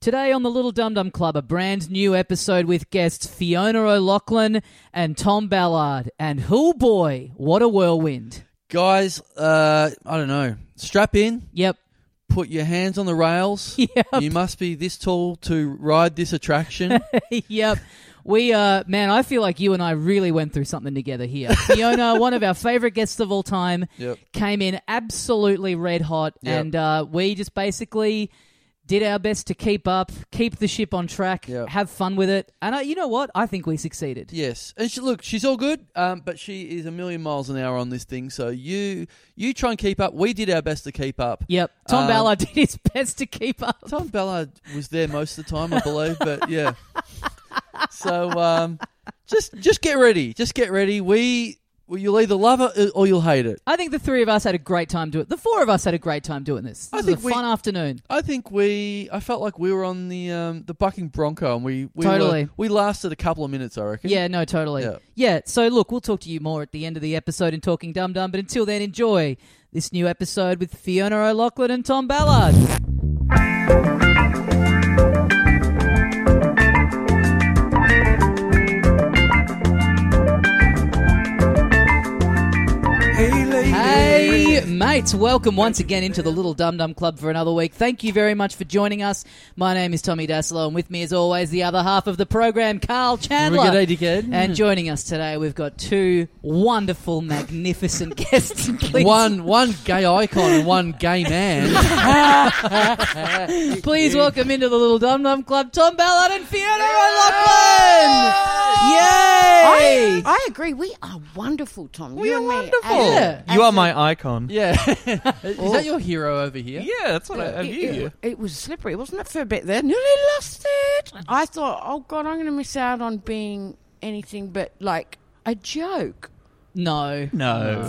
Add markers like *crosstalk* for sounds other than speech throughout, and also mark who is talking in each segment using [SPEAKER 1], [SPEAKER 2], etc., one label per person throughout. [SPEAKER 1] Today on the Little Dum Dum Club, a brand new episode with guests Fiona O'Loughlin and Tom Ballard. And who boy, what a whirlwind.
[SPEAKER 2] Guys, uh, I don't know. Strap in,
[SPEAKER 1] Yep. *laughs*
[SPEAKER 2] put your hands on the rails.
[SPEAKER 1] Yep.
[SPEAKER 2] You must be this tall to ride this attraction.
[SPEAKER 1] yep. We, uh, man, I feel like you and I really went through something together here.
[SPEAKER 2] *laughs*
[SPEAKER 1] Fiona, one of our favorite guests of all time,
[SPEAKER 2] yep.
[SPEAKER 1] came in absolutely red hot,
[SPEAKER 2] Yep.
[SPEAKER 1] and uh, we just basically did our best to keep up, keep the ship on track,
[SPEAKER 2] Yep.
[SPEAKER 1] have fun with it. And uh, you know what? I think we succeeded.
[SPEAKER 2] Yes. And she, look, she's all good, um, but she is a million miles an hour on this thing. So you you try and keep up. We did our best to keep up.
[SPEAKER 1] Yep. Tom
[SPEAKER 2] Um,
[SPEAKER 1] Ballard *laughs* did his best to keep up.
[SPEAKER 2] Tom Ballard was there most of the time, I believe, but yeah. So um, just just get ready. Just get ready. We well, you'll either love it or you'll hate it.
[SPEAKER 1] I think the three of us had a great time doing The four of us had a great time doing this. This
[SPEAKER 2] I
[SPEAKER 1] was
[SPEAKER 2] think
[SPEAKER 1] a
[SPEAKER 2] we-
[SPEAKER 1] fun afternoon.
[SPEAKER 2] I think we. I felt like we were on the um, the bucking bronco, and we we
[SPEAKER 1] Totally.
[SPEAKER 2] were, we lasted a couple of minutes. I reckon.
[SPEAKER 1] Yeah, no, totally. Yeah.
[SPEAKER 2] Yeah.
[SPEAKER 1] so look, we'll talk to you more at the end of the episode in Talking Dum Dum, but until then, enjoy this new episode with Fiona O'Loughlin and Tom Ballard. Hey, mates, welcome once again into the Little Dum Dum Club for another week. Thank you very much for joining us. My name is Tommy Daslow, and with me, as always, the other half of the program, Carl Chandler.
[SPEAKER 2] G'day, dickhead.
[SPEAKER 1] And joining us today, we've got two wonderful, magnificent *laughs* guests. Please,
[SPEAKER 2] One one gay icon and one gay man.
[SPEAKER 1] please welcome into the Little Dum Dum Club, Tom Ballard and Fiona O'Loughlin. Yay!
[SPEAKER 3] I, I agree. We are wonderful, Tom.
[SPEAKER 2] We
[SPEAKER 3] you
[SPEAKER 2] are
[SPEAKER 3] and me.
[SPEAKER 2] wonderful.
[SPEAKER 3] As-
[SPEAKER 1] Yeah.
[SPEAKER 4] You are my icon.
[SPEAKER 2] yeah. Is that your hero over here?
[SPEAKER 4] Yeah, that's what I, I
[SPEAKER 3] It,
[SPEAKER 4] view you.
[SPEAKER 3] it, it was slippery, wasn't it, for a bit there? Nearly lost it. I thought, oh God, I'm going to miss out on being anything but like a joke.
[SPEAKER 1] No,
[SPEAKER 4] No.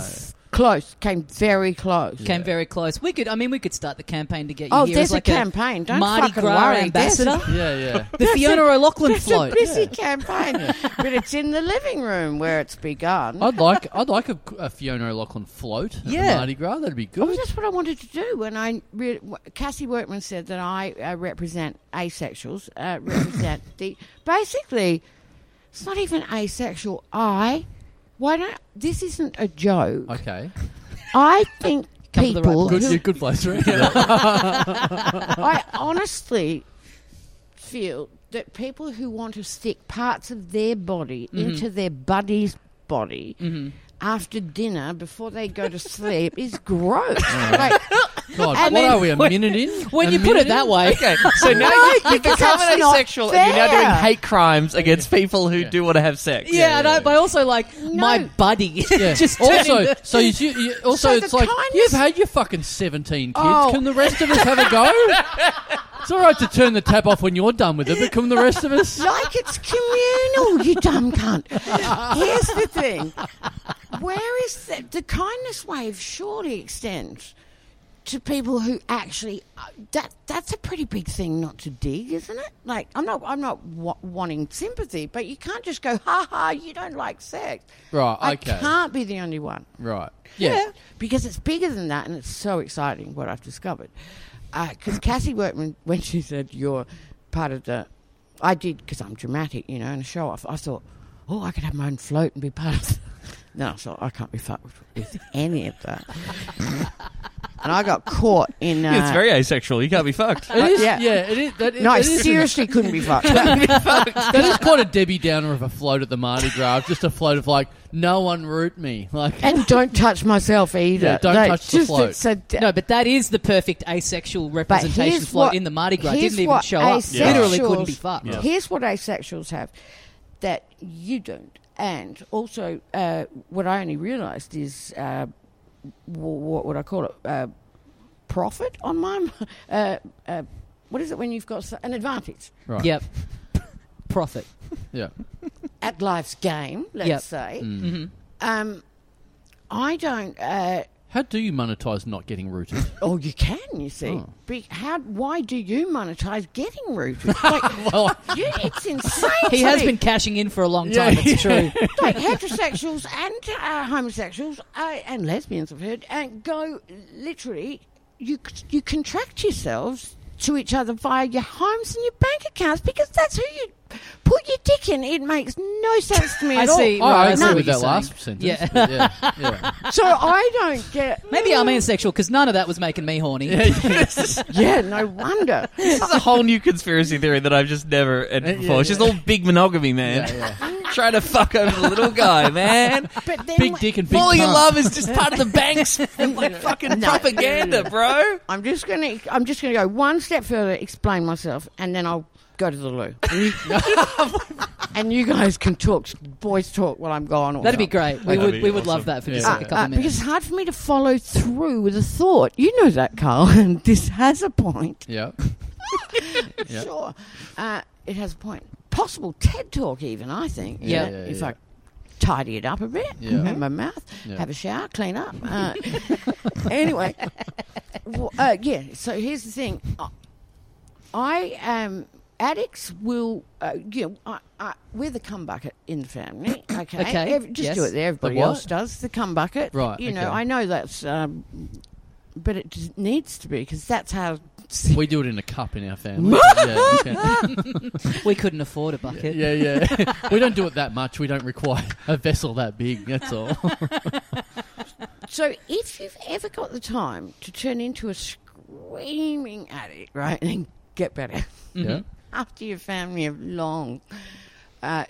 [SPEAKER 3] Close came very close.
[SPEAKER 1] Came very close. We could, I mean, we could start the campaign to get you
[SPEAKER 3] Oh,
[SPEAKER 1] here
[SPEAKER 3] there's
[SPEAKER 1] as like
[SPEAKER 3] a campaign. Don't
[SPEAKER 1] Mardi
[SPEAKER 3] fucking
[SPEAKER 1] Gras
[SPEAKER 3] worry.
[SPEAKER 1] ambassador.
[SPEAKER 2] Yeah, yeah.
[SPEAKER 1] The Fiona
[SPEAKER 3] *laughs*
[SPEAKER 1] O'Loughlin
[SPEAKER 3] There's, there's
[SPEAKER 1] float.
[SPEAKER 3] a busy campaign, *laughs* but it's in the living room where it's begun.
[SPEAKER 2] I'd like I'd like a, a Fiona O'Loughlin float. at
[SPEAKER 1] Yeah.
[SPEAKER 2] Mardi Gras. That'd be
[SPEAKER 3] Well,
[SPEAKER 2] good.
[SPEAKER 3] that's what I wanted to do when I re- Cassie Workman said that I uh, represent asexuals.
[SPEAKER 1] *coughs*
[SPEAKER 3] Uh, represent the basically, it's not even asexual. I why don't this isn't a joke.
[SPEAKER 2] Okay.
[SPEAKER 3] *laughs* I think
[SPEAKER 1] *laughs* Come to the right
[SPEAKER 3] people.
[SPEAKER 1] place.
[SPEAKER 2] Good.
[SPEAKER 3] who-
[SPEAKER 1] *laughs*
[SPEAKER 2] yeah, Good place. Right?
[SPEAKER 3] I honestly feel that people who want to stick parts of their body
[SPEAKER 1] Mm-hmm.
[SPEAKER 3] into their buddy's body after dinner before they go to sleep is
[SPEAKER 1] *laughs*
[SPEAKER 3] gross. Like,
[SPEAKER 2] God,
[SPEAKER 3] I
[SPEAKER 2] what
[SPEAKER 3] mean-
[SPEAKER 2] are we? A minute in?
[SPEAKER 1] When
[SPEAKER 2] A
[SPEAKER 1] you put
[SPEAKER 2] minute
[SPEAKER 1] it that way,
[SPEAKER 4] Okay, so now you, you've
[SPEAKER 3] because
[SPEAKER 4] become
[SPEAKER 3] that's
[SPEAKER 4] an
[SPEAKER 3] not
[SPEAKER 4] asexual and you're now
[SPEAKER 3] fair.
[SPEAKER 4] doing hate crimes against people who do want to have sex.
[SPEAKER 1] Yeah, and I, but I also like my
[SPEAKER 3] No.
[SPEAKER 1] buddy.
[SPEAKER 3] *laughs*
[SPEAKER 1] *laughs*
[SPEAKER 2] Yeah.
[SPEAKER 1] just
[SPEAKER 2] also,
[SPEAKER 1] turned-
[SPEAKER 2] so you, you, also
[SPEAKER 3] So the
[SPEAKER 2] it's like
[SPEAKER 3] kindness-
[SPEAKER 2] you've had your fucking seventeen kids.
[SPEAKER 3] Oh.
[SPEAKER 2] Can the rest of us have a go? it's all right to turn the tap off when you're done with it, but can the rest of us?
[SPEAKER 3] like it's communal, you dumb cunt. Here's the thing. Where is the, the kindness wave surely extends to people who actually uh, that that's a pretty big thing not to dig, isn't it? Like I'm not I'm not wa- wanting sympathy, but you can't just go ha ha you don't like sex.
[SPEAKER 2] Right. Okay.
[SPEAKER 3] I can't be the only one.
[SPEAKER 2] Right. Yeah.
[SPEAKER 3] Because it's bigger than that, and it's so exciting what I've discovered. Because Cassie Workman, when she said you're part of the, I did because I'm dramatic, you know, and a show off. I thought, oh, I could have my own float and be part of. *laughs* The... No, I thought I can't be fucked with, with any of that. and I got caught in. Uh,
[SPEAKER 4] It's very asexual. You can't be fucked.
[SPEAKER 2] It is. Yeah.
[SPEAKER 3] yeah.
[SPEAKER 2] it is. That is *laughs*
[SPEAKER 3] no, I
[SPEAKER 2] that is-
[SPEAKER 3] seriously couldn't be
[SPEAKER 2] *laughs*
[SPEAKER 3] fucked.
[SPEAKER 2] that is quite a Debbie Downer of a float at the Mardi Gras. Just a float of like, no one root me. *laughs* Like,
[SPEAKER 3] and don't touch myself either.
[SPEAKER 2] Yeah, don't
[SPEAKER 3] No,
[SPEAKER 2] touch the
[SPEAKER 3] just-
[SPEAKER 2] float.
[SPEAKER 3] it's a-
[SPEAKER 1] no, but that is the perfect asexual representation
[SPEAKER 3] here's
[SPEAKER 1] float
[SPEAKER 3] what-
[SPEAKER 1] in the Mardi Gras. It
[SPEAKER 3] here's
[SPEAKER 1] Didn't even
[SPEAKER 3] what
[SPEAKER 1] show up.
[SPEAKER 3] asexuals-
[SPEAKER 1] Literally couldn't be fucked.
[SPEAKER 4] Yeah.
[SPEAKER 3] Here's what asexuals have that you don't, and also uh, what I only realised is uh, w- what would I call it? Uh, profit on my *laughs* uh, uh, what is it when you've got s- an advantage
[SPEAKER 2] right.
[SPEAKER 1] Yep. *laughs* Profit.
[SPEAKER 2] Yeah.
[SPEAKER 3] at life's game? Let's
[SPEAKER 1] Yep. Mm.
[SPEAKER 3] say. Um, I don't. Uh,
[SPEAKER 2] How do you monetize not getting rooted? *laughs*
[SPEAKER 3] oh, you can. You see,
[SPEAKER 1] Oh.
[SPEAKER 3] Be, how? Why do you monetize getting rooted? Like,
[SPEAKER 2] well,
[SPEAKER 3] you, it's *laughs* insane.
[SPEAKER 1] He
[SPEAKER 3] to
[SPEAKER 1] has
[SPEAKER 3] me.
[SPEAKER 1] been cashing in for a long time. It's true.
[SPEAKER 3] like heterosexuals and uh, homosexuals uh, and lesbians, I've heard, and go literally. You c- you contract yourselves to each other via your homes and your bank accounts because that's who you put your dick in. It makes no sense to me
[SPEAKER 1] I
[SPEAKER 3] at all.
[SPEAKER 1] see.
[SPEAKER 2] Oh, *laughs* I
[SPEAKER 1] Right, I see
[SPEAKER 2] agree
[SPEAKER 1] what
[SPEAKER 2] with
[SPEAKER 1] you're
[SPEAKER 2] that
[SPEAKER 1] saying.
[SPEAKER 2] last sentence.
[SPEAKER 1] Yeah.
[SPEAKER 2] but Yeah. yeah.
[SPEAKER 3] So I don't get.
[SPEAKER 1] Maybe I'm asexual because none of that was making me horny.
[SPEAKER 3] *laughs* Yeah, no
[SPEAKER 2] *laughs*
[SPEAKER 3] wonder.
[SPEAKER 4] This is a whole new conspiracy theory that I've just never had before.
[SPEAKER 2] yeah.
[SPEAKER 4] It's just all big monogamy, man.
[SPEAKER 2] Yeah,
[SPEAKER 4] *laughs* Trying to fuck over the little guy, man.
[SPEAKER 3] But then
[SPEAKER 2] Big dick and big
[SPEAKER 4] Falling in
[SPEAKER 2] cunt.
[SPEAKER 4] love is just part of
[SPEAKER 1] *laughs*
[SPEAKER 4] the bank's like fucking
[SPEAKER 3] No.
[SPEAKER 4] propaganda, bro.
[SPEAKER 3] I'm just gonna. I'm just gonna go one step further, explain myself, and then I'll go to the
[SPEAKER 1] *laughs*
[SPEAKER 3] loo. And you, *laughs* and you guys can talk, boys talk while I'm gone. Or
[SPEAKER 1] That'd be
[SPEAKER 3] something.
[SPEAKER 1] great. We
[SPEAKER 4] That'd
[SPEAKER 1] would
[SPEAKER 4] be
[SPEAKER 1] we would
[SPEAKER 4] awesome.
[SPEAKER 1] love that for just
[SPEAKER 2] Yeah.
[SPEAKER 1] like a couple
[SPEAKER 3] Uh,
[SPEAKER 1] of
[SPEAKER 3] because
[SPEAKER 1] minutes.
[SPEAKER 3] it's hard for me to follow through with a thought. You know that, Carl. *laughs* And this has a point.
[SPEAKER 2] Yeah. Yeah.
[SPEAKER 3] Sure, uh, it has a point. Possible TED talk, even I think. you
[SPEAKER 1] Yeah.
[SPEAKER 3] know,
[SPEAKER 2] Yeah, yeah,
[SPEAKER 3] if
[SPEAKER 2] yeah.
[SPEAKER 3] I tidy it up a bit,
[SPEAKER 2] Yeah. Mm-hmm.
[SPEAKER 3] in my mouth,
[SPEAKER 2] Yeah.
[SPEAKER 3] have a shower, clean up.
[SPEAKER 2] *laughs*
[SPEAKER 3] Uh, *laughs* anyway, w- uh, yeah. So here's the thing. I- I um, addicts will, uh, you know, I, I, we're the cum bucket in
[SPEAKER 2] *coughs*
[SPEAKER 3] the family. Okay,
[SPEAKER 1] Okay,
[SPEAKER 3] Ev- just do
[SPEAKER 1] yes.
[SPEAKER 3] it there. Everybody
[SPEAKER 2] The what?
[SPEAKER 3] else does the cum bucket.
[SPEAKER 2] Right,
[SPEAKER 3] You know,
[SPEAKER 2] okay.
[SPEAKER 3] I know that's, um, but it just needs to be because that's how. *laughs* Well,
[SPEAKER 2] We do it in a cup in our
[SPEAKER 3] *laughs*
[SPEAKER 2] family. yeah, yeah.
[SPEAKER 1] we couldn't afford a bucket.
[SPEAKER 2] yeah, yeah. *laughs* we don't do it that much. We don't require a vessel that big. That's
[SPEAKER 3] *laughs*
[SPEAKER 2] all.
[SPEAKER 3] So if you've ever got the time to turn into a screaming addict, right, *laughs* and get better
[SPEAKER 2] Yeah.
[SPEAKER 3] after your family have long, uh,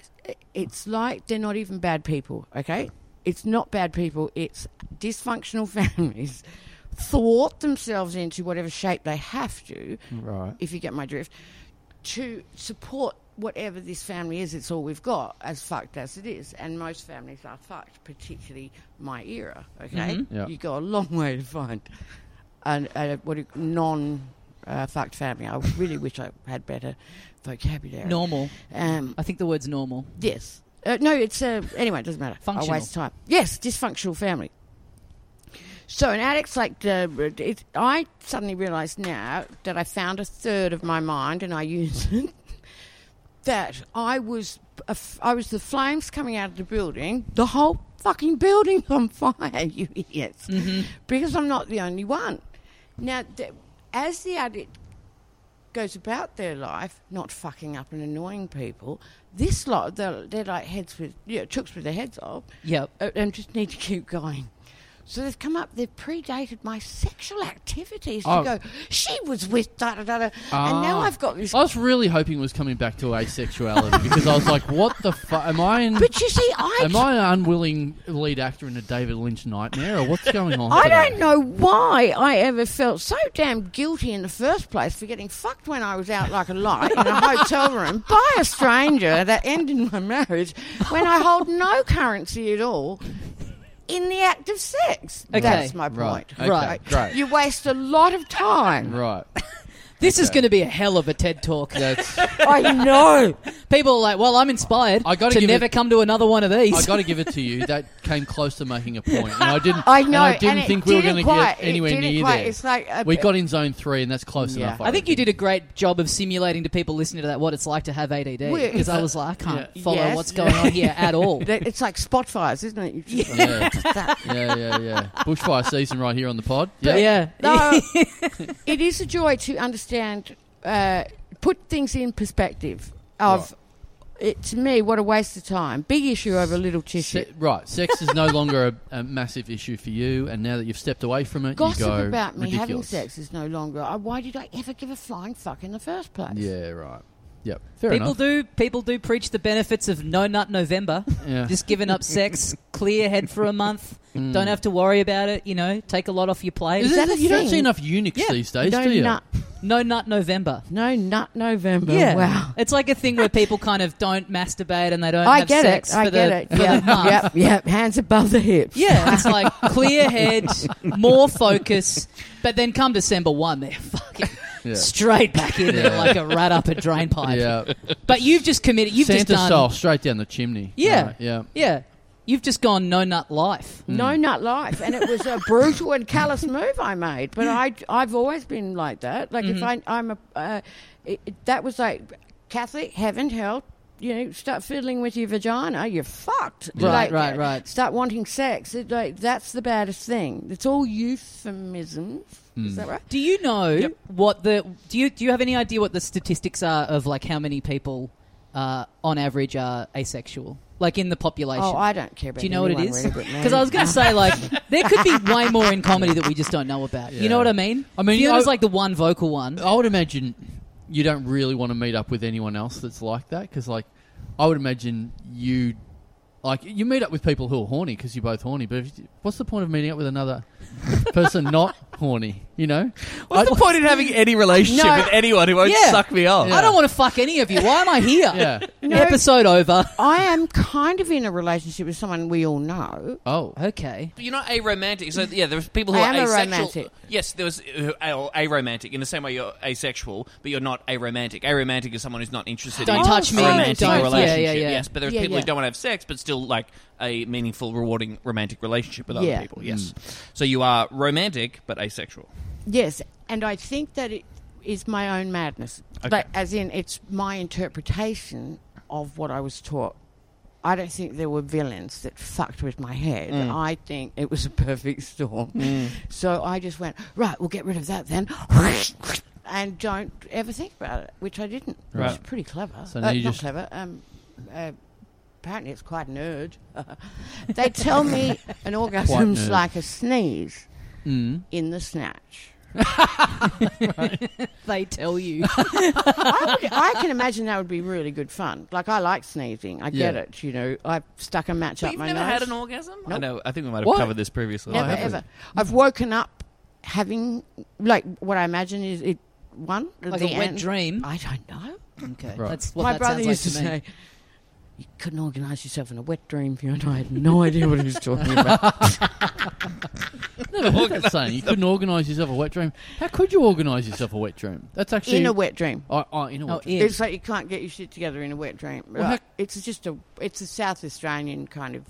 [SPEAKER 3] it's like they're not even bad people. Okay, it's not bad people. It's dysfunctional *laughs* families thwart themselves into whatever shape they have to.
[SPEAKER 2] Right.
[SPEAKER 3] If you get my drift, to support. Whatever this family is, it's all we've got, as fucked as it is. And most families are fucked, particularly my era. Okay,
[SPEAKER 2] Yeah.
[SPEAKER 3] you go a long *laughs* way to find an, a what a non uh, fucked family. I really wish I had better vocabulary.
[SPEAKER 1] Normal.
[SPEAKER 3] Um,
[SPEAKER 1] I think the word's normal.
[SPEAKER 3] yes. Uh, no, it's uh, anyway. It doesn't matter.
[SPEAKER 1] Functional.
[SPEAKER 3] I waste time. Yes, dysfunctional family. So an addict's like the. It, I suddenly realised now that I found a third of my mind, and I use it. That I was, a f- I was the flames coming out of the building. The whole fucking building's on *laughs* fire, you idiots!
[SPEAKER 2] Mm-hmm.
[SPEAKER 3] Because I'm not the only one. Now, th- as the addict goes about their life, not fucking up and annoying people, this lot they're, they're like heads with, you know, chooks with their heads off
[SPEAKER 1] Yep.
[SPEAKER 3] uh, and just need to keep going. So they've come up, they've predated my sexual activities
[SPEAKER 2] Oh.
[SPEAKER 3] to go, she was with da da da, da and
[SPEAKER 2] Ah.
[SPEAKER 3] now I've got this.
[SPEAKER 2] I was really hoping it was coming back to asexuality because I was like, what the fuck? Am I in.
[SPEAKER 3] *laughs* But you see, I,
[SPEAKER 2] Am I an unwilling lead actor in a David Lynch nightmare, or what's going on?
[SPEAKER 3] I
[SPEAKER 2] today?
[SPEAKER 3] don't know why I ever felt so damn guilty in the first place for getting fucked when I was out like a light in a hotel room by a stranger that ended my marriage when I hold no currency at all in the act of sex.
[SPEAKER 1] Okay.
[SPEAKER 3] That's my
[SPEAKER 2] Right.
[SPEAKER 3] point.
[SPEAKER 2] Okay.
[SPEAKER 1] Right.
[SPEAKER 2] Right.
[SPEAKER 3] You waste a lot of time.
[SPEAKER 2] Right.
[SPEAKER 1] This is going to be a hell of a TED talk.
[SPEAKER 3] *laughs*
[SPEAKER 2] That's.
[SPEAKER 3] I know.
[SPEAKER 1] People are like, well, I'm inspired
[SPEAKER 2] I gotta
[SPEAKER 1] to
[SPEAKER 2] give
[SPEAKER 1] never
[SPEAKER 2] it-
[SPEAKER 1] come to another one of these.
[SPEAKER 2] I got to give it to you. That came close to making a point, and I
[SPEAKER 3] *laughs*
[SPEAKER 2] didn't.
[SPEAKER 3] I
[SPEAKER 2] and
[SPEAKER 3] know.
[SPEAKER 2] I didn't
[SPEAKER 3] and it
[SPEAKER 2] think we were
[SPEAKER 3] didn't
[SPEAKER 2] going to
[SPEAKER 3] quite-
[SPEAKER 2] get
[SPEAKER 3] it
[SPEAKER 2] anywhere
[SPEAKER 3] didn't
[SPEAKER 2] near
[SPEAKER 3] quite-
[SPEAKER 2] there.
[SPEAKER 3] It's like a
[SPEAKER 2] we
[SPEAKER 3] bit-
[SPEAKER 2] got in zone three, and that's close
[SPEAKER 3] Yeah.
[SPEAKER 2] enough.
[SPEAKER 1] I think you did a great job of simulating to people listening to that what it's like to have ADD
[SPEAKER 3] Well,
[SPEAKER 1] because I was like, I can't
[SPEAKER 2] Yeah.
[SPEAKER 1] follow
[SPEAKER 3] Yes.
[SPEAKER 1] what's going on here at
[SPEAKER 3] *laughs*
[SPEAKER 1] all.
[SPEAKER 3] that- It's like spot fires, isn't it? You just-
[SPEAKER 2] Yeah. *laughs* yeah, yeah, yeah. Bushfire season right here on the pod. Yeah,
[SPEAKER 1] yeah.
[SPEAKER 2] *laughs*
[SPEAKER 3] No, it is a joy to understand, uh, put things in perspective of it. To me, what a waste of time. Big issue over little tissue.
[SPEAKER 2] Se- right. Sex is no longer a, a massive issue for you, and now that you've stepped away from it,
[SPEAKER 3] Gossip
[SPEAKER 2] you go
[SPEAKER 3] about me having
[SPEAKER 2] ridiculous.
[SPEAKER 3] sex is no longer. Uh, why did I ever give a flying fuck in the first place?
[SPEAKER 2] Yeah, right. Yep. Fair
[SPEAKER 1] People
[SPEAKER 2] enough.
[SPEAKER 1] do people do preach the benefits of no nut November.
[SPEAKER 3] *laughs*
[SPEAKER 2] Yeah.
[SPEAKER 1] Just giving up sex, clear head for a month,
[SPEAKER 3] Hmm.
[SPEAKER 1] don't have to worry about it. You know, take a lot off your plate.
[SPEAKER 2] Is
[SPEAKER 3] that
[SPEAKER 2] it-
[SPEAKER 3] a
[SPEAKER 2] you don't
[SPEAKER 3] thing?
[SPEAKER 2] see enough eunuchs
[SPEAKER 1] Yeah.
[SPEAKER 2] these days,
[SPEAKER 3] no
[SPEAKER 2] do you?
[SPEAKER 3] nut,
[SPEAKER 1] no nut November.
[SPEAKER 3] no nut November.
[SPEAKER 1] Yeah,
[SPEAKER 3] Wow.
[SPEAKER 1] It's like a thing where people kind of don't masturbate and they don't.
[SPEAKER 3] I
[SPEAKER 1] have
[SPEAKER 3] get
[SPEAKER 1] sex
[SPEAKER 3] it. I
[SPEAKER 1] for
[SPEAKER 3] get
[SPEAKER 1] the,
[SPEAKER 3] it.
[SPEAKER 1] for the month.
[SPEAKER 3] Yeah. Yep. Yep. Hands above the hips.
[SPEAKER 1] Yeah,
[SPEAKER 3] *laughs*
[SPEAKER 1] it's like clear head, more focus, but then come December one, they're fucking
[SPEAKER 2] Yeah.
[SPEAKER 1] straight back in there
[SPEAKER 2] Yeah.
[SPEAKER 1] like a rat up a
[SPEAKER 3] *laughs*
[SPEAKER 1] drain pipe.
[SPEAKER 2] Yeah.
[SPEAKER 1] But you've just committed. You've
[SPEAKER 2] Santa
[SPEAKER 1] just done.
[SPEAKER 2] style, straight down the chimney.
[SPEAKER 1] Yeah.
[SPEAKER 2] Right, yeah.
[SPEAKER 1] Yeah, you've just gone no nut life.
[SPEAKER 3] No nut life, and it was a brutal and callous move I made. But I, I've always been like that. Like if
[SPEAKER 1] Mm-hmm.
[SPEAKER 3] I, I'm a, uh, it, it- that was like Catholic heaven, hell. You know, start fiddling with your vagina, you're fucked.
[SPEAKER 1] Right,
[SPEAKER 3] Like,
[SPEAKER 1] right,
[SPEAKER 3] uh,
[SPEAKER 1] right.
[SPEAKER 3] Start wanting sex. It, like that's the baddest thing. It's all euphemisms. Is that right?
[SPEAKER 1] Hmm. Do you know what the do you do you have any idea what the statistics are of like how many people uh, on average are asexual, like in the population?
[SPEAKER 3] Oh, I don't care about.
[SPEAKER 1] do you know what it
[SPEAKER 3] anyone
[SPEAKER 1] is?
[SPEAKER 3] really
[SPEAKER 1] *laughs*
[SPEAKER 3] but me.
[SPEAKER 1] Because I was going to say
[SPEAKER 3] *laughs*
[SPEAKER 1] like there could be way more in comedy that we just don't know about. You know
[SPEAKER 2] Yeah.
[SPEAKER 1] what I mean?
[SPEAKER 2] I mean,
[SPEAKER 1] Fiona's
[SPEAKER 2] I-
[SPEAKER 1] like the one vocal one.
[SPEAKER 2] I would imagine you don't really want to meet up with anyone else that's like that because, like, I would imagine you, like, you meet up with people who are horny because you're both horny. But if, what's the point of meeting up with another *laughs* person not horny? You know,
[SPEAKER 5] What's the point in having any relationship
[SPEAKER 3] No.
[SPEAKER 5] with anyone who won't
[SPEAKER 1] Yeah.
[SPEAKER 5] suck me off?
[SPEAKER 1] I don't want to fuck any of you. Why am I here?
[SPEAKER 2] Oh, yeah.
[SPEAKER 1] *laughs* Episode over.
[SPEAKER 3] I am kind of in a relationship with someone we all know.
[SPEAKER 2] Oh,
[SPEAKER 1] Okay.
[SPEAKER 5] But you're not aromantic. So yeah, there's people who
[SPEAKER 3] I
[SPEAKER 5] are
[SPEAKER 3] am
[SPEAKER 5] asexual.
[SPEAKER 3] aromantic.
[SPEAKER 5] Yes, there was uh, or aromantic in the same way you're asexual, but you're not aromantic. Aromantic is someone who's not interested
[SPEAKER 1] Don't
[SPEAKER 5] in
[SPEAKER 1] touch
[SPEAKER 5] a
[SPEAKER 1] me.
[SPEAKER 5] romantic
[SPEAKER 1] Don't- yeah,
[SPEAKER 5] relationship.
[SPEAKER 1] yeah, yeah.
[SPEAKER 5] Yes, but there's
[SPEAKER 3] Yeah,
[SPEAKER 5] people
[SPEAKER 3] yeah.
[SPEAKER 5] who don't want to have sex but still like a meaningful, rewarding romantic relationship with other
[SPEAKER 3] Yeah.
[SPEAKER 5] people. Yes. So you are romantic but asexual.
[SPEAKER 3] Yes, and I think that it is my own madness.
[SPEAKER 5] Okay.
[SPEAKER 3] Like, as in, it's my interpretation of what I was taught. I don't think there were villains that fucked with my head.
[SPEAKER 2] Mm.
[SPEAKER 3] I think it was a perfect storm. So I just went, right, we'll get rid of that then. And don't ever think about it, which I didn't. Which is
[SPEAKER 2] Right.
[SPEAKER 3] pretty clever.
[SPEAKER 2] So
[SPEAKER 3] Uh,
[SPEAKER 2] now
[SPEAKER 3] not
[SPEAKER 2] you just-
[SPEAKER 3] clever. Um, uh, apparently, it's quite nerd. *laughs* they
[SPEAKER 2] *laughs*
[SPEAKER 3] tell me an orgasm's
[SPEAKER 2] nerd.
[SPEAKER 3] like a sneeze
[SPEAKER 2] mm.
[SPEAKER 3] in the snatch.
[SPEAKER 1] They tell *laughs* you.
[SPEAKER 3] I, would- I can imagine that would be really good fun. Like I like sneezing. I get
[SPEAKER 2] Yeah.
[SPEAKER 3] it. You know, I've stuck a match
[SPEAKER 5] But
[SPEAKER 3] up
[SPEAKER 5] you've
[SPEAKER 3] my
[SPEAKER 5] never
[SPEAKER 3] nose.
[SPEAKER 5] had an Oh, orgasm? I
[SPEAKER 3] Nope.
[SPEAKER 5] know. I think we might have
[SPEAKER 2] What?
[SPEAKER 5] covered this previously.
[SPEAKER 3] never
[SPEAKER 2] haven't.
[SPEAKER 3] ever. I've woken up having like what I imagine is it one at
[SPEAKER 1] Like
[SPEAKER 3] the
[SPEAKER 1] a wet
[SPEAKER 3] end.
[SPEAKER 1] dream?
[SPEAKER 3] I don't know.
[SPEAKER 1] Okay.
[SPEAKER 2] Right.
[SPEAKER 1] That's what
[SPEAKER 3] my
[SPEAKER 1] that
[SPEAKER 3] brother
[SPEAKER 1] sounds
[SPEAKER 3] used
[SPEAKER 1] like
[SPEAKER 3] to
[SPEAKER 1] to me.
[SPEAKER 3] say. You couldn't organise yourself in a wet dream, Fiona. I had no idea what he was
[SPEAKER 2] *laughs*
[SPEAKER 3] talking about.
[SPEAKER 2] never heard that saying. You couldn't organise yourself a wet dream. How could you organise yourself a wet dream? That's actually
[SPEAKER 3] in a wet dream.
[SPEAKER 2] Oh, oh, in a
[SPEAKER 1] Oh,
[SPEAKER 2] wet dream.
[SPEAKER 1] in.
[SPEAKER 3] It's like you can't get your shit together in a wet dream.
[SPEAKER 2] Well,
[SPEAKER 3] Like,
[SPEAKER 2] how-
[SPEAKER 3] it's just a, it's a South Australian kind of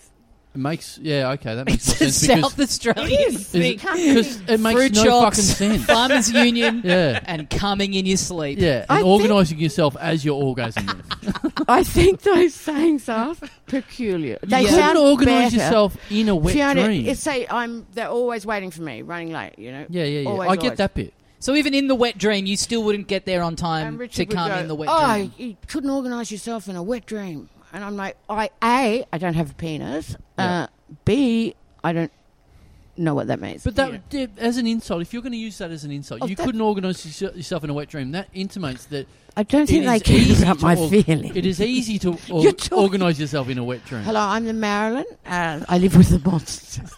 [SPEAKER 2] It makes yeah okay that makes
[SPEAKER 1] *laughs* It's
[SPEAKER 2] more
[SPEAKER 1] a
[SPEAKER 2] sense because
[SPEAKER 1] South Australian thing.
[SPEAKER 2] because it makes
[SPEAKER 1] Fruit
[SPEAKER 2] no
[SPEAKER 1] shops,
[SPEAKER 2] fucking
[SPEAKER 1] *laughs*
[SPEAKER 2] sense.
[SPEAKER 1] Farmers Union, *laughs*
[SPEAKER 2] Yeah.
[SPEAKER 1] and coming in your sleep.
[SPEAKER 2] Yeah,
[SPEAKER 3] I
[SPEAKER 2] and
[SPEAKER 3] think-
[SPEAKER 2] organising yourself as your
[SPEAKER 3] *laughs*
[SPEAKER 2] orgasm. is.
[SPEAKER 3] I think those sayings are peculiar. They
[SPEAKER 2] you
[SPEAKER 3] sound
[SPEAKER 2] couldn't organise
[SPEAKER 3] better.
[SPEAKER 2] yourself in a wet
[SPEAKER 3] Fiona,
[SPEAKER 2] dream.
[SPEAKER 3] It's say I'm. They're always waiting for me, running late. You know.
[SPEAKER 2] yeah, yeah, yeah.
[SPEAKER 3] Always,
[SPEAKER 2] I get
[SPEAKER 3] always.
[SPEAKER 2] that um, bit.
[SPEAKER 1] So even in the wet dream, you still wouldn't get there on
[SPEAKER 3] And
[SPEAKER 1] time to
[SPEAKER 3] Richard would
[SPEAKER 1] come
[SPEAKER 3] go,
[SPEAKER 1] in the wet
[SPEAKER 3] oh,
[SPEAKER 1] dream. *laughs*
[SPEAKER 3] you couldn't organise yourself in a wet dream, and I'm like, I a I don't have a penis.
[SPEAKER 2] Yeah.
[SPEAKER 3] Uh, B I don't know what that means.
[SPEAKER 2] But that yeah, as an insult, if you're going to use that as an insult,
[SPEAKER 3] Oh,
[SPEAKER 2] you
[SPEAKER 3] that-
[SPEAKER 2] couldn't organise yourse- yourself in a wet dream. That intimates that
[SPEAKER 3] I don't think
[SPEAKER 2] it
[SPEAKER 3] they
[SPEAKER 2] is
[SPEAKER 3] care
[SPEAKER 2] easy
[SPEAKER 3] about
[SPEAKER 2] to
[SPEAKER 3] my
[SPEAKER 2] org-
[SPEAKER 3] feelings.
[SPEAKER 2] It is easy to
[SPEAKER 3] *laughs* You're
[SPEAKER 2] or-
[SPEAKER 3] talking-
[SPEAKER 2] organise yourself in a wet dream.
[SPEAKER 3] Hello, I'm the Marilyn. Uh, I live with the monsters.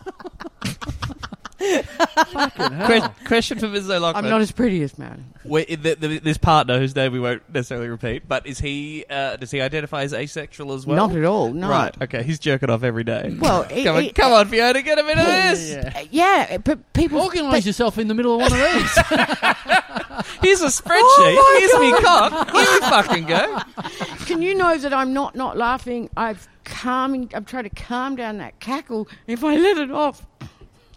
[SPEAKER 5] *laughs* Que- question for Ms. O'Loughlin.
[SPEAKER 3] I'm not as pretty as Marilyn.
[SPEAKER 5] Where, the, the, this partner, whose name we won't necessarily repeat, but is he? Uh, does he identify as asexual as well?
[SPEAKER 3] Not at all. No.
[SPEAKER 5] Right. Okay. He's jerking off every day.
[SPEAKER 3] Well,
[SPEAKER 5] *laughs* come on,
[SPEAKER 3] it-
[SPEAKER 5] come on, Fiona, get a bit of
[SPEAKER 2] Yeah,
[SPEAKER 5] this.
[SPEAKER 2] yeah, yeah.
[SPEAKER 3] Uh, Yeah, but people
[SPEAKER 2] Organise yourself in the middle of one of
[SPEAKER 3] *laughs*
[SPEAKER 2] these.
[SPEAKER 5] Here's a spreadsheet.
[SPEAKER 3] Oh my
[SPEAKER 5] Here's me cock. Here we fucking go.
[SPEAKER 3] Can you know that I'm not not laughing? I've calming. I'm trying to calm down that cackle. If I let it off,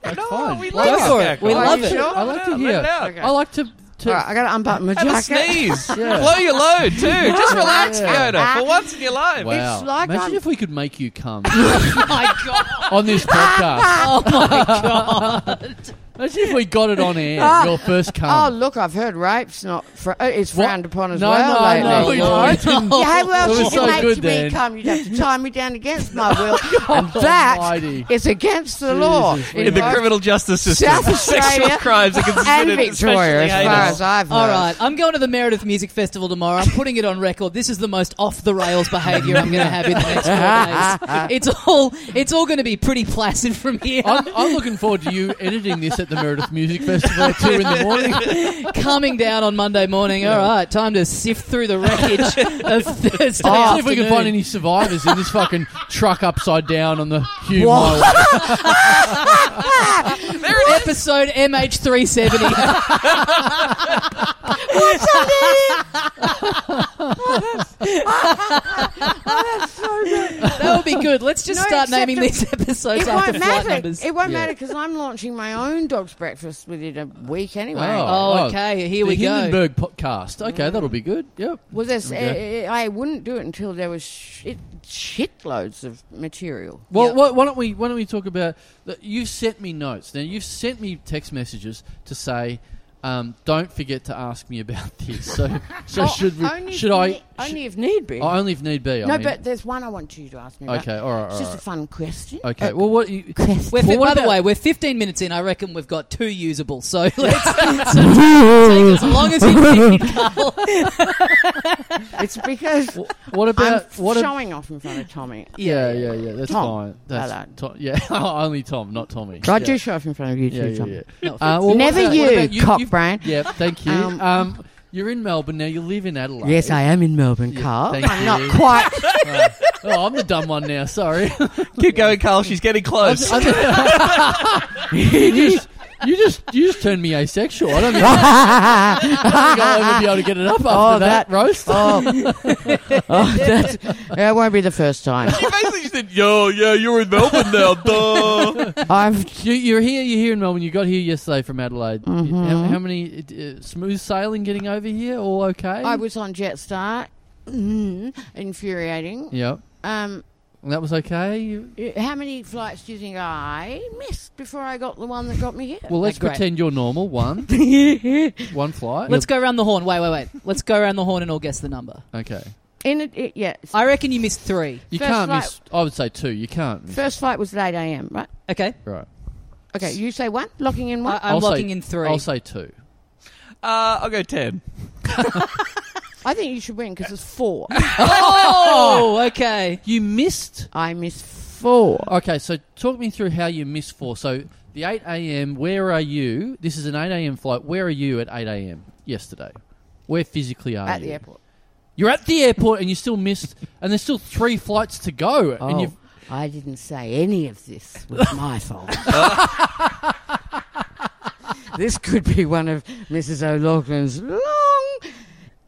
[SPEAKER 2] That's
[SPEAKER 5] No,
[SPEAKER 2] fine.
[SPEAKER 5] we
[SPEAKER 2] I
[SPEAKER 5] love
[SPEAKER 2] like
[SPEAKER 5] it.
[SPEAKER 2] to-
[SPEAKER 1] for it. We
[SPEAKER 2] I
[SPEAKER 1] love
[SPEAKER 2] like
[SPEAKER 1] it.
[SPEAKER 2] to- *laughs* I like to hear.
[SPEAKER 5] Let it out.
[SPEAKER 3] Okay.
[SPEAKER 2] I like to. to
[SPEAKER 3] All right, I got to unbutton my
[SPEAKER 5] Have a
[SPEAKER 3] jacket.
[SPEAKER 5] sneeze.
[SPEAKER 2] Yeah.
[SPEAKER 5] Blow your load too. Just relax,
[SPEAKER 2] Yeah.
[SPEAKER 5] Fiona. For once in your life.
[SPEAKER 2] Wow.
[SPEAKER 3] It's like
[SPEAKER 2] Imagine
[SPEAKER 3] I'm-
[SPEAKER 2] if we could make you
[SPEAKER 3] *laughs*
[SPEAKER 2] come
[SPEAKER 1] Oh my god!
[SPEAKER 2] on this
[SPEAKER 1] *laughs*
[SPEAKER 2] podcast.
[SPEAKER 1] Oh my
[SPEAKER 2] *laughs* Imagine if we got it on air,
[SPEAKER 3] Ah.
[SPEAKER 2] your first
[SPEAKER 3] Oh
[SPEAKER 2] come.
[SPEAKER 3] look, I've heard rape's not. Fr- uh, it's frowned upon as
[SPEAKER 2] No,
[SPEAKER 3] well.
[SPEAKER 2] no,
[SPEAKER 3] lately.
[SPEAKER 2] no,
[SPEAKER 1] we
[SPEAKER 3] Yeah,
[SPEAKER 1] won't. *laughs*
[SPEAKER 3] how
[SPEAKER 2] It
[SPEAKER 3] well
[SPEAKER 2] was
[SPEAKER 3] you
[SPEAKER 2] so
[SPEAKER 3] make
[SPEAKER 2] good
[SPEAKER 3] me
[SPEAKER 2] then.
[SPEAKER 3] come? You'd have to tie me down against my
[SPEAKER 2] *laughs*
[SPEAKER 3] will. and that is
[SPEAKER 2] almighty.
[SPEAKER 3] against the law.
[SPEAKER 2] Jesus,
[SPEAKER 3] It
[SPEAKER 5] In the
[SPEAKER 3] involves-
[SPEAKER 5] criminal justice system,
[SPEAKER 3] South
[SPEAKER 5] *laughs* sexual
[SPEAKER 3] Australia
[SPEAKER 5] crimes are
[SPEAKER 3] and
[SPEAKER 5] considered
[SPEAKER 3] Victoria,
[SPEAKER 5] especially
[SPEAKER 3] as far
[SPEAKER 5] heinous.
[SPEAKER 3] as I've heard.
[SPEAKER 1] All right, I'm going to the Meredith Music Festival tomorrow. I'm putting it on record. This is the most off the rails behaviour I'm going to have in the next four days. It's all it's all going to be pretty placid from here.
[SPEAKER 2] I'm, I'm looking forward to you editing this at the Meredith Music Festival at 2 in
[SPEAKER 1] *laughs*
[SPEAKER 2] the morning.
[SPEAKER 1] Coming down on Monday morning. All right, time to sift through the wreckage *laughs* of Thursday.
[SPEAKER 2] Let's see if we can
[SPEAKER 1] afternoon.
[SPEAKER 2] find any survivors in this fucking truck upside down on the Hume
[SPEAKER 3] What?
[SPEAKER 2] Highway.
[SPEAKER 1] *laughs* episode
[SPEAKER 3] *laughs*
[SPEAKER 1] MH370. that would be good good. Let's just
[SPEAKER 3] No,
[SPEAKER 1] start naming
[SPEAKER 3] except
[SPEAKER 1] these episodes
[SPEAKER 3] It
[SPEAKER 1] after
[SPEAKER 3] won't
[SPEAKER 1] flight
[SPEAKER 3] matter.
[SPEAKER 1] numbers.
[SPEAKER 3] It won't
[SPEAKER 2] Yeah.
[SPEAKER 3] matter because I'm launching my own dog's breakfast within a week anyway.
[SPEAKER 1] Oh, okay, here
[SPEAKER 2] the
[SPEAKER 1] we go.
[SPEAKER 2] Hindenburg podcast. Okay, that'll be good. Yep.
[SPEAKER 3] Well, there's,
[SPEAKER 2] Okay.
[SPEAKER 3] uh, I wouldn't do it until there was shit, shitloads of material.
[SPEAKER 2] Well,
[SPEAKER 1] Yep.
[SPEAKER 2] why, why don't we why don't we talk about that? You've sent me notes. Now you've sent me text messages to say, um, don't forget to ask me about *laughs* this. So, so
[SPEAKER 3] Oh,
[SPEAKER 2] should we?
[SPEAKER 3] only if
[SPEAKER 2] should I?
[SPEAKER 3] ne- only if need be.
[SPEAKER 2] oh, only if need be. I
[SPEAKER 3] no,
[SPEAKER 2] mean.
[SPEAKER 3] but there's one I want you to ask me about.
[SPEAKER 2] okay, all right, all
[SPEAKER 3] It's
[SPEAKER 2] right.
[SPEAKER 3] just a fun question.
[SPEAKER 2] okay.
[SPEAKER 3] *laughs* Uh,
[SPEAKER 2] Well, what you,
[SPEAKER 3] question.
[SPEAKER 1] We're fi-
[SPEAKER 2] Well, what
[SPEAKER 1] by the
[SPEAKER 2] about-
[SPEAKER 1] way, we're 15 minutes in. I reckon we've got two usable. So *laughs* let's let's take as long as
[SPEAKER 3] *laughs*
[SPEAKER 1] you need, Carl.
[SPEAKER 3] it's because
[SPEAKER 2] what
[SPEAKER 3] I'm
[SPEAKER 2] about what? ab-
[SPEAKER 3] showing off in front of Tommy.
[SPEAKER 2] yeah, yeah, yeah. That's
[SPEAKER 3] Tom.
[SPEAKER 2] fine. That's
[SPEAKER 3] Hello.
[SPEAKER 2] Tom- yeah, *laughs* oh, only Tom, not Tommy.
[SPEAKER 3] I
[SPEAKER 2] yeah.
[SPEAKER 3] do show off in front of you
[SPEAKER 2] Yeah,
[SPEAKER 3] too,
[SPEAKER 2] yeah,
[SPEAKER 3] Tommy.
[SPEAKER 2] yeah.
[SPEAKER 1] No,
[SPEAKER 2] Uh, well, what
[SPEAKER 3] Never
[SPEAKER 2] about-
[SPEAKER 3] you,
[SPEAKER 2] what about
[SPEAKER 3] cock
[SPEAKER 2] you've-
[SPEAKER 3] brain.
[SPEAKER 2] Yeah, thank you.
[SPEAKER 3] Um,
[SPEAKER 2] Um, you're in Melbourne now. You live in Adelaide.
[SPEAKER 3] Yes, I am in Melbourne,
[SPEAKER 2] Yeah,
[SPEAKER 3] Carl.
[SPEAKER 2] thank
[SPEAKER 3] I'm
[SPEAKER 2] you.
[SPEAKER 3] not quite.
[SPEAKER 2] *laughs* Oh, I'm the dumb one now. Sorry. *laughs*
[SPEAKER 4] Keep going, Carl. She's getting
[SPEAKER 5] *laughs*
[SPEAKER 4] close.
[SPEAKER 2] you just you just you just turned me asexual. I don't think, I don't think I'll ever be able to get it up after
[SPEAKER 3] Oh,
[SPEAKER 2] that,
[SPEAKER 3] that-
[SPEAKER 2] roast.
[SPEAKER 3] *laughs* oh, *laughs* oh that's, that won't be the
[SPEAKER 2] *laughs*
[SPEAKER 3] first time.
[SPEAKER 4] she basically just said, "Yo, yeah, you're in Melbourne now,
[SPEAKER 3] *laughs*
[SPEAKER 5] Uh,
[SPEAKER 4] duh."
[SPEAKER 3] I've
[SPEAKER 2] You, you're here. You're here in Melbourne. You got here yesterday from Adelaide. How, how many uh, smooth sailing getting over here? All okay?
[SPEAKER 3] I was on Jetstar. Mm, infuriating.
[SPEAKER 2] Yep.
[SPEAKER 3] Um,
[SPEAKER 2] And that was okay. You-
[SPEAKER 3] y- how many flights do you think I missed before I got the one that got me here?
[SPEAKER 1] *laughs*
[SPEAKER 2] Well, let's
[SPEAKER 1] great.
[SPEAKER 2] pretend you're
[SPEAKER 1] *laughs*
[SPEAKER 2] normal. One, one flight.
[SPEAKER 1] Let's go around the horn. Wait, wait, wait. Let's go around the horn and all guess the number.
[SPEAKER 2] Okay.
[SPEAKER 3] In it, it, yeah. s-
[SPEAKER 1] I reckon you missed three.
[SPEAKER 2] You
[SPEAKER 3] First
[SPEAKER 2] can't
[SPEAKER 3] flight-
[SPEAKER 2] miss. I would say two. You can't. Miss.
[SPEAKER 3] First flight was at eight a.m. Right?
[SPEAKER 1] Okay,
[SPEAKER 2] Right.
[SPEAKER 3] Okay, you say one. Locking in one.
[SPEAKER 1] I, I'm
[SPEAKER 2] I'll say-
[SPEAKER 1] locking in 3
[SPEAKER 2] I'll say two.
[SPEAKER 4] Uh, I'll go ten.
[SPEAKER 3] I think you should win because it's
[SPEAKER 1] *laughs*
[SPEAKER 3] four.
[SPEAKER 2] *laughs*
[SPEAKER 1] oh, okay.
[SPEAKER 2] You missed.
[SPEAKER 3] I missed four.
[SPEAKER 2] Okay, so talk me through how you missed four. So the eight a.m. Where are you? This is an eight a.m. flight. Where are you at eight a.m. yesterday? Where physically are
[SPEAKER 3] At
[SPEAKER 2] you?
[SPEAKER 3] the airport.
[SPEAKER 2] You're at the airport, and you still missed. and there's still three flights to go. And
[SPEAKER 3] Oh,
[SPEAKER 2] you've
[SPEAKER 3] I didn't say any of this
[SPEAKER 2] *laughs*
[SPEAKER 3] was my fault. this could be one of Mrs. O'Loughlin's long.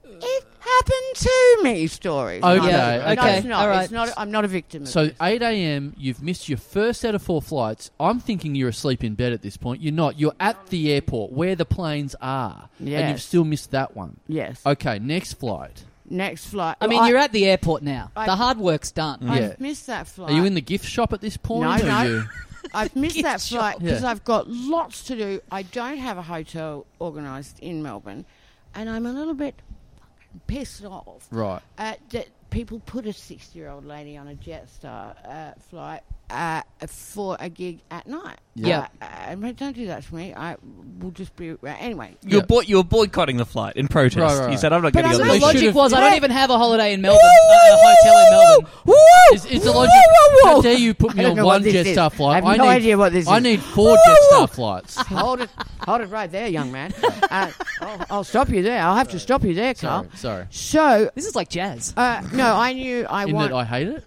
[SPEAKER 3] It happened to me stories.
[SPEAKER 2] Okay,
[SPEAKER 1] Yeah,
[SPEAKER 3] no,
[SPEAKER 1] okay,
[SPEAKER 3] it's not.
[SPEAKER 1] all right.
[SPEAKER 3] It's not. I'm not a victim. Of
[SPEAKER 2] so
[SPEAKER 3] this.
[SPEAKER 2] eight a.m. You've missed your first out of four flights. I'm thinking you're asleep in bed at this point. You're not. You're at the airport where the planes are, and you've
[SPEAKER 3] Yes.
[SPEAKER 2] still missed that one.
[SPEAKER 3] yes.
[SPEAKER 2] Okay, next flight.
[SPEAKER 3] Next flight.
[SPEAKER 1] I mean, you're at the airport now.
[SPEAKER 3] I-
[SPEAKER 1] the hard work's done.
[SPEAKER 3] I've
[SPEAKER 2] Yeah.
[SPEAKER 3] missed that flight.
[SPEAKER 2] Are you in the gift shop at this point?
[SPEAKER 3] No,
[SPEAKER 2] or
[SPEAKER 3] no.
[SPEAKER 2] you-
[SPEAKER 3] *laughs* I've missed that flight
[SPEAKER 2] Yeah.
[SPEAKER 3] because I've got lots to do. I don't have a hotel organised in Melbourne, and I'm a little bit pissed off
[SPEAKER 2] Right.
[SPEAKER 3] uh, that people put a 60 year old lady on a Jetstar uh, flight uh, for a gig at night.
[SPEAKER 1] Yeah.
[SPEAKER 3] Uh, uh, but don't do that to me. I will just be. Uh, anyway.
[SPEAKER 4] You were
[SPEAKER 2] Yeah.
[SPEAKER 4] boy- you were boycotting the flight in protest.
[SPEAKER 2] Right, right,
[SPEAKER 4] You
[SPEAKER 2] right.
[SPEAKER 4] said, "I'm not
[SPEAKER 3] But
[SPEAKER 4] getting on
[SPEAKER 3] I'm
[SPEAKER 1] My
[SPEAKER 2] not
[SPEAKER 4] the
[SPEAKER 2] They
[SPEAKER 4] plane."
[SPEAKER 1] logic
[SPEAKER 2] should've-
[SPEAKER 1] was I don't
[SPEAKER 3] Hey.
[SPEAKER 1] even have a holiday in Melbourne, uh,
[SPEAKER 2] uh,
[SPEAKER 1] a, a hotel in Melbourne.
[SPEAKER 2] It's, it's a logic. How dare you put me
[SPEAKER 3] I don't
[SPEAKER 2] on
[SPEAKER 3] know
[SPEAKER 2] one
[SPEAKER 3] what this is.
[SPEAKER 2] Jetstar
[SPEAKER 3] I
[SPEAKER 2] flight?
[SPEAKER 3] have no
[SPEAKER 2] need,
[SPEAKER 3] idea what this
[SPEAKER 2] I
[SPEAKER 3] is.
[SPEAKER 2] need four Jetstar flights.
[SPEAKER 3] *laughs* hold it, hold it right there,
[SPEAKER 2] *laughs*
[SPEAKER 3] young man. Uh, I'll, I'll stop you there. I'll have to stop you there, Carl.
[SPEAKER 2] Sorry, sorry.
[SPEAKER 3] So,
[SPEAKER 1] This is like jazz.
[SPEAKER 3] uh, no, I knew I
[SPEAKER 2] In that
[SPEAKER 3] want.
[SPEAKER 2] I hate
[SPEAKER 3] *laughs*
[SPEAKER 2] it.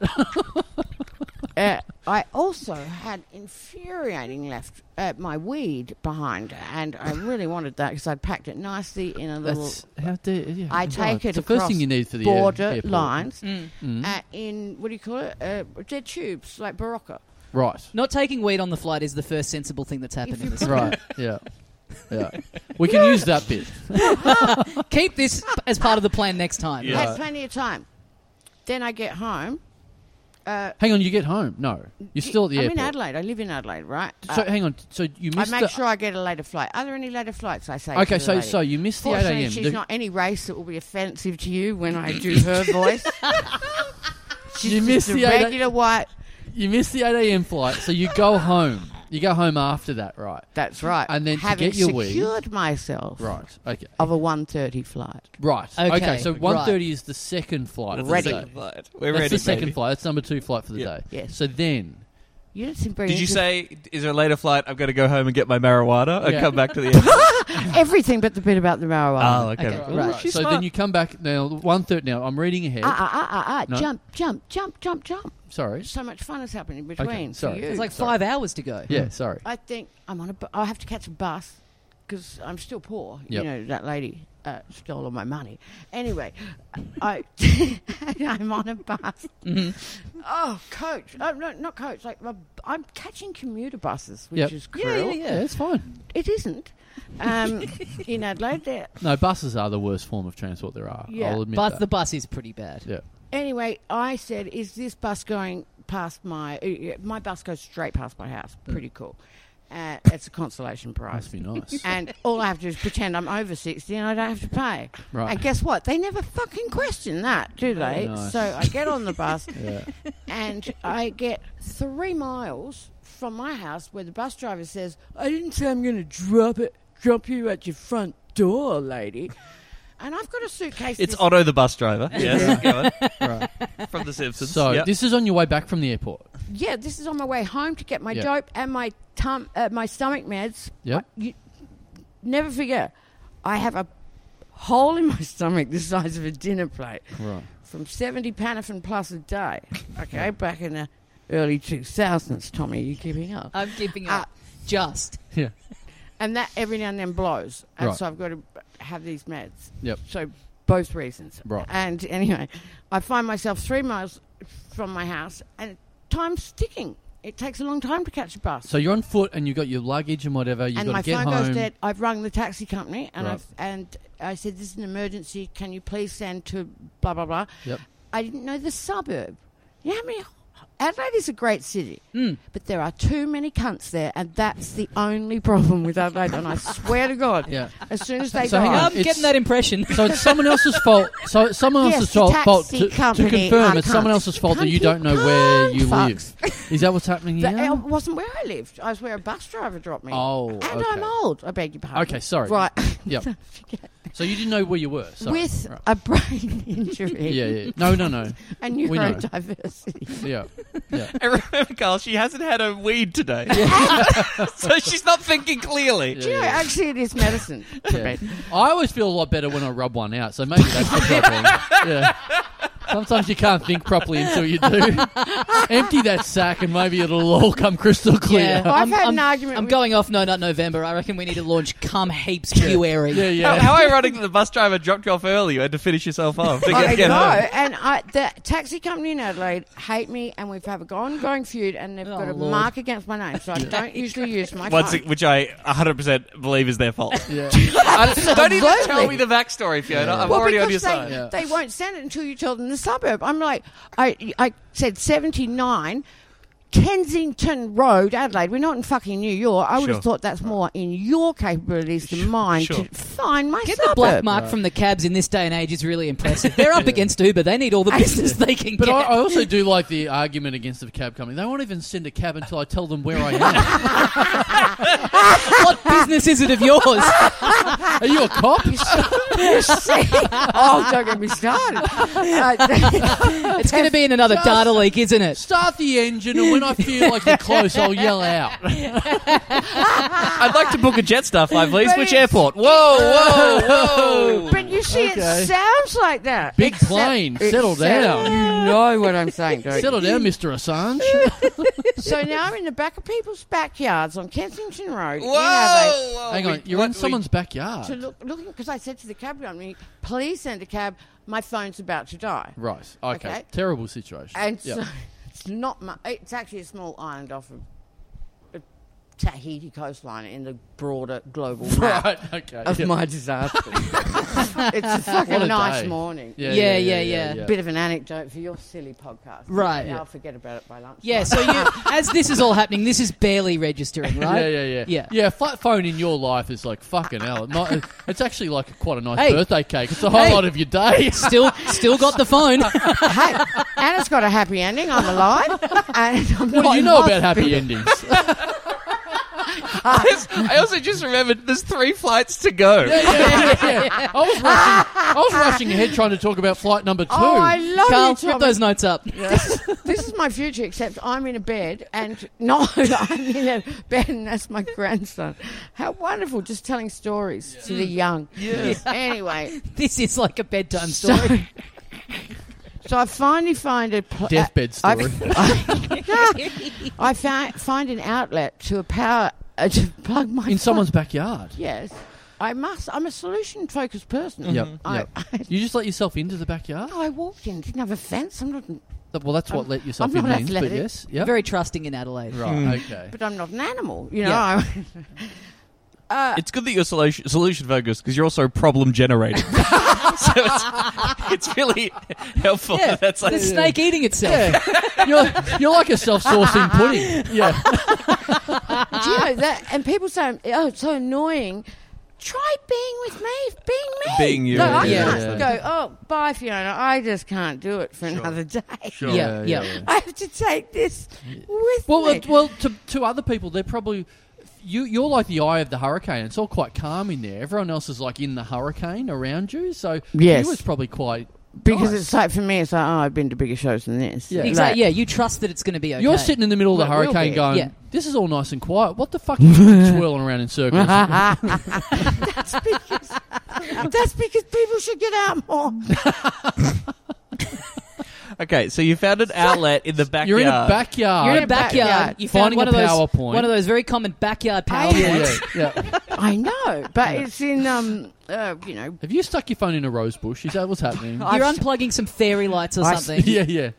[SPEAKER 3] Uh, I also had infuriating left uh, my weed behind, and I really wanted that because I packed it nicely in a little.
[SPEAKER 2] That's how dare. Yeah,
[SPEAKER 3] I
[SPEAKER 2] right.
[SPEAKER 3] take it
[SPEAKER 2] It's the
[SPEAKER 3] across
[SPEAKER 2] first thing you need for the air-
[SPEAKER 3] border
[SPEAKER 2] airport.
[SPEAKER 3] lines
[SPEAKER 1] Mm.
[SPEAKER 3] uh, in what do you call it? Uh, they're tubes like Barocca. *laughs*
[SPEAKER 2] Right.
[SPEAKER 1] Not taking weed on the flight is the first sensible thing that's happened in
[SPEAKER 3] you
[SPEAKER 1] this.
[SPEAKER 2] Right. Yeah. Yeah. We can use that bit.
[SPEAKER 1] Keep this as part of the plan next time.
[SPEAKER 4] Yeah.
[SPEAKER 3] Had plenty of time. Then I get home. Uh,
[SPEAKER 2] Hang on. You get home. No, you're still at the
[SPEAKER 3] I'm
[SPEAKER 2] airport.
[SPEAKER 3] in Adelaide. I live in Adelaide, right?
[SPEAKER 2] So
[SPEAKER 3] Uh,
[SPEAKER 2] hang on. So you
[SPEAKER 3] I
[SPEAKER 2] missed.
[SPEAKER 3] make
[SPEAKER 2] the,
[SPEAKER 3] sure I get a later flight. Are there any later flights? I say. to
[SPEAKER 2] okay.
[SPEAKER 3] the
[SPEAKER 2] So
[SPEAKER 3] lady.
[SPEAKER 2] so you missed the eight
[SPEAKER 3] Fortunately,
[SPEAKER 2] a.m.
[SPEAKER 3] she's
[SPEAKER 2] The-
[SPEAKER 3] not any race that will be offensive to you when
[SPEAKER 2] *coughs*
[SPEAKER 3] I do her voice.
[SPEAKER 2] *laughs*
[SPEAKER 3] She's
[SPEAKER 2] You missed
[SPEAKER 3] just a
[SPEAKER 2] the eight-
[SPEAKER 3] regular white.
[SPEAKER 2] You missed the eight a.m. flight. So you go home. You go home after that. Right.
[SPEAKER 3] That's right.
[SPEAKER 2] And then to
[SPEAKER 3] having
[SPEAKER 2] get your weed-
[SPEAKER 3] secured myself
[SPEAKER 2] Right. Okay.
[SPEAKER 3] of a one thirty flight.
[SPEAKER 2] Right.
[SPEAKER 1] Okay.
[SPEAKER 2] Okay. so
[SPEAKER 1] Right.
[SPEAKER 2] one thirty is the second flight. of the
[SPEAKER 3] Ready.
[SPEAKER 2] day.
[SPEAKER 4] Second flight. We're
[SPEAKER 2] That's
[SPEAKER 4] ready.
[SPEAKER 2] the second
[SPEAKER 4] baby.
[SPEAKER 2] flight. That's number two flight for the
[SPEAKER 4] Yeah.
[SPEAKER 2] day.
[SPEAKER 3] Yes.
[SPEAKER 2] So then,
[SPEAKER 3] You don't seem very.
[SPEAKER 4] Did you
[SPEAKER 3] interested-
[SPEAKER 4] say, "Is there a later flight? I'm going to go home and get my marijuana and
[SPEAKER 2] Yeah.
[SPEAKER 4] come back to the
[SPEAKER 2] *laughs*
[SPEAKER 4] airport"?
[SPEAKER 3] everything but the bit about the
[SPEAKER 2] Ah,
[SPEAKER 3] marijuana?
[SPEAKER 4] oh, okay.
[SPEAKER 1] Okay.
[SPEAKER 4] Ooh,
[SPEAKER 2] Right.
[SPEAKER 4] she's
[SPEAKER 2] so
[SPEAKER 4] smart.
[SPEAKER 2] then you come back now. One third. Now I'm reading ahead.
[SPEAKER 3] Ah ah ah ah ah!
[SPEAKER 2] No.
[SPEAKER 3] Jump jump jump jump jump!
[SPEAKER 2] Sorry.
[SPEAKER 3] So much fun has happened in between. for
[SPEAKER 2] sorry.
[SPEAKER 3] you.
[SPEAKER 1] It's like
[SPEAKER 2] Sorry.
[SPEAKER 1] five hours to go.
[SPEAKER 2] Yeah. Sorry.
[SPEAKER 3] I think I'm on a. Bu- I have to catch a bus because I'm still poor.
[SPEAKER 2] Yep.
[SPEAKER 3] You know, that lady uh, stole all my money.
[SPEAKER 2] *laughs*
[SPEAKER 3] Anyway, I, *laughs* I'm on a bus.
[SPEAKER 2] Mm-hmm.
[SPEAKER 3] Oh, coach. Oh, no, not coach. Like my, I'm catching commuter buses, which
[SPEAKER 2] Yep.
[SPEAKER 3] is cruel.
[SPEAKER 2] yeah, yeah, yeah. It's fine.
[SPEAKER 3] It isn't. Um,
[SPEAKER 2] *laughs*
[SPEAKER 3] in Adelaide, there.
[SPEAKER 2] No, buses are the worst form of transport there are.
[SPEAKER 3] Yeah.
[SPEAKER 2] I'll admit
[SPEAKER 1] But the
[SPEAKER 2] that.
[SPEAKER 1] bus is pretty bad.
[SPEAKER 2] yeah.
[SPEAKER 3] Anyway, I said, "Is this bus going past my? uh, My bus goes straight past my house.
[SPEAKER 2] Mm.
[SPEAKER 3] Pretty cool. Uh, it's a consolation prize.
[SPEAKER 2] Must be nice.
[SPEAKER 3] *laughs* and all I have to do is pretend I'm over 60 and I don't have to pay.
[SPEAKER 2] Right.
[SPEAKER 3] And guess what? They never fucking question that, do they?
[SPEAKER 2] nice.
[SPEAKER 3] So I get on the bus *laughs*
[SPEAKER 2] yeah.
[SPEAKER 3] and I get three miles from my house where the bus driver says, I didn't say I'm going to drop it, drop you at your front door, lady. And I've got a suitcase.
[SPEAKER 5] It's
[SPEAKER 3] this-
[SPEAKER 5] Otto the bus driver. Yes, go
[SPEAKER 2] Right.
[SPEAKER 5] on. from The Simpsons.
[SPEAKER 2] So
[SPEAKER 5] Yep.
[SPEAKER 2] this is on your way back from the airport.
[SPEAKER 3] Yeah, this is on my way home to get my
[SPEAKER 2] Yeah.
[SPEAKER 3] dope and my, tum- uh, my stomach meds.
[SPEAKER 2] Yep.
[SPEAKER 3] you never forget, I have a hole in my *laughs* stomach the size of a dinner plate
[SPEAKER 2] Right.
[SPEAKER 3] from 70 Panafin plus a day. Okay, back in the early 2000s, Tommy, you keeping up?
[SPEAKER 2] Uh,
[SPEAKER 1] I'm keeping
[SPEAKER 3] Ah.
[SPEAKER 1] up. Just.
[SPEAKER 2] Yeah.
[SPEAKER 3] And that every now and then blows. And
[SPEAKER 2] Right.
[SPEAKER 3] so I've got to have these meds.
[SPEAKER 2] Yep.
[SPEAKER 3] So both reasons.
[SPEAKER 2] Right.
[SPEAKER 3] And anyway, I find myself three miles from my house and time's ticking. It takes a long time to catch a bus.
[SPEAKER 2] So you're on foot and you've got your luggage and whatever. You've
[SPEAKER 3] and
[SPEAKER 2] got
[SPEAKER 3] my
[SPEAKER 2] to get
[SPEAKER 3] phone
[SPEAKER 2] home.
[SPEAKER 3] goes dead. I've rung the taxi company and
[SPEAKER 2] Right.
[SPEAKER 3] I've, and I said this is an emergency. Can you please send to blah blah blah?
[SPEAKER 2] Yep.
[SPEAKER 3] I didn't know the suburb. You know how many? Adelaide is a great city,
[SPEAKER 2] Hmm.
[SPEAKER 3] but there are too many cunts there, and that's the only problem with Adelaide. and I swear to God,
[SPEAKER 2] Yeah.
[SPEAKER 3] as soon as they
[SPEAKER 2] So
[SPEAKER 3] go,
[SPEAKER 2] hang on.
[SPEAKER 1] I'm
[SPEAKER 2] it's-
[SPEAKER 1] getting that
[SPEAKER 2] *laughs*
[SPEAKER 1] impression.
[SPEAKER 2] So it's someone else's fault. So it's someone
[SPEAKER 3] Yes,
[SPEAKER 2] else's
[SPEAKER 3] the
[SPEAKER 2] fault-
[SPEAKER 3] taxi
[SPEAKER 2] fault. To, to
[SPEAKER 3] company
[SPEAKER 2] confirm,
[SPEAKER 3] are
[SPEAKER 2] it's someone
[SPEAKER 3] cunts.
[SPEAKER 2] else's fault that you
[SPEAKER 3] Cunty
[SPEAKER 2] don't know where
[SPEAKER 3] cunt
[SPEAKER 2] you live.
[SPEAKER 3] fucks.
[SPEAKER 2] Is that what's happening
[SPEAKER 3] That-
[SPEAKER 2] here?
[SPEAKER 3] It wasn't where I lived. I was where a bus driver dropped me.
[SPEAKER 2] Oh,
[SPEAKER 3] and
[SPEAKER 2] okay.
[SPEAKER 3] I'm old. I beg your pardon.
[SPEAKER 2] Okay, sorry.
[SPEAKER 3] Right. *laughs*
[SPEAKER 2] Yep. So you didn't know where you were. Sorry.
[SPEAKER 3] With
[SPEAKER 2] Right.
[SPEAKER 3] a brain *laughs* injury.
[SPEAKER 2] Yeah, yeah. No, no, no.
[SPEAKER 3] And
[SPEAKER 2] We know.
[SPEAKER 3] neurodiversity.
[SPEAKER 2] Yeah. Yeah.
[SPEAKER 5] And *laughs* remember, Carl, she hasn't had a weed today. *laughs* so she's not thinking clearly.
[SPEAKER 3] Do you know, actually, it is medicine.
[SPEAKER 5] *laughs*
[SPEAKER 2] Yeah. I always feel a lot better when I rub one out, so maybe that's the
[SPEAKER 3] *laughs*
[SPEAKER 2] problem. Yeah. Sometimes you can't think properly until you do. *laughs* Empty that sack and maybe it'll all come crystal clear.
[SPEAKER 1] Yeah.
[SPEAKER 3] I've
[SPEAKER 1] I'm-
[SPEAKER 3] had an
[SPEAKER 1] I'm-
[SPEAKER 3] argument.
[SPEAKER 1] I'm
[SPEAKER 3] with-
[SPEAKER 1] going off No Nut November. I reckon we need to launch Cum Heaps Q Airy.
[SPEAKER 2] *laughs* Yeah,
[SPEAKER 5] How,
[SPEAKER 2] yeah.
[SPEAKER 5] how ironic that the bus driver dropped you off early. You had to finish yourself
[SPEAKER 2] *laughs*
[SPEAKER 5] off to
[SPEAKER 3] I
[SPEAKER 5] get, get
[SPEAKER 3] know,
[SPEAKER 5] home.
[SPEAKER 3] and I, the taxi company in Adelaide hate me, and we've had an ongoing feud, and they've
[SPEAKER 1] Oh,
[SPEAKER 3] got a
[SPEAKER 1] Lord.
[SPEAKER 3] mark against my name, so I don't usually use my
[SPEAKER 5] Once,
[SPEAKER 3] phone.
[SPEAKER 5] which I 100% believe is
[SPEAKER 2] *laughs*
[SPEAKER 5] their fault.
[SPEAKER 2] yeah.
[SPEAKER 5] I don't, don't even tell
[SPEAKER 3] Absolutely.
[SPEAKER 5] me the backstory, Fiona. I'm
[SPEAKER 3] well,
[SPEAKER 5] already
[SPEAKER 3] because
[SPEAKER 5] on your
[SPEAKER 3] they,
[SPEAKER 5] side.
[SPEAKER 2] Yeah.
[SPEAKER 3] they won't send it until you tell them the suburb. I'm like, I, I said 79 Kensington Road, Adelaide. We're not in fucking New York. I would
[SPEAKER 5] Sure.
[SPEAKER 3] have thought that's more in your capabilities than mine
[SPEAKER 5] sure.
[SPEAKER 3] to find my
[SPEAKER 1] Get
[SPEAKER 3] suburb.
[SPEAKER 1] the black mark from the cabs in this day and age is really impressive. They're
[SPEAKER 2] *laughs*
[SPEAKER 1] up against Uber. They need all the business they can
[SPEAKER 2] But
[SPEAKER 1] get.
[SPEAKER 2] I,
[SPEAKER 1] *laughs*
[SPEAKER 2] I also do like the argument against the cab company. They won't even send a cab until I tell them where I am.
[SPEAKER 3] *laughs*
[SPEAKER 1] what business is it of yours?
[SPEAKER 2] *laughs* Are you a cop?
[SPEAKER 3] oh, don't get me started. Uh,
[SPEAKER 1] It's going to be in another data leak, isn't it?
[SPEAKER 2] Start the engine, and when I feel like you're close, I'll yell out.
[SPEAKER 5] I'd like to book a Jetstar flight, please.
[SPEAKER 3] But
[SPEAKER 5] Which
[SPEAKER 3] it's-
[SPEAKER 5] airport? Whoa, whoa,
[SPEAKER 3] *laughs*
[SPEAKER 5] whoa.
[SPEAKER 3] but you see,
[SPEAKER 2] Okay.
[SPEAKER 3] it sounds like that.
[SPEAKER 2] Big
[SPEAKER 3] Except-
[SPEAKER 2] plane, settle
[SPEAKER 3] except-
[SPEAKER 2] down.
[SPEAKER 3] You know what I'm saying, don't
[SPEAKER 2] Settle down, Mr.
[SPEAKER 3] *laughs*
[SPEAKER 2] Assange.
[SPEAKER 3] you? So now I'm in the back of people's backyards on Kensington Road. in
[SPEAKER 5] Whoa,
[SPEAKER 3] Adelaide.
[SPEAKER 5] whoa.
[SPEAKER 2] Hang on,
[SPEAKER 5] We-
[SPEAKER 2] you're
[SPEAKER 5] what-
[SPEAKER 2] in
[SPEAKER 5] we-
[SPEAKER 2] someone's
[SPEAKER 3] to
[SPEAKER 2] backyard.
[SPEAKER 3] look looking because I said to the cab company, "Please send a cab. My phone's about to die."
[SPEAKER 2] Right. Okay.
[SPEAKER 3] Okay.
[SPEAKER 2] Terrible situation.
[SPEAKER 3] And
[SPEAKER 2] Yeah.
[SPEAKER 3] so *laughs* it's not. Mu- it's actually a small island off of the Tahiti coastline in the broader
[SPEAKER 2] *laughs*
[SPEAKER 3] global
[SPEAKER 2] *laughs*
[SPEAKER 3] map
[SPEAKER 2] Right. Okay.
[SPEAKER 3] of
[SPEAKER 2] Yeah. *laughs*
[SPEAKER 3] my disaster. it's a
[SPEAKER 2] What
[SPEAKER 3] fucking
[SPEAKER 2] a
[SPEAKER 3] nice
[SPEAKER 2] day.
[SPEAKER 3] morning.
[SPEAKER 2] Yeah.
[SPEAKER 1] Yeah,
[SPEAKER 2] Yeah.
[SPEAKER 1] yeah,
[SPEAKER 2] Yeah. yeah,
[SPEAKER 1] yeah.
[SPEAKER 2] yeah.
[SPEAKER 3] Bit of an anecdote for your silly podcast.
[SPEAKER 1] Right.
[SPEAKER 3] I'll
[SPEAKER 1] Yeah.
[SPEAKER 3] forget about it by lunch.
[SPEAKER 1] Yeah, so you, as this is all happening, this is barely registering, right?
[SPEAKER 2] Yeah, yeah, yeah,
[SPEAKER 1] Yeah.
[SPEAKER 2] flat phone in your life is like fucking hell. It
[SPEAKER 3] *laughs*
[SPEAKER 2] might- It's actually like quite a nice
[SPEAKER 1] Hey.
[SPEAKER 2] birthday cake. It's the highlight of your day.
[SPEAKER 1] Still, still got the
[SPEAKER 2] *laughs*
[SPEAKER 1] phone.
[SPEAKER 3] *laughs* hey, and it's got a happy ending. I'm alive. And I'm
[SPEAKER 2] What
[SPEAKER 3] not
[SPEAKER 2] do you know
[SPEAKER 3] in
[SPEAKER 2] about happy
[SPEAKER 3] hospital. *laughs*
[SPEAKER 2] endings?
[SPEAKER 5] *laughs* I also just remembered there's three flights to go.
[SPEAKER 2] yeah, yeah, yeah. I was rushing. I was rushing ahead trying to talk about flight number two.
[SPEAKER 3] Oh, I love
[SPEAKER 1] Carl,
[SPEAKER 3] you,
[SPEAKER 1] rip
[SPEAKER 3] Tommy.
[SPEAKER 1] those notes up.
[SPEAKER 3] This is my future, except I'm in a bed and *laughs* no, I'm in a bed and that's my grandson. How wonderful, just telling stories to the young. Yes. *laughs* Anyway,
[SPEAKER 1] This is like a bedtime
[SPEAKER 3] so,
[SPEAKER 1] story.
[SPEAKER 3] so I finally find a pl- uh, *laughs*
[SPEAKER 2] Deathbed
[SPEAKER 3] I-
[SPEAKER 2] story.
[SPEAKER 3] I, found, find an outlet to a power uh, to plug my
[SPEAKER 2] in someone's
[SPEAKER 3] phone.
[SPEAKER 2] backyard.
[SPEAKER 3] *laughs* Yes, I must. I'm a solution focused person.
[SPEAKER 2] Yep,
[SPEAKER 3] I,
[SPEAKER 2] yep.
[SPEAKER 3] I, *laughs*
[SPEAKER 2] You just let yourself into the backyard.
[SPEAKER 3] I walked in. Didn't have a fence. I'm not. an-
[SPEAKER 2] Th- Well, that's what
[SPEAKER 3] I'm-
[SPEAKER 2] let yourself
[SPEAKER 3] I'm
[SPEAKER 2] in
[SPEAKER 3] not
[SPEAKER 2] means. But
[SPEAKER 3] athletic.
[SPEAKER 2] yes, yeah,
[SPEAKER 1] Very trusting in Adelaide.
[SPEAKER 2] right. Okay.
[SPEAKER 3] But I'm not an animal. You know.
[SPEAKER 1] Yeah.
[SPEAKER 3] I-
[SPEAKER 5] It's good that you're solution, solution focused because you're also problem generating. *laughs* so it's, it's really helpful.
[SPEAKER 1] *laughs*
[SPEAKER 2] *laughs*
[SPEAKER 1] Yeah,
[SPEAKER 5] That's like
[SPEAKER 1] the snake eating itself.
[SPEAKER 2] you're, you're like a
[SPEAKER 3] *laughs*
[SPEAKER 2] self-sourcing pudding. Yeah.
[SPEAKER 3] Do you know that? And people say, "Oh, it's so annoying." Try being with me. Being me.
[SPEAKER 5] Being you.
[SPEAKER 3] No, I
[SPEAKER 2] Yeah,
[SPEAKER 3] can't
[SPEAKER 2] yeah.
[SPEAKER 3] go. Oh, bye, Fiona. I just can't do it for another day.
[SPEAKER 1] *laughs* Yeah, yeah.
[SPEAKER 3] *laughs* I have to take this
[SPEAKER 2] *laughs*
[SPEAKER 3] with
[SPEAKER 2] Well,
[SPEAKER 3] me.
[SPEAKER 2] uh, well, to to other people, they're probably you. You're like the eye of the hurricane. It's all quite calm in there. Everyone else is like in the hurricane around you. So
[SPEAKER 3] Yes.
[SPEAKER 2] you was probably quite
[SPEAKER 3] because
[SPEAKER 2] nice.
[SPEAKER 3] it's like for me, it's like, oh, I've been to bigger shows than this.
[SPEAKER 2] Yeah.
[SPEAKER 1] Exactly.
[SPEAKER 3] *laughs*
[SPEAKER 1] Yeah, you trust that it's going to be okay.
[SPEAKER 2] You're sitting in the middle of the
[SPEAKER 3] Well, it will
[SPEAKER 2] hurricane
[SPEAKER 3] be,
[SPEAKER 2] going,
[SPEAKER 1] yeah.
[SPEAKER 2] this is all nice and quiet. What the fuck
[SPEAKER 3] *laughs*
[SPEAKER 2] is swirling around in circles?
[SPEAKER 3] That's because people should get out more.
[SPEAKER 5] Okay, so you found an outlet in the backyard.
[SPEAKER 2] You're in a backyard.
[SPEAKER 1] You're in
[SPEAKER 3] Yeah,
[SPEAKER 1] a backyard.
[SPEAKER 3] backyard.
[SPEAKER 1] You found
[SPEAKER 2] Finding
[SPEAKER 1] one
[SPEAKER 2] a
[SPEAKER 1] of those
[SPEAKER 2] PowerPoint.
[SPEAKER 1] one of those very common backyard
[SPEAKER 3] I-
[SPEAKER 1] PowerPoints.
[SPEAKER 2] Yeah, yeah, yeah.
[SPEAKER 3] I know, but it's in um, uh, you know,
[SPEAKER 2] Have you stuck your phone in a rose bush? Is that what's happening?
[SPEAKER 3] I-
[SPEAKER 1] You're
[SPEAKER 3] I've-
[SPEAKER 1] unplugging some fairy lights or
[SPEAKER 3] I-
[SPEAKER 1] something.
[SPEAKER 3] *laughs*
[SPEAKER 2] yeah, yeah.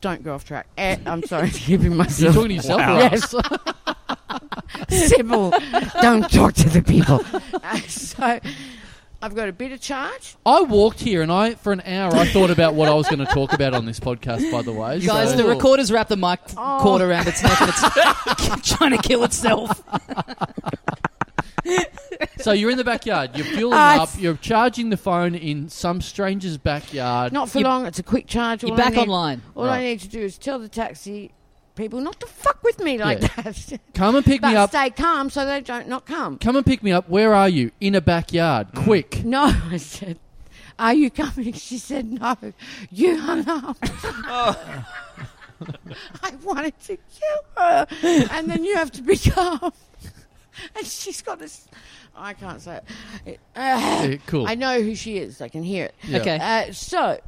[SPEAKER 3] don't go off track. Eh, I'm sorry, keeping
[SPEAKER 2] You're
[SPEAKER 3] myself.
[SPEAKER 2] talking to yourself.
[SPEAKER 5] Wow.
[SPEAKER 2] or us?
[SPEAKER 3] Yes. Sybil, don't talk to the people. Uh, *laughs* so, I've got a bit of charge.
[SPEAKER 2] I walked here and I, for an hour, I thought about what I was going to talk about on this podcast. By the way,
[SPEAKER 1] Guys,
[SPEAKER 2] So-
[SPEAKER 1] the recorder's wrapped the mic
[SPEAKER 3] Oh.
[SPEAKER 1] cord around its neck and
[SPEAKER 3] *laughs*
[SPEAKER 1] it's *laughs* trying to kill itself.
[SPEAKER 2] So you're in the backyard. You're fueling
[SPEAKER 3] Ah,
[SPEAKER 2] up. You're charging the phone in some stranger's backyard.
[SPEAKER 3] Not for long. It's a quick charge.
[SPEAKER 1] You're
[SPEAKER 3] All I
[SPEAKER 1] back
[SPEAKER 3] need-
[SPEAKER 1] online.
[SPEAKER 3] All I
[SPEAKER 2] Right.
[SPEAKER 3] need to do is tell the taxi people not to fuck with me like
[SPEAKER 2] Yeah.
[SPEAKER 3] that. *laughs*
[SPEAKER 2] Come and pick
[SPEAKER 3] but
[SPEAKER 2] me up.
[SPEAKER 3] stay calm so they don't not come.
[SPEAKER 2] Come and pick me up. Where are you? In a backyard. Quick.
[SPEAKER 3] No, *laughs* I said, are you coming? She said, no, you hung up. *laughs* I wanted to kill her. And then you have to be *laughs* calm. And she's got this. I can't say it. it uh,
[SPEAKER 2] Yeah, cool. Oh
[SPEAKER 3] I know who she is. I can hear it.
[SPEAKER 2] Yeah.
[SPEAKER 1] Okay.
[SPEAKER 3] Uh, so,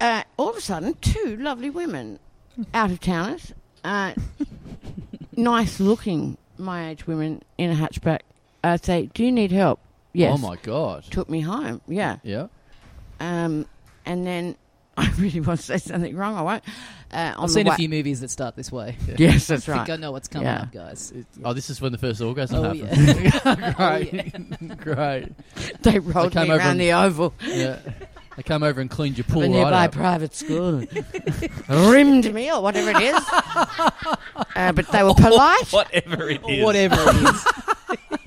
[SPEAKER 3] uh, all of a sudden, two lovely women, out of towners,
[SPEAKER 2] *laughs*
[SPEAKER 3] uh, nice looking, my age women in a hatchback, uh, say, Do you need help? Yes.
[SPEAKER 2] Oh my god.
[SPEAKER 3] Took me home, yeah.
[SPEAKER 2] Yeah.
[SPEAKER 3] Um, and then *laughs* I really want to say something wrong, I won't. Uh, on
[SPEAKER 1] I've
[SPEAKER 3] the
[SPEAKER 1] seen
[SPEAKER 3] way-
[SPEAKER 1] a few movies that start this way.
[SPEAKER 3] Yes, that's
[SPEAKER 1] *laughs* I think I
[SPEAKER 3] right.
[SPEAKER 1] know what's coming
[SPEAKER 3] Yeah.
[SPEAKER 1] up, guys.
[SPEAKER 2] Oh, this is when the first orgasm
[SPEAKER 1] Oh
[SPEAKER 2] happened.
[SPEAKER 1] yeah.
[SPEAKER 2] *laughs* Great. Great.
[SPEAKER 3] They rolled
[SPEAKER 2] came
[SPEAKER 3] me
[SPEAKER 2] over
[SPEAKER 3] around
[SPEAKER 2] and-
[SPEAKER 3] the oval
[SPEAKER 2] *laughs* Yeah. I come over and cleaned your
[SPEAKER 3] of
[SPEAKER 2] pool
[SPEAKER 3] a
[SPEAKER 2] right
[SPEAKER 3] nearby
[SPEAKER 2] up.
[SPEAKER 3] private school and *laughs* rimmed me or whatever it is. uh, but they were polite.
[SPEAKER 5] Whatever it
[SPEAKER 1] *laughs*
[SPEAKER 5] is.
[SPEAKER 1] Whatever it is.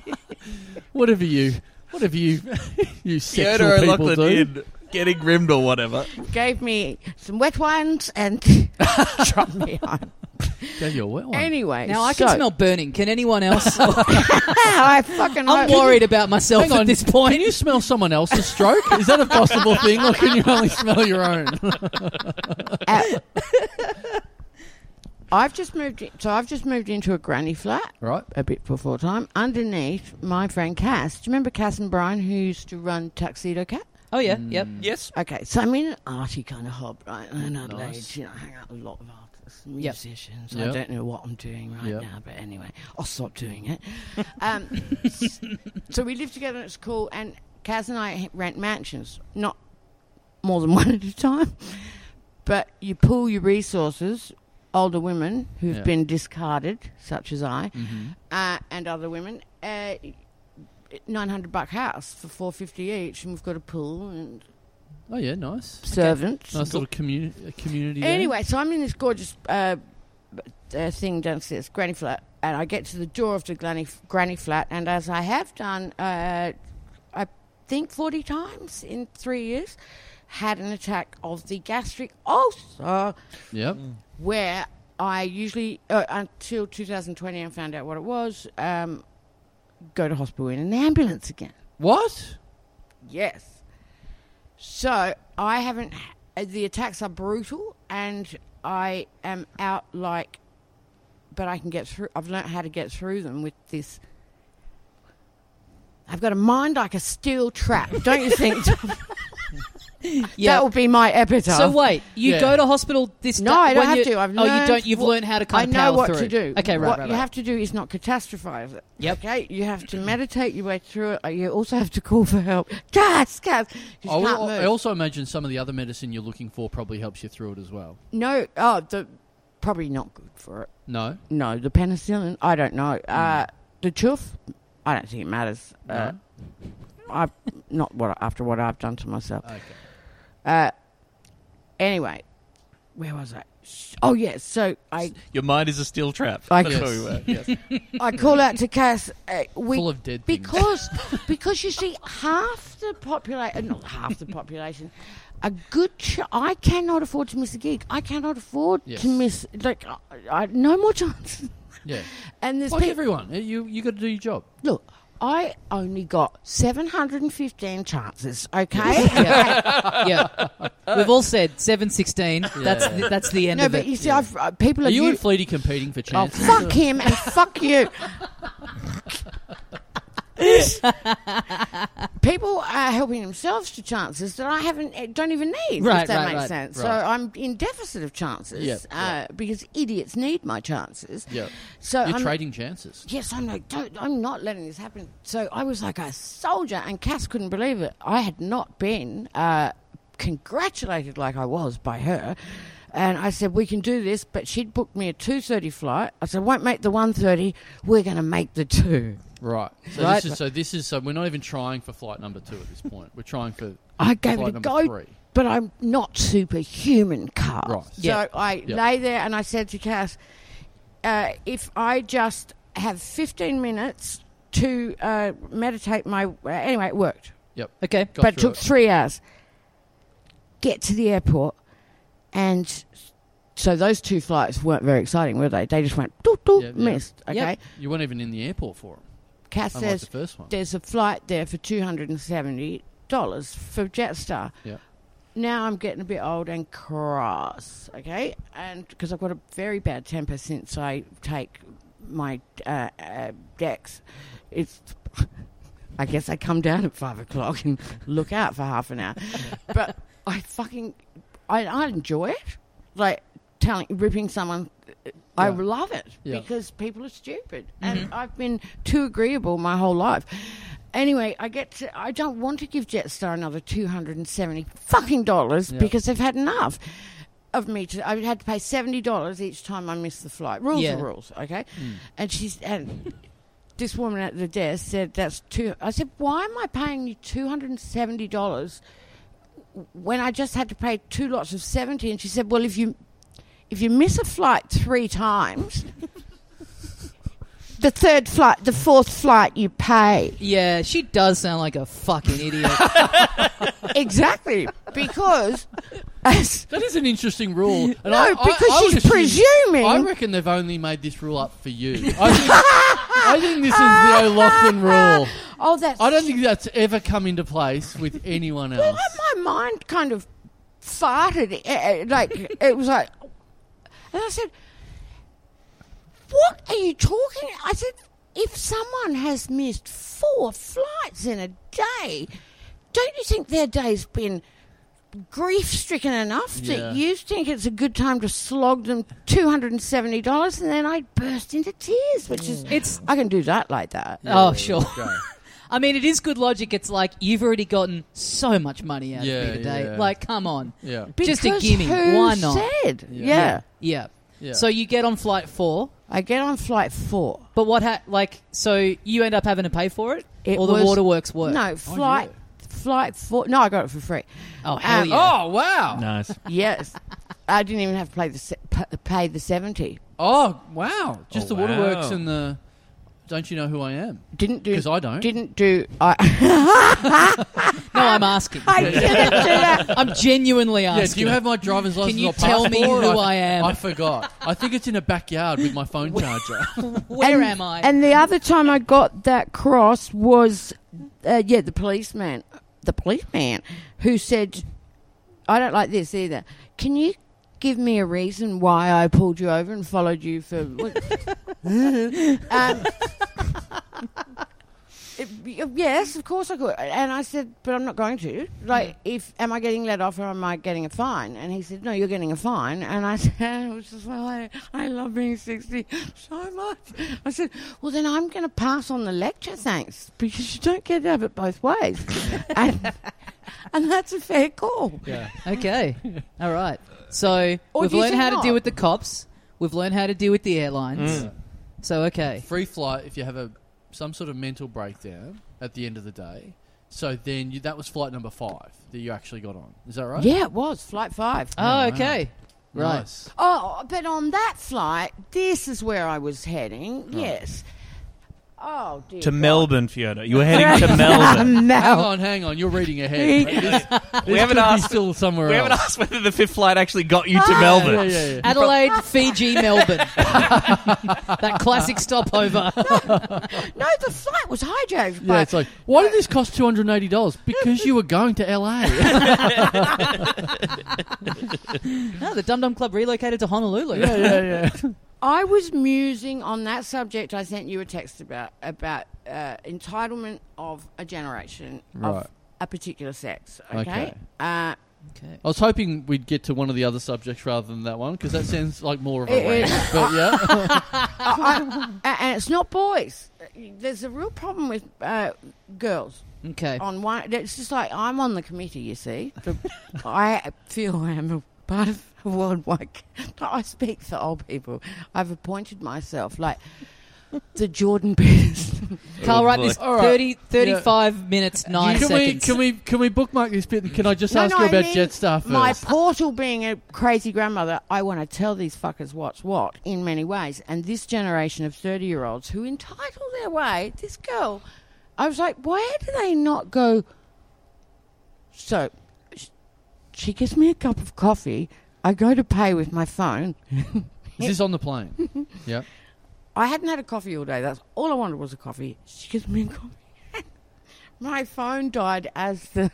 [SPEAKER 2] Whatever you, whatever you, *laughs* you sexual
[SPEAKER 5] Theodore
[SPEAKER 2] people
[SPEAKER 5] O'Loughlin
[SPEAKER 2] do.
[SPEAKER 5] in getting rimmed or whatever.
[SPEAKER 3] gave me some wet ones and *laughs* dropped me on.
[SPEAKER 2] Gave you a wet one.
[SPEAKER 3] Anyway,
[SPEAKER 1] Now I can
[SPEAKER 3] so-
[SPEAKER 1] smell burning. Can anyone else?
[SPEAKER 3] *laughs* I fucking.
[SPEAKER 1] I'm
[SPEAKER 3] hope-
[SPEAKER 1] worried about myself
[SPEAKER 2] Hang
[SPEAKER 1] at
[SPEAKER 2] on.
[SPEAKER 1] this point.
[SPEAKER 2] Can you smell someone else's stroke? Is that a possible thing, or can you only smell your
[SPEAKER 3] *laughs*
[SPEAKER 2] own?
[SPEAKER 3] Uh, I've just moved. In, so I've just moved into a granny flat.
[SPEAKER 2] right.
[SPEAKER 3] A bit before time. Underneath my friend Cass. Do you remember Cass and Brian who used to run Tuxedo Cat?
[SPEAKER 1] Oh yeah, yep.
[SPEAKER 5] Yes.
[SPEAKER 3] Okay, so I'm in an arty kind of hob, right? And I'd
[SPEAKER 2] Nice.
[SPEAKER 3] you know, hang out with a lot of artists, musicians.
[SPEAKER 2] Yep.
[SPEAKER 3] I don't know what I'm doing right
[SPEAKER 2] Yep.
[SPEAKER 3] now, but anyway, I'll stop doing it. Um, *laughs* s- so we live together and it's cool. And Kaz and I rent mansions, not more than *laughs* one at a time. But you pool your resources, older women who've
[SPEAKER 2] Yeah. Mm-hmm.
[SPEAKER 3] been discarded, such as I, uh, and other women. Uh, 900 buck house for 450 each, and we've got a pool and
[SPEAKER 2] Oh yeah, nice.
[SPEAKER 3] servants.
[SPEAKER 2] Nice little community. Community. there.
[SPEAKER 3] Anyway, so I'm in this gorgeous uh, b- uh, thing downstairs, granny flat, and I get to the door of the granny, granny flat, and as I have done, uh, I think 40 times in three years, had an attack of the gastric ulcer
[SPEAKER 2] Yep.
[SPEAKER 3] where I usually, uh, until 2020, I found out what it was, um, go to hospital in an ambulance again.
[SPEAKER 2] What?
[SPEAKER 3] Yes. So I haven't. uh, The attacks are brutal, and I am out like. But I can get through. I've learnt how to get through them with this.
[SPEAKER 1] *laughs*
[SPEAKER 3] I've got a mind like a steel trap, don't you think? Tom?
[SPEAKER 1] Yeah.
[SPEAKER 3] *laughs* That will be my epitaph.
[SPEAKER 1] So wait, you
[SPEAKER 2] Yeah.
[SPEAKER 1] go to hospital this
[SPEAKER 3] No,
[SPEAKER 1] day-
[SPEAKER 3] I don't
[SPEAKER 1] when
[SPEAKER 3] have
[SPEAKER 1] you-
[SPEAKER 3] to. I've
[SPEAKER 1] oh, you
[SPEAKER 3] learned
[SPEAKER 1] don't. You've
[SPEAKER 3] what-
[SPEAKER 1] learned how to kind
[SPEAKER 3] I
[SPEAKER 1] of
[SPEAKER 3] know
[SPEAKER 1] power
[SPEAKER 3] what
[SPEAKER 1] through.
[SPEAKER 3] to do.
[SPEAKER 1] Okay, right,
[SPEAKER 3] What
[SPEAKER 1] right,
[SPEAKER 3] you
[SPEAKER 1] right.
[SPEAKER 3] have to do is not catastrophize it.
[SPEAKER 1] Yep.
[SPEAKER 3] Okay. You have to meditate your way through it. Uh, You also have to call for help. Gas, gas. 'cause You
[SPEAKER 2] I,
[SPEAKER 3] can't
[SPEAKER 2] will- I
[SPEAKER 3] move.
[SPEAKER 2] also imagine some of the other medicine you're looking for probably helps you through it as well.
[SPEAKER 3] no. Oh, the probably not good for it.
[SPEAKER 2] No,
[SPEAKER 3] No, the penicillin. I don't know. Uh, the chuff. I don't think it matters. Uh,
[SPEAKER 2] Mm. No?
[SPEAKER 3] I not what after what I've done to myself.
[SPEAKER 2] okay.
[SPEAKER 3] Uh, anyway, where was I? Oh yes. So
[SPEAKER 2] *laughs*
[SPEAKER 3] I
[SPEAKER 5] Your mind is a steel trap.
[SPEAKER 3] I-
[SPEAKER 5] That's
[SPEAKER 2] Yes.
[SPEAKER 5] where we were. Yes.
[SPEAKER 3] I call out to Cass. Uh, we
[SPEAKER 2] Full of dead things. *laughs*
[SPEAKER 3] because because you see half the population, not half the population, a good. Ch- I cannot afford to miss a gig. I cannot afford
[SPEAKER 2] Yes.
[SPEAKER 3] to miss like I, I, no more chance.
[SPEAKER 2] Yeah,
[SPEAKER 3] And there's
[SPEAKER 2] like
[SPEAKER 3] people.
[SPEAKER 2] everyone, you you got to do your job.
[SPEAKER 3] Look, I only got 715 chances, okay?
[SPEAKER 1] yeah,
[SPEAKER 3] *laughs*
[SPEAKER 1] we've all said seven sixteen. That's the, that's the end
[SPEAKER 3] no,
[SPEAKER 1] of
[SPEAKER 3] but
[SPEAKER 1] it.
[SPEAKER 3] you see, I've, uh, people
[SPEAKER 2] Are
[SPEAKER 3] are.
[SPEAKER 2] you
[SPEAKER 3] u-
[SPEAKER 2] and Fleety competing for
[SPEAKER 3] oh, *laughs*
[SPEAKER 2] chances?
[SPEAKER 3] fuck him and fuck you. people are helping themselves to chances that I haven't, eh, don't even need.
[SPEAKER 1] Right,
[SPEAKER 3] if that
[SPEAKER 1] right,
[SPEAKER 3] makes
[SPEAKER 1] right,
[SPEAKER 3] sense. So
[SPEAKER 2] right.
[SPEAKER 3] I'm in deficit of chances
[SPEAKER 2] Yep,
[SPEAKER 3] uh, because idiots need my chances.
[SPEAKER 2] Yeah,
[SPEAKER 3] So
[SPEAKER 2] you're
[SPEAKER 3] I'm,
[SPEAKER 2] trading chances.
[SPEAKER 3] Yes, I'm like, don't, I'm not letting this happen. So I was like a soldier, and Cass couldn't believe it. I had not been uh, congratulated like I was by her, and I said we can do this. But she'd booked me a two thirty flight. I said won't make the one thirty. We're going to make the two.
[SPEAKER 2] Right. So
[SPEAKER 3] Right.
[SPEAKER 2] this is so this is so we're not even trying for flight number two at this point. We're trying for
[SPEAKER 3] *laughs* I gave
[SPEAKER 2] flight
[SPEAKER 3] it a
[SPEAKER 2] number
[SPEAKER 3] go,
[SPEAKER 2] three.
[SPEAKER 3] but I'm not superhuman, Carl.
[SPEAKER 2] Right.
[SPEAKER 3] So
[SPEAKER 1] Yeah.
[SPEAKER 3] I
[SPEAKER 2] Yeah.
[SPEAKER 3] lay there and I said to Cass, uh, if I just have 15 minutes to uh, meditate my. Uh, anyway, it worked,
[SPEAKER 2] Yep.
[SPEAKER 1] okay,
[SPEAKER 2] Got
[SPEAKER 3] but it
[SPEAKER 2] through
[SPEAKER 3] took three hours. Get to the airport, and s- so those two flights weren't very exciting, were they? They just went, doo, doo,
[SPEAKER 2] Yeah, yeah.
[SPEAKER 3] missed. Okay.
[SPEAKER 1] Yep.
[SPEAKER 2] You weren't even in the airport for them.
[SPEAKER 3] Cass
[SPEAKER 2] Unlike the
[SPEAKER 3] says,
[SPEAKER 2] first one.
[SPEAKER 3] there's a flight there for $270 for Jetstar
[SPEAKER 2] Yeah.
[SPEAKER 3] now I'm getting a bit old and cross, okay? And because I've got a very bad temper since I take my uh, uh, Dex, it's. *laughs* I guess I come down at five o'clock and look out for half an hour, but I fucking I, I enjoy it, like telling ripping someone. uh, I
[SPEAKER 2] Yeah.
[SPEAKER 3] love it
[SPEAKER 2] Yeah. Mm-hmm.
[SPEAKER 3] because people are stupid, and I've been too agreeable my whole life. Anyway, I get to, I don't want to give Jetstar another two hundred and seventy fucking dollars
[SPEAKER 2] Yeah.
[SPEAKER 3] because they've had enough of me. To, I had to pay seventy dollars each time I missed the flight. Rules
[SPEAKER 1] Yeah.
[SPEAKER 3] are rules, okay? And she's and *laughs* this woman at the desk said that's two. I said, why am I paying you two hundred and seventy dollars when I just had to pay two lots of seventy? And she said, well, if you if you miss a flight three times. The third flight, the fourth flight, you pay.
[SPEAKER 1] yeah, she does sound like a
[SPEAKER 2] *laughs*
[SPEAKER 1] fucking idiot.
[SPEAKER 3] Exactly, because as
[SPEAKER 2] That is an interesting
[SPEAKER 3] *laughs*
[SPEAKER 2] rule. And
[SPEAKER 3] No,
[SPEAKER 2] I, I-
[SPEAKER 3] because
[SPEAKER 2] I would
[SPEAKER 3] she's
[SPEAKER 2] assume-
[SPEAKER 3] presuming-
[SPEAKER 2] I reckon they've only made this rule up for you. I think, I think this is
[SPEAKER 3] *laughs*
[SPEAKER 2] the O'Loughlin rule.
[SPEAKER 3] oh, that's
[SPEAKER 2] I don't think that's ever come into place with
[SPEAKER 3] *laughs*
[SPEAKER 2] anyone else.
[SPEAKER 3] my mind kind of farted. eh, eh, Like it was like, and I said, "What are you talking?" I said, "If someone has missed four flights in a day, don't you think their day's been?" Grief stricken enough
[SPEAKER 2] Yeah.
[SPEAKER 3] that you think it's a good time to slog them two hundred and seventy dollars, and then I burst into tears, which is
[SPEAKER 1] It's-
[SPEAKER 3] I can do that like that.
[SPEAKER 1] oh, sure. *laughs* I mean, it is good logic. It's like you've already gotten so much money out of
[SPEAKER 2] Yeah,
[SPEAKER 1] me today.
[SPEAKER 2] yeah.
[SPEAKER 1] Like, come on.
[SPEAKER 2] Yeah.
[SPEAKER 1] Just a
[SPEAKER 3] Because
[SPEAKER 1] gimme.
[SPEAKER 3] Who
[SPEAKER 1] Why not?
[SPEAKER 3] Said? Yeah.
[SPEAKER 1] Yeah.
[SPEAKER 2] Yeah.
[SPEAKER 1] So you get on flight four,
[SPEAKER 3] I get on flight four.
[SPEAKER 1] but what? Ha- like, so you end up having to pay for it,
[SPEAKER 3] It
[SPEAKER 1] or the
[SPEAKER 3] was-
[SPEAKER 1] waterworks work?
[SPEAKER 3] No, flight flight four. No, I got it for free.
[SPEAKER 1] Oh hell
[SPEAKER 3] Um,
[SPEAKER 1] yeah!
[SPEAKER 3] *laughs*
[SPEAKER 2] Oh wow!
[SPEAKER 5] nice.
[SPEAKER 3] Yes, I didn't even have to play the se- p- pay the seventy.
[SPEAKER 2] Oh wow! Just
[SPEAKER 5] Oh,
[SPEAKER 2] the waterworks
[SPEAKER 5] wow.
[SPEAKER 2] and the. Don't you know who I am?
[SPEAKER 3] Didn't do
[SPEAKER 2] 'Cause I don't.
[SPEAKER 3] Didn't do. I, *laughs*
[SPEAKER 1] No, I'm asking.
[SPEAKER 3] I didn't do that.
[SPEAKER 1] I'm genuinely
[SPEAKER 2] Yeah,
[SPEAKER 1] asking.
[SPEAKER 2] do you have my driver's license?
[SPEAKER 1] you
[SPEAKER 2] or
[SPEAKER 1] tell me
[SPEAKER 2] passport?
[SPEAKER 1] who I am?
[SPEAKER 2] I forgot. I think it's in a backyard with my phone charger.
[SPEAKER 1] *laughs* Where
[SPEAKER 3] And-
[SPEAKER 1] am I?
[SPEAKER 3] And the other time I got that cross was, uh, yeah, the policeman, the policeman who said, "I don't like this either. Can you give me a reason why I pulled you over and followed you for?" um, y- yes, of course I could. And I said, but I'm not going to. Like, if am I getting let off or am I getting a fine? And he said, no, you're getting a fine. And I *laughs* said, I was just like, I, I love being 60 so much. I said, well, then I'm going to pass on the lecture, thanks, because you don't get to have it both ways. *laughs* and, and that's a fair call.
[SPEAKER 2] Yeah. *laughs*
[SPEAKER 1] Okay. All right. So
[SPEAKER 3] Or
[SPEAKER 1] we've
[SPEAKER 3] do you
[SPEAKER 1] learned
[SPEAKER 3] think
[SPEAKER 1] how to
[SPEAKER 3] not?
[SPEAKER 1] deal with the cops. We've learned how to deal with the airlines.
[SPEAKER 2] Mm.
[SPEAKER 1] So okay.
[SPEAKER 2] Free flight if you have a some sort of mental breakdown at the end of the day. So then you, that was flight number five that you actually got on. Is that right?
[SPEAKER 3] Yeah, it was flight five.
[SPEAKER 1] Oh,
[SPEAKER 2] wow.
[SPEAKER 1] okay. Right.
[SPEAKER 2] Nice.
[SPEAKER 3] Oh, but on that flight, this is where I was heading. Yes. Oh dear.
[SPEAKER 5] To
[SPEAKER 3] God.
[SPEAKER 5] Melbourne, Fiona. You were heading
[SPEAKER 3] *laughs*
[SPEAKER 5] to Melbourne.
[SPEAKER 2] Hang
[SPEAKER 3] Mel.
[SPEAKER 2] on, hang on. You're reading ahead. This- this
[SPEAKER 5] We haven't
[SPEAKER 2] could be
[SPEAKER 5] asked-
[SPEAKER 2] Still somewhere
[SPEAKER 5] We
[SPEAKER 2] else.
[SPEAKER 5] haven't asked whether the fifth flight actually got you to
[SPEAKER 2] Yeah,
[SPEAKER 5] Melbourne. *laughs*
[SPEAKER 2] Yeah, yeah, yeah.
[SPEAKER 1] Adelaide, Fiji,
[SPEAKER 2] *laughs*
[SPEAKER 1] Melbourne. that classic stopover.
[SPEAKER 3] No, the flight was hijacked.
[SPEAKER 2] Yeah,
[SPEAKER 3] by
[SPEAKER 2] it's like, why did this cost two hundred and eighty dollars? Because you were going to LA.
[SPEAKER 1] no, the Dum Dum Club relocated to Honolulu.
[SPEAKER 2] yeah, yeah.
[SPEAKER 3] I was musing on that subject. I sent you a text about about uh, entitlement of a generation
[SPEAKER 2] Right.
[SPEAKER 3] of a particular sex. Okay.
[SPEAKER 2] Okay.
[SPEAKER 3] Uh,
[SPEAKER 1] Okay.
[SPEAKER 2] I was hoping we'd get to one of the other subjects rather than that one because that sounds like more of a
[SPEAKER 3] It- it-
[SPEAKER 2] rant. But yeah,
[SPEAKER 3] a- and it's not boys. There's a real problem with uh, girls.
[SPEAKER 1] Okay.
[SPEAKER 2] Oh,
[SPEAKER 3] on one. It's just like I'm on the *laughs* committee. You see, I feel I am a part of a worldwide. I speak for old people. I've appointed myself like the Jordan Peterson.
[SPEAKER 1] Carl, write this
[SPEAKER 2] All right.
[SPEAKER 1] 30, 35 minutes, 9
[SPEAKER 2] can we
[SPEAKER 1] seconds.
[SPEAKER 2] can we can we bookmark this bit? And can I just
[SPEAKER 3] No,
[SPEAKER 2] ask
[SPEAKER 3] no,
[SPEAKER 2] you
[SPEAKER 3] I
[SPEAKER 2] about
[SPEAKER 3] mean
[SPEAKER 2] Jetstar first?
[SPEAKER 3] My portal being a crazy grandmother, I want to tell these fuckers what's what in many ways. And this generation of 30 year olds who entitle their way, this girl, I was like, where do they not go? So sh- she gives me a cup of coffee. I go to pay with my phone.
[SPEAKER 2] Is this on the plane? yeah.
[SPEAKER 3] I hadn't had a coffee all day. That's all I wanted was a coffee. She gives me a coffee. *laughs* my phone died as the.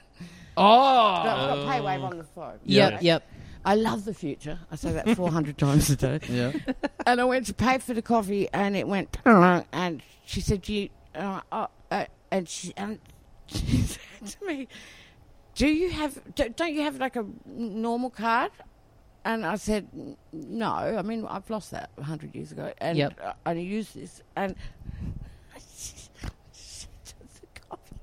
[SPEAKER 2] Oh,
[SPEAKER 3] I've got paywave on the phone.
[SPEAKER 1] Yep,
[SPEAKER 5] Yeah.
[SPEAKER 1] yep.
[SPEAKER 3] I love the future. I say that 400 times a day.
[SPEAKER 2] yeah.
[SPEAKER 3] And I went to pay for the coffee, and it went, and she said, "Do you?" And, I, oh, uh, and she and she *laughs* said to me, "Do you have? do- Don't you have like a normal card?" And I said, "N- "No. I mean, I've lost that 100 years ago, and
[SPEAKER 1] Yep.
[SPEAKER 3] I, I use this." And *laughs* she took the coffee.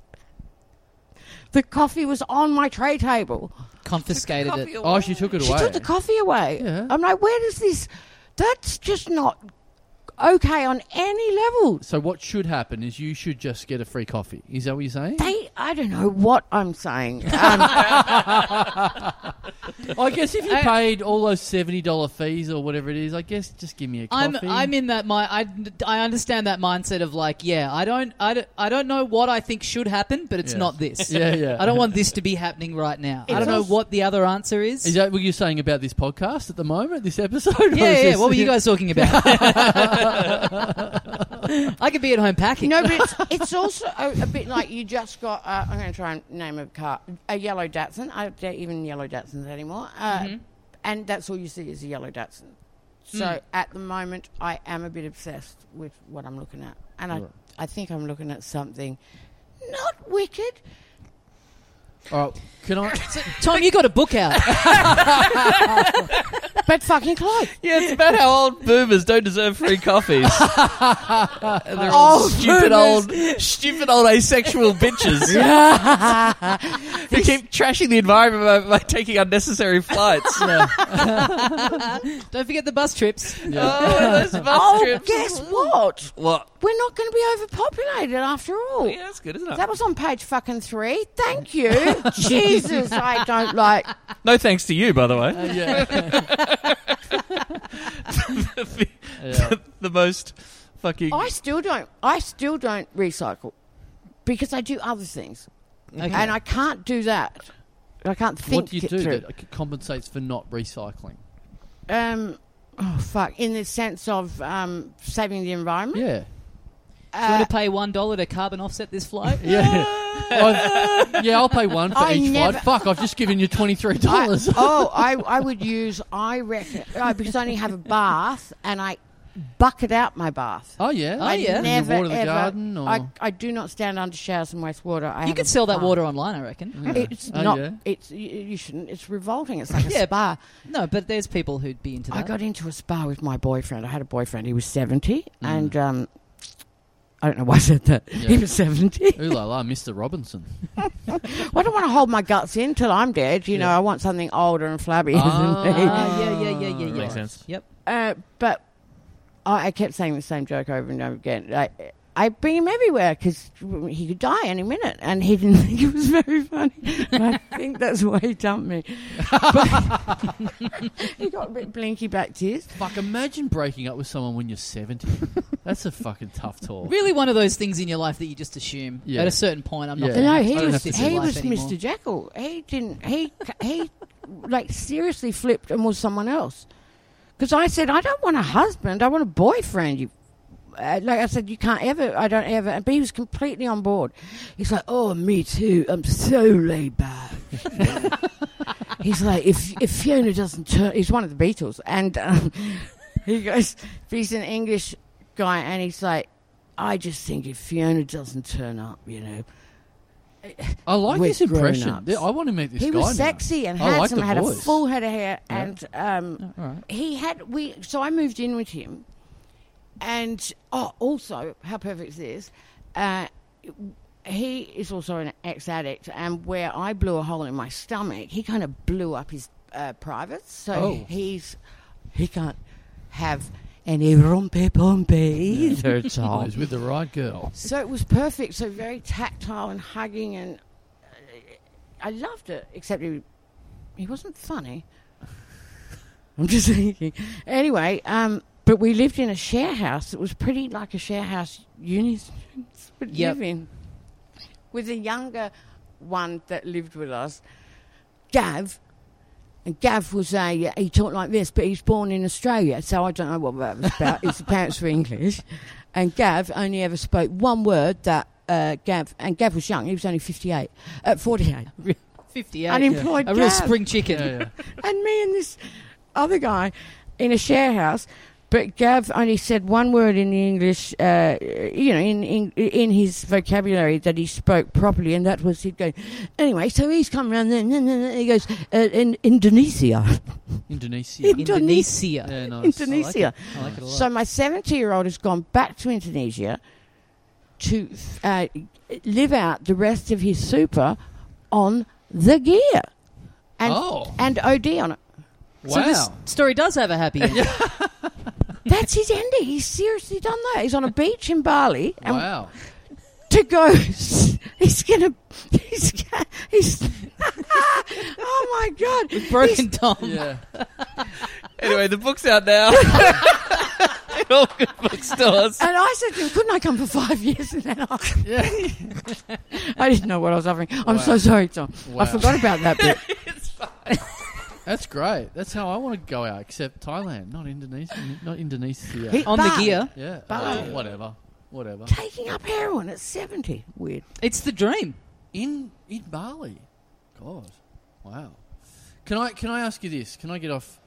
[SPEAKER 3] The coffee was on my tray table.
[SPEAKER 1] Confiscated it.
[SPEAKER 2] Oh, she took it
[SPEAKER 3] She
[SPEAKER 2] away.
[SPEAKER 3] took the coffee away.
[SPEAKER 2] Yeah.
[SPEAKER 3] I'm like, where does this? That's just not okay on any level.
[SPEAKER 2] so what should happen is you should just get a free coffee. Is that what you're saying?
[SPEAKER 3] They, I don't know what I'm *laughs* saying. Um,
[SPEAKER 2] I guess if you paid all those seventy dollar fees or whatever it is, I guess just give me a
[SPEAKER 1] I'm
[SPEAKER 2] coffee.
[SPEAKER 1] I'm in that my I, I understand that mindset of like yeah I don't I don't, I don't know what I think should happen but it's
[SPEAKER 2] Yeah.
[SPEAKER 1] not this
[SPEAKER 2] *laughs* Yeah, yeah.
[SPEAKER 1] I don't want this to be happening right now I
[SPEAKER 3] It's
[SPEAKER 1] don't know
[SPEAKER 3] also-
[SPEAKER 1] what the other answer is,
[SPEAKER 2] Is that what you're saying about this podcast at the moment? This episode? *laughs*
[SPEAKER 1] *laughs*
[SPEAKER 2] Or
[SPEAKER 1] yeah
[SPEAKER 2] is
[SPEAKER 1] yeah
[SPEAKER 2] this-
[SPEAKER 1] what were you guys talking about
[SPEAKER 3] *laughs*
[SPEAKER 1] I could be at home packing
[SPEAKER 3] no, but it's, it's also a, a bit like you just got. Uh, I'm going to try and name a car, a yellow Datsun. I don't even yellow Datsuns anymore, uh, and that's all you see is a yellow Datsun. So at the moment, I am a bit obsessed with what I'm looking at, and I, I think I'm looking at something not wicked.
[SPEAKER 2] All right, can I?
[SPEAKER 1] Tom you got a book out
[SPEAKER 3] But fucking close.
[SPEAKER 5] Yeah, it's about how old boomers don't deserve free coffees. Oh, and *laughs* they're all
[SPEAKER 3] Old
[SPEAKER 5] stupid old, stupid old *laughs* asexual bitches. They keep trashing the environment by, by taking unnecessary *laughs*
[SPEAKER 1] *laughs*
[SPEAKER 5] flights.
[SPEAKER 1] don't forget the bus trips
[SPEAKER 5] Oh, those bus
[SPEAKER 3] Oh,
[SPEAKER 5] trips.
[SPEAKER 3] guess what?
[SPEAKER 5] What?
[SPEAKER 3] We're not going to be overpopulated after all.
[SPEAKER 5] Yeah, that's good, isn't it?
[SPEAKER 3] That was on page fucking three.
[SPEAKER 2] *laughs*
[SPEAKER 3] Thank you. Jesus, I don't like.
[SPEAKER 5] no thanks to you, by the *laughs* way.
[SPEAKER 2] yeah.
[SPEAKER 5] the,
[SPEAKER 2] Yeah.
[SPEAKER 5] the most fucking.
[SPEAKER 3] I still don't. I still don't recycle because I do other things,
[SPEAKER 1] okay.
[SPEAKER 3] and I can't do that. I can't think.
[SPEAKER 2] What do you
[SPEAKER 3] it
[SPEAKER 2] do
[SPEAKER 3] through.
[SPEAKER 2] that c- compensates for not recycling?
[SPEAKER 3] Um. Oh fuck! In the sense of um, saving the environment. Uh,
[SPEAKER 2] Yeah,
[SPEAKER 1] do you want to pay one dollar to carbon offset this flight
[SPEAKER 2] yeah,
[SPEAKER 3] *laughs*
[SPEAKER 2] I've- yeah. I'll pay one for
[SPEAKER 3] I
[SPEAKER 2] each
[SPEAKER 3] never-
[SPEAKER 2] flight. Fuck, I've just given you twenty three
[SPEAKER 3] I,
[SPEAKER 2] *laughs* dollars.
[SPEAKER 3] oh, I, I would use, I reckon, uh, because I only have a bath and I bucket out my bath.
[SPEAKER 2] Oh yeah.
[SPEAKER 1] Oh, yeah.
[SPEAKER 2] And you
[SPEAKER 3] Never,
[SPEAKER 2] water the
[SPEAKER 3] ever.
[SPEAKER 2] garden or
[SPEAKER 3] I, I do not stand under showers and waste water. I
[SPEAKER 1] You
[SPEAKER 3] have
[SPEAKER 1] could
[SPEAKER 3] a
[SPEAKER 1] sell that
[SPEAKER 3] farm.
[SPEAKER 1] water online, I reckon.
[SPEAKER 3] It's
[SPEAKER 2] Oh,
[SPEAKER 3] not.
[SPEAKER 2] yeah?
[SPEAKER 3] It's you, you shouldn't. It's revolting. It's like a
[SPEAKER 1] *laughs* Yeah.
[SPEAKER 3] spa.
[SPEAKER 1] No, but there's people who'd be into that.
[SPEAKER 3] I got into a spa with my boyfriend. I had a boyfriend. He was seventy,
[SPEAKER 1] Mm.
[SPEAKER 3] and um, I don't know why I said that. He
[SPEAKER 2] Yeah.
[SPEAKER 3] was
[SPEAKER 2] *laughs*
[SPEAKER 3] seventy.
[SPEAKER 2] Ooh la la, Mr. Robinson.
[SPEAKER 3] Well, I don't want to hold my guts in till I'm dead. You know, I want something older and flabby than me. *laughs*
[SPEAKER 1] Ah, yeah, yeah, yeah, yeah, yeah.
[SPEAKER 4] Makes sense.
[SPEAKER 1] Yep.
[SPEAKER 3] Uh, but I, I kept saying the same joke over and over again. I, I bring him everywhere because he could die any minute, and he didn't think it was *laughs* very funny. And I think that's why he dumped me. *laughs* But *laughs* he got a bit blinky back tears.
[SPEAKER 2] Fuck, imagine breaking up with someone when you're
[SPEAKER 3] *laughs*
[SPEAKER 2] 70. That's a fucking tough talk.
[SPEAKER 1] Really, one of those things in your life that you just assume
[SPEAKER 2] Yeah.
[SPEAKER 1] at a certain point. I'm not.
[SPEAKER 2] Yeah.
[SPEAKER 1] gonna
[SPEAKER 3] No,
[SPEAKER 1] have
[SPEAKER 3] he
[SPEAKER 1] to do
[SPEAKER 3] was
[SPEAKER 1] this
[SPEAKER 3] he
[SPEAKER 1] life
[SPEAKER 3] was
[SPEAKER 1] anymore.
[SPEAKER 3] Mr. Jekyll. He didn't. He he like seriously flipped and was someone else. Because I said I don't want a husband. I want a boyfriend. You. Uh, like I said, you can't ever. I don't ever. But he was completely on board. He's like, "Oh, me too. I'm so laid back." *laughs* he's like, "If if Fiona doesn't turn," he's one of the Beatles, and um, *laughs* he goes, "He's an English guy," and he's like, "I just think if Fiona doesn't turn up, you know,
[SPEAKER 2] I like
[SPEAKER 3] We're
[SPEAKER 2] his impression.
[SPEAKER 3] grown-ups.
[SPEAKER 2] Yeah, I want to meet this
[SPEAKER 3] he
[SPEAKER 2] guy.
[SPEAKER 3] was
[SPEAKER 2] now.
[SPEAKER 3] sexy and
[SPEAKER 2] I like
[SPEAKER 3] handsome,
[SPEAKER 2] the
[SPEAKER 3] had a
[SPEAKER 2] voice.
[SPEAKER 3] full head of hair,
[SPEAKER 2] Yeah.
[SPEAKER 3] and um,
[SPEAKER 2] All right.
[SPEAKER 3] he had we. So I moved in with him, and oh, also how perfect is this? Uh, he is also an ex addict, and where I blew a hole in my stomach, he kind of blew up his uh, privates. So
[SPEAKER 2] Oh.
[SPEAKER 3] he's he can't have any rompe pompe either,
[SPEAKER 2] Oh, *laughs*
[SPEAKER 3] Tom.
[SPEAKER 2] he's with the right
[SPEAKER 3] *laughs*
[SPEAKER 2] girl.
[SPEAKER 3] So it was perfect. So very tactile and hugging, and uh, I loved it. Except he, he wasn't funny. *laughs* I'm just thinking. Anyway, um, but we lived in a share house. It was pretty like a share house uni *laughs* students would
[SPEAKER 1] Yep.
[SPEAKER 3] live in, with a younger one that lived with us, Gav. And Gav was a, uh, he talked like this, but he's born in Australia, so I don't know what that was about. His parents were English. And Gav only ever spoke one word that uh, Gav, and Gav was young, he was only 58, uh, *laughs* 48.
[SPEAKER 1] Fifty-eight.
[SPEAKER 3] Unemployed
[SPEAKER 1] A real
[SPEAKER 3] Gav.
[SPEAKER 1] spring chicken.
[SPEAKER 2] Yeah, yeah.
[SPEAKER 3] And me and this other guy in a share house, but Gav only said one word in the English, uh, you know, in, in in his vocabulary that he spoke properly, and that was he'd go, anyway, so he's come round there, and then- then he goes, uh, in Indonesia. *laughs*
[SPEAKER 2] Indonesia.
[SPEAKER 3] Indonesia.
[SPEAKER 1] Indonesia.
[SPEAKER 2] yeah, nice.
[SPEAKER 3] Indonesia.
[SPEAKER 2] I like it, I like it a lot.
[SPEAKER 3] So my 70 year old has gone back to Indonesia to uh, live out the rest of his super on the gear and
[SPEAKER 2] Oh.
[SPEAKER 3] and OD on it.
[SPEAKER 2] wow.
[SPEAKER 1] So this story does have a happy
[SPEAKER 3] *laughs*
[SPEAKER 1] end.
[SPEAKER 3] That's his ending. He's seriously done that. He's on a beach in Bali and
[SPEAKER 2] wow.
[SPEAKER 3] to go. *laughs* He's gonna. He's. ga- he's *laughs* oh my god!
[SPEAKER 1] Broken Tom.
[SPEAKER 2] Yeah.
[SPEAKER 5] Anyway, the book's out now. In *laughs* all good bookstores.
[SPEAKER 3] And I said to him, couldn't I come for five years? *laughs* And then I, I didn't know what I was offering. I'm
[SPEAKER 2] Wow.
[SPEAKER 3] so sorry, Tom.
[SPEAKER 2] Wow.
[SPEAKER 3] I forgot about that bit.
[SPEAKER 2] That's great. That's how I want to go out, except Thailand, not Indonesia. Not Indonesia.
[SPEAKER 3] He-
[SPEAKER 1] On the
[SPEAKER 3] Bye.
[SPEAKER 1] gear.
[SPEAKER 2] yeah.
[SPEAKER 3] Bali.
[SPEAKER 2] Oh, whatever. Whatever.
[SPEAKER 3] Taking up heroin at 70. Weird.
[SPEAKER 1] It's the dream.
[SPEAKER 2] In in Bali. God. Wow. Can I can I ask you this? Can I get off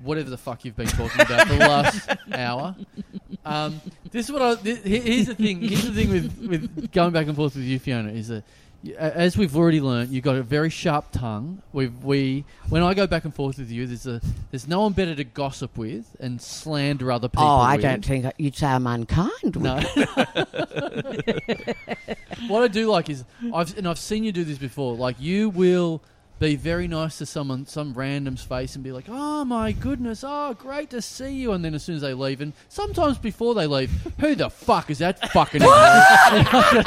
[SPEAKER 2] whatever the fuck you've been talking about
[SPEAKER 3] *laughs*
[SPEAKER 2] for the last hour? Um, this is what I thi- he- here's the thing. Here's the thing with, with going back and forth with you, Fiona, is that you- a- as we've already learned, you've got a very sharp tongue. We we when I go back and forth with you, there's a there's no one better to gossip with and slander other people.
[SPEAKER 3] oh, I
[SPEAKER 2] with.
[SPEAKER 3] don't think I, you'd say I'm unkind.
[SPEAKER 2] No. *laughs* what I do like is I've and I've seen you do this before. Like you will be very nice to someone, some random's face, and be like, "Oh my goodness, oh great to see you," and then as soon as they leave, and sometimes before they leave, who the fuck is that
[SPEAKER 3] *laughs*
[SPEAKER 2] fucking? idiot?"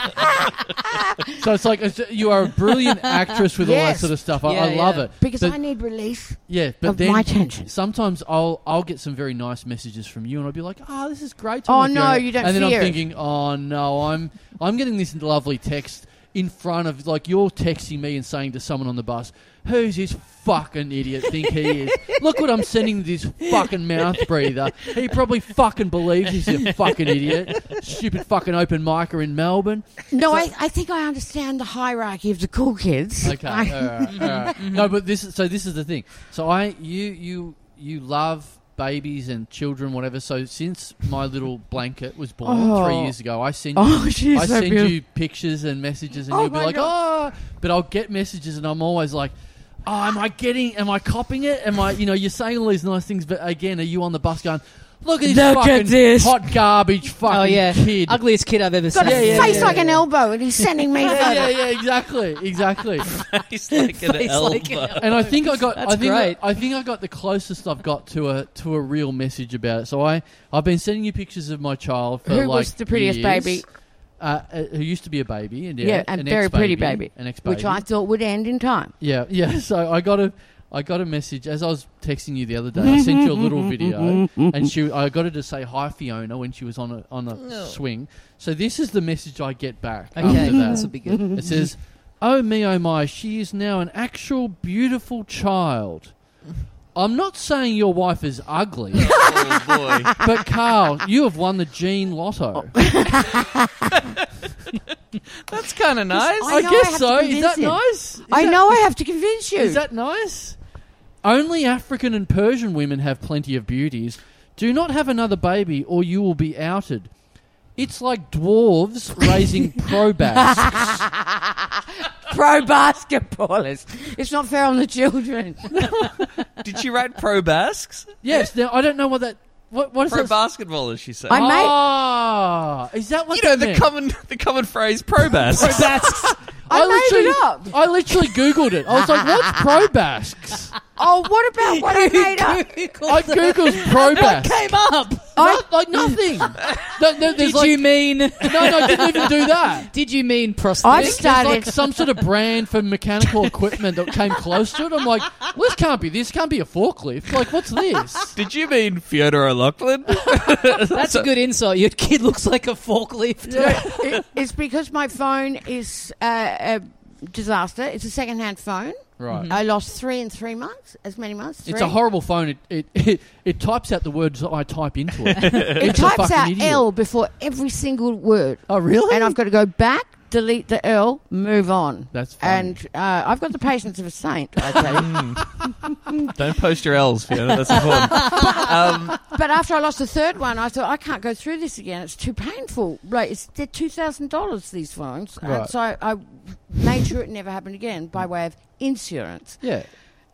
[SPEAKER 2] *laughs* so it's like it's, you are a brilliant actress with all that
[SPEAKER 3] Yes.
[SPEAKER 2] sort of stuff. I, I
[SPEAKER 1] Yeah,
[SPEAKER 2] love
[SPEAKER 1] yeah.
[SPEAKER 2] it
[SPEAKER 3] Because
[SPEAKER 2] But-
[SPEAKER 3] I need relief.
[SPEAKER 2] yeah, but
[SPEAKER 3] of
[SPEAKER 2] then
[SPEAKER 3] my tension.
[SPEAKER 2] Sometimes I'll I'll get some very nice messages from you, and I'll be like, "Oh, this is great."
[SPEAKER 3] Oh,
[SPEAKER 2] Tom and
[SPEAKER 3] no,
[SPEAKER 2] Fiona."
[SPEAKER 3] you don't
[SPEAKER 2] And then
[SPEAKER 3] fear
[SPEAKER 2] I'm
[SPEAKER 3] it.
[SPEAKER 2] thinking, "Oh no, I'm I'm getting this lovely text in front of like you're texting me and saying to someone on the bus, who's this fucking idiot think he
[SPEAKER 3] *laughs*
[SPEAKER 2] is? Look what I'm sending this fucking mouth breather. He probably fucking believes he's a fucking idiot. Stupid fucking open micer in Melbourne.
[SPEAKER 3] No, I, I think I understand the hierarchy of the cool kids.
[SPEAKER 2] *laughs* Okay.
[SPEAKER 3] I-
[SPEAKER 2] all right, all right. No, but this. is- So this is the thing. So I, you, you, you love babies and children, whatever. So since my little blanket was born three
[SPEAKER 3] Oh.
[SPEAKER 2] years ago, I send you,
[SPEAKER 3] *laughs* Oh, she's
[SPEAKER 2] I
[SPEAKER 3] so
[SPEAKER 2] send
[SPEAKER 3] beautiful.
[SPEAKER 2] you pictures and messages, and
[SPEAKER 3] Oh
[SPEAKER 2] you'll be
[SPEAKER 3] my
[SPEAKER 2] like, oh. But I'll get messages, and I'm always like. Oh, am I getting? Am I copying it? Am I? You know, you're saying all these nice things, but again, are you on the bus going? Look at this
[SPEAKER 1] Look at
[SPEAKER 2] fucking
[SPEAKER 1] this."
[SPEAKER 2] hot garbage fucking
[SPEAKER 1] Oh yeah,
[SPEAKER 2] kid.
[SPEAKER 1] ugliest kid I've ever
[SPEAKER 3] Got
[SPEAKER 1] seen.
[SPEAKER 3] a face like an elbow, and he's sending
[SPEAKER 2] *laughs*
[SPEAKER 3] me
[SPEAKER 2] yeah, yeah,
[SPEAKER 3] photos.
[SPEAKER 2] yeah, exactly, exactly.
[SPEAKER 5] He's like an
[SPEAKER 1] Face like an
[SPEAKER 5] elbow.
[SPEAKER 2] and I think I got.
[SPEAKER 1] That's
[SPEAKER 2] I think
[SPEAKER 1] great.
[SPEAKER 2] I, think I got the closest I've got to a to a real message about it. So I I've been sending you pictures of my child for
[SPEAKER 3] Who
[SPEAKER 2] like
[SPEAKER 3] was the prettiest
[SPEAKER 2] years.
[SPEAKER 3] baby?
[SPEAKER 2] Uh, uh, who used to be a baby and yeah,
[SPEAKER 3] Yeah, and
[SPEAKER 2] an
[SPEAKER 3] very
[SPEAKER 2] ex-baby,
[SPEAKER 3] pretty baby,
[SPEAKER 2] an ex baby,
[SPEAKER 3] which I thought would end in time.
[SPEAKER 2] yeah, yeah. *laughs* So I got a I got a message as I was texting you the other day. I sent you a
[SPEAKER 3] *laughs*
[SPEAKER 2] little video, and she I got her to say hi Fiona when she was on a on a swing. So this is the message I get back.
[SPEAKER 1] *laughs* Okay,
[SPEAKER 2] after that.
[SPEAKER 1] this will be *laughs* good.
[SPEAKER 2] It says, "Oh me, oh my, she is now an actual beautiful child." I'm not saying your wife is ugly,
[SPEAKER 5] *laughs* Oh boy.
[SPEAKER 2] but Carl, you have won the gene lotto.
[SPEAKER 5] That's kind of nice.
[SPEAKER 2] I,
[SPEAKER 3] I know I have
[SPEAKER 2] guess
[SPEAKER 3] to
[SPEAKER 2] so. Is
[SPEAKER 3] convince
[SPEAKER 2] that
[SPEAKER 3] him.
[SPEAKER 2] nice? Is
[SPEAKER 3] I
[SPEAKER 2] that-
[SPEAKER 3] know I have to convince you.
[SPEAKER 2] Is that nice? Only African and Persian women have plenty of beauties. Do not have another baby, or you will be outed. It's like dwarves raising probats.
[SPEAKER 3] pro basketballers. It's not fair on
[SPEAKER 2] *laughs*
[SPEAKER 3] the children.
[SPEAKER 5] Did she write pro basques?
[SPEAKER 2] yes, now I don't know what that. What, what is
[SPEAKER 5] Pro
[SPEAKER 2] that?
[SPEAKER 5] basketballers, she said.
[SPEAKER 3] I may-
[SPEAKER 2] Ah, is that what
[SPEAKER 5] you know
[SPEAKER 2] that
[SPEAKER 5] the
[SPEAKER 2] meant?
[SPEAKER 5] common the common phrase pro basques.
[SPEAKER 2] Probasks.
[SPEAKER 3] I made it
[SPEAKER 2] literally,
[SPEAKER 3] up.
[SPEAKER 2] I literally googled it. I was like,
[SPEAKER 3] *laughs*
[SPEAKER 2] "What's probasks?"
[SPEAKER 3] oh, what about what I made up?
[SPEAKER 2] I googled probasks.
[SPEAKER 1] Came up.
[SPEAKER 2] Not, like nothing. No, no, there's
[SPEAKER 1] Did
[SPEAKER 2] like,
[SPEAKER 1] you mean?
[SPEAKER 2] no, no, I didn't even do that.
[SPEAKER 1] Did you mean
[SPEAKER 2] *laughs*
[SPEAKER 3] *laughs* I
[SPEAKER 1] prosthetic?
[SPEAKER 2] There's like
[SPEAKER 3] started.
[SPEAKER 2] some sort of brand for mechanical equipment that came close to it. I'm like, well, this can't be this. Can't be a forklift. Like, what's this?
[SPEAKER 5] *laughs* Did you mean Fiona O'Loughlin?
[SPEAKER 1] That's a good insight. Your kid looks like a forklift.
[SPEAKER 2] *laughs*
[SPEAKER 3] It- it's because my phone is uh, a disaster. It's a second-hand phone.
[SPEAKER 2] Right.
[SPEAKER 3] I lost three in three months. As many months.
[SPEAKER 2] Hmm. It's
[SPEAKER 3] three.
[SPEAKER 2] a horrible phone. It *laughs* it, it it types out the words that I type into it.
[SPEAKER 3] *laughs* It
[SPEAKER 2] It's a
[SPEAKER 3] types
[SPEAKER 2] fucking
[SPEAKER 3] out
[SPEAKER 2] idiot.
[SPEAKER 3] L before every single word,
[SPEAKER 2] Oh, really?
[SPEAKER 3] and I've got to go back, delete the L, move on.
[SPEAKER 2] That's funny.
[SPEAKER 3] And uh, I've got the patience of a saint. I tell
[SPEAKER 2] *laughs*
[SPEAKER 3] you.
[SPEAKER 5] *laughs* Don't post your L's, Fiona. *laughs* That's important. um,
[SPEAKER 3] But after I lost the third one, I thought I can't go through this again. It's too painful. Right? It's they're two thousand dollars these phones,
[SPEAKER 2] Right.
[SPEAKER 3] and so I made sure it never happened again by way of insurance.
[SPEAKER 2] yeah.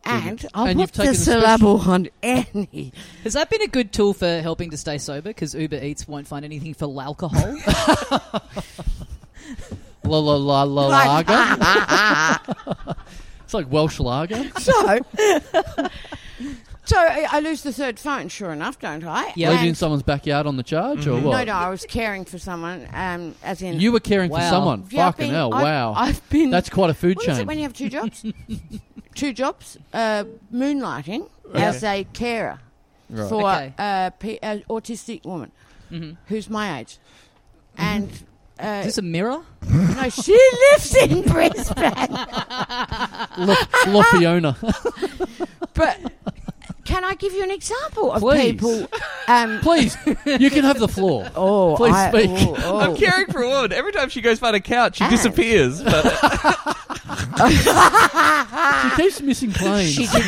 [SPEAKER 3] And I'll
[SPEAKER 2] And you've
[SPEAKER 3] put
[SPEAKER 2] taken
[SPEAKER 3] the
[SPEAKER 2] a special-
[SPEAKER 3] syllable on any.
[SPEAKER 1] Has that been a good tool for helping to stay sober? Because Uber Eats won't find anything for *laughs* alcohol.
[SPEAKER 2] La la la la
[SPEAKER 3] Like- *laughs*
[SPEAKER 2] lager. It's like Welsh lager. *laughs*
[SPEAKER 3] so, so I, I lose the third phone. Sure enough, don't I?
[SPEAKER 1] Yeah.
[SPEAKER 2] Leave it in
[SPEAKER 3] And-
[SPEAKER 2] someone's backyard on the charge or
[SPEAKER 3] Mm-hmm. No,
[SPEAKER 2] what?
[SPEAKER 3] no, I was caring for someone, um, as in
[SPEAKER 2] You were caring for
[SPEAKER 1] Wow.
[SPEAKER 2] someone.
[SPEAKER 3] Yeah, I've
[SPEAKER 2] Fucking
[SPEAKER 3] been-
[SPEAKER 2] hell!
[SPEAKER 3] I've-
[SPEAKER 2] wow.
[SPEAKER 3] I've been-
[SPEAKER 2] That's quite a food
[SPEAKER 3] What is
[SPEAKER 2] chain.
[SPEAKER 3] it when you have
[SPEAKER 2] *laughs*
[SPEAKER 3] two jobs? two jobs, uh, moonlighting as a carer for
[SPEAKER 1] Okay.
[SPEAKER 3] uh, pe- an autistic woman who's my age,
[SPEAKER 2] Mm-hmm.
[SPEAKER 3] and uh,
[SPEAKER 1] Is this a mirror?
[SPEAKER 3] no, she *laughs* lives in Brisbane.
[SPEAKER 2] La,
[SPEAKER 3] *laughs*
[SPEAKER 2] La Fiona.
[SPEAKER 3] But can I give you an example of
[SPEAKER 2] Please.
[SPEAKER 3] people? Um,
[SPEAKER 2] Please, you can have the floor.
[SPEAKER 3] *laughs* Oh,
[SPEAKER 2] Please
[SPEAKER 3] I-
[SPEAKER 2] speak.
[SPEAKER 3] oh, oh.
[SPEAKER 5] I'm caring for a woman. Every time she goes find a couch, she
[SPEAKER 3] And-
[SPEAKER 5] disappears. But *laughs*
[SPEAKER 2] She keeps missing planes.
[SPEAKER 3] She did.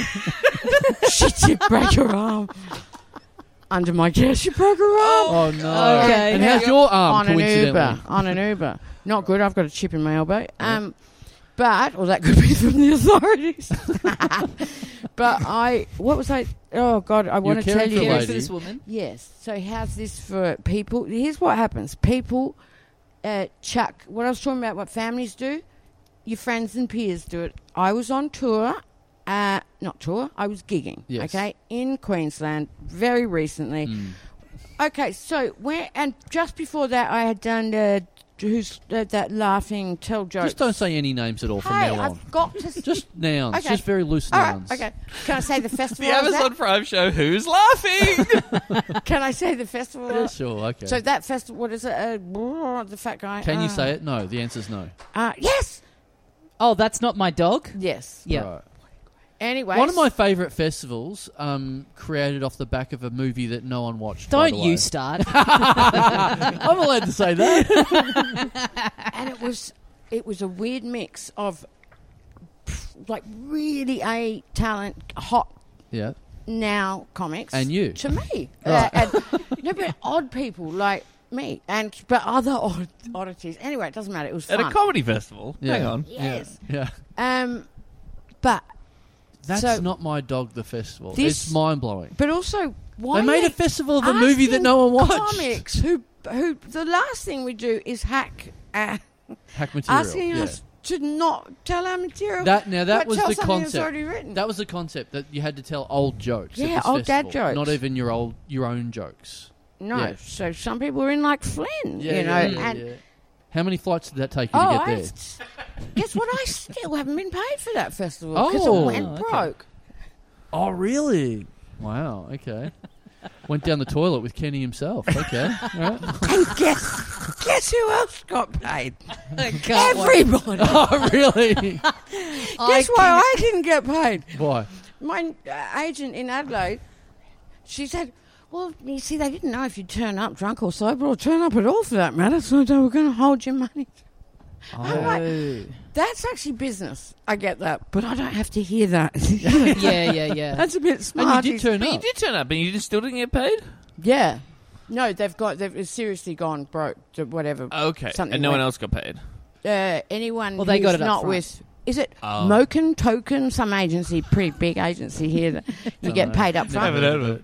[SPEAKER 3] she did break her arm. Under my care, she broke her arm.
[SPEAKER 2] oh no!
[SPEAKER 1] Okay.
[SPEAKER 2] And how's your arm?
[SPEAKER 3] on an
[SPEAKER 2] coincidentally,
[SPEAKER 3] Uber. On an Uber. Not good. I've got a chip in my elbow. Um, but or that could be from the *laughs* authorities. but I, what was I? Oh God, I want to
[SPEAKER 2] caring
[SPEAKER 3] tell
[SPEAKER 2] for
[SPEAKER 3] you.
[SPEAKER 2] a
[SPEAKER 1] Caring
[SPEAKER 2] lady.
[SPEAKER 1] for this woman.
[SPEAKER 3] Yes. So how's this for people? Here's what happens. People uh, chuck. What I was talking about. What families do. Your friends and peers do it. I was on tour. Uh, not tour. I was gigging.
[SPEAKER 2] Yes. Mm.
[SPEAKER 3] Okay, in Queensland very recently.
[SPEAKER 2] Hmm.
[SPEAKER 3] Okay, so where and just before that, I had done uh, who's uh, that laughing tell jokes.
[SPEAKER 2] just don't say any names at all from
[SPEAKER 3] Hey,
[SPEAKER 2] now on.
[SPEAKER 3] I've got
[SPEAKER 2] *laughs*
[SPEAKER 3] to.
[SPEAKER 2] Just nouns.
[SPEAKER 3] Okay.
[SPEAKER 2] Just very loose
[SPEAKER 3] All right,
[SPEAKER 2] nouns.
[SPEAKER 3] okay. Can I
[SPEAKER 2] *laughs*
[SPEAKER 3] say the festival?
[SPEAKER 5] the
[SPEAKER 3] I was
[SPEAKER 5] Amazon Prime show, who's laughing?
[SPEAKER 3] at? Can I say the festival? I
[SPEAKER 2] Yeah, sure. Okay.
[SPEAKER 3] So that festival, what is it? Uh, brr, the fat guy.
[SPEAKER 2] can you
[SPEAKER 3] uh,
[SPEAKER 2] say it? No. The answer's no.
[SPEAKER 3] Uh, yes,
[SPEAKER 1] Oh, that's not my dog.
[SPEAKER 3] yes.
[SPEAKER 1] Yeah.
[SPEAKER 2] Right.
[SPEAKER 3] Anyway,
[SPEAKER 2] One of my favourite festivals, um, created off the back of a movie that no one watched. by
[SPEAKER 1] Don't
[SPEAKER 2] the way.
[SPEAKER 1] you start. *laughs*
[SPEAKER 2] I'm allowed to say
[SPEAKER 3] *laughs*
[SPEAKER 2] that.
[SPEAKER 3] and it was it was a weird mix of like really a talent hot
[SPEAKER 2] yeah.
[SPEAKER 3] now comics
[SPEAKER 2] And you.
[SPEAKER 3] to me. Uh, and, no, but odd people like me, and but other odd, oddities. Anyway, it doesn't matter. It was
[SPEAKER 5] *laughs* At
[SPEAKER 3] fun.
[SPEAKER 5] a comedy festival.
[SPEAKER 2] Yeah.
[SPEAKER 5] Hang on.
[SPEAKER 3] yes.
[SPEAKER 2] Yeah.
[SPEAKER 3] Um, but
[SPEAKER 2] That's
[SPEAKER 3] So-
[SPEAKER 2] not my dog. The festival.
[SPEAKER 3] This-
[SPEAKER 2] it's mind blowing.
[SPEAKER 3] but also why
[SPEAKER 2] They made a festival of a movie that
[SPEAKER 3] asking
[SPEAKER 2] no one watched.
[SPEAKER 3] Comics who who the last thing we do is hack uh,
[SPEAKER 2] *laughs* Hack material.
[SPEAKER 3] asking
[SPEAKER 2] yeah.
[SPEAKER 3] us to not tell our material.
[SPEAKER 2] That now that
[SPEAKER 3] but
[SPEAKER 2] was
[SPEAKER 3] tell
[SPEAKER 2] the
[SPEAKER 3] something that's
[SPEAKER 2] concept.
[SPEAKER 3] already written.
[SPEAKER 2] That was the concept that you had to tell old jokes. at
[SPEAKER 3] Yeah,
[SPEAKER 2] this
[SPEAKER 3] old dad
[SPEAKER 2] festival,
[SPEAKER 3] jokes.
[SPEAKER 2] Not even your old your own jokes.
[SPEAKER 3] no,
[SPEAKER 2] yeah.
[SPEAKER 3] so some people were in like Flynn,
[SPEAKER 2] Yeah,
[SPEAKER 3] you know,
[SPEAKER 2] yeah, yeah,
[SPEAKER 3] and
[SPEAKER 2] yeah. How many flights did that take you
[SPEAKER 3] Oh,
[SPEAKER 2] to get
[SPEAKER 3] I
[SPEAKER 2] there?
[SPEAKER 3] s- guess what? I still haven't been paid for that festival
[SPEAKER 2] Oh,
[SPEAKER 3] because it went
[SPEAKER 2] okay.
[SPEAKER 3] broke.
[SPEAKER 5] Oh, really?
[SPEAKER 2] Wow. Okay. *laughs* Went down the toilet with Kenny himself.
[SPEAKER 3] *laughs*
[SPEAKER 2] Okay. All right.
[SPEAKER 3] And guess guess who else got paid?
[SPEAKER 1] Can't wait.
[SPEAKER 2] *laughs* *laughs*
[SPEAKER 3] Everybody.
[SPEAKER 2] Oh, really? *laughs*
[SPEAKER 3] guess why I didn't get paid?
[SPEAKER 2] Why?
[SPEAKER 3] My uh, agent in Adelaide, she said, "Well, you see, they didn't know if you'd turn up drunk or sober, or turn up at all for that matter. So they were going to hold your money."
[SPEAKER 1] Oh.
[SPEAKER 3] I'm like,
[SPEAKER 1] *laughs*
[SPEAKER 3] That's actually business. I get that, but I don't have to hear
[SPEAKER 1] *laughs*
[SPEAKER 3] that. *laughs*
[SPEAKER 1] Yeah, yeah, yeah.
[SPEAKER 3] That's a bit
[SPEAKER 2] And
[SPEAKER 3] smart.
[SPEAKER 2] you did turn
[SPEAKER 5] But you
[SPEAKER 2] up.
[SPEAKER 5] did turn up and you just still didn't get paid?
[SPEAKER 3] Yeah. No, they've got they've seriously gone broke. to Whatever.
[SPEAKER 5] Okay.
[SPEAKER 3] Something
[SPEAKER 5] and no one
[SPEAKER 3] like-
[SPEAKER 5] else got paid.
[SPEAKER 3] uh, anyone
[SPEAKER 1] Oh. Well, they got
[SPEAKER 3] who's
[SPEAKER 1] it up
[SPEAKER 3] not
[SPEAKER 1] front. Oh.
[SPEAKER 3] with is it Moken Token, some agency, pretty big agency
[SPEAKER 1] *laughs*
[SPEAKER 3] here that you get paid up front.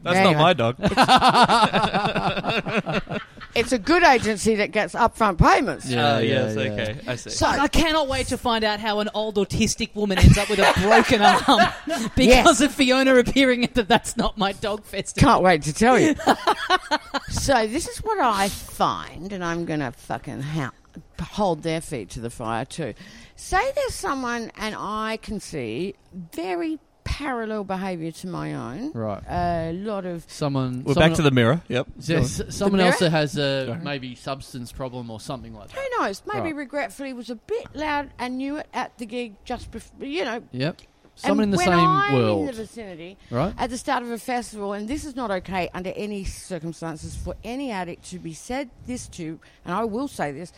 [SPEAKER 5] That's
[SPEAKER 3] Yeah,
[SPEAKER 5] not
[SPEAKER 3] yeah.
[SPEAKER 5] my *laughs* dog.
[SPEAKER 3] It's a good agency that gets upfront payments.
[SPEAKER 2] Yeah,
[SPEAKER 5] Oh, yes,
[SPEAKER 2] yeah, yeah.
[SPEAKER 5] okay. I see.
[SPEAKER 3] So
[SPEAKER 1] I cannot wait to find out how an old autistic woman ends up with a *laughs* broken arm because of Fiona appearing at the That's Not My Dog Festival.
[SPEAKER 3] can't wait to
[SPEAKER 2] *laughs*
[SPEAKER 3] tell you. so this is what I find, and I'm going to fucking ha- hold their feet to the fire too. Say there's someone, and I can see very parallel behaviour to my own.
[SPEAKER 2] Right.
[SPEAKER 3] A lot of
[SPEAKER 2] Someone.
[SPEAKER 5] We're
[SPEAKER 2] someone *laughs*
[SPEAKER 5] back to the mirror. Yep.
[SPEAKER 2] Yeah,
[SPEAKER 5] *laughs*
[SPEAKER 2] s- someone
[SPEAKER 3] The
[SPEAKER 2] else
[SPEAKER 3] mirror?
[SPEAKER 2] that has a maybe substance problem or something like that.
[SPEAKER 3] Who knows? Maybe
[SPEAKER 2] Right.
[SPEAKER 3] regretfully was a bit loud and knew it at the gig just before, you know.
[SPEAKER 2] Yep. Someone
[SPEAKER 3] and
[SPEAKER 2] in the
[SPEAKER 3] when
[SPEAKER 2] same
[SPEAKER 3] I'm
[SPEAKER 2] world.
[SPEAKER 3] in the vicinity,
[SPEAKER 2] Right.
[SPEAKER 3] at the start of a festival, and this is not okay under any circumstances for any addict to be said this to, and I will say this,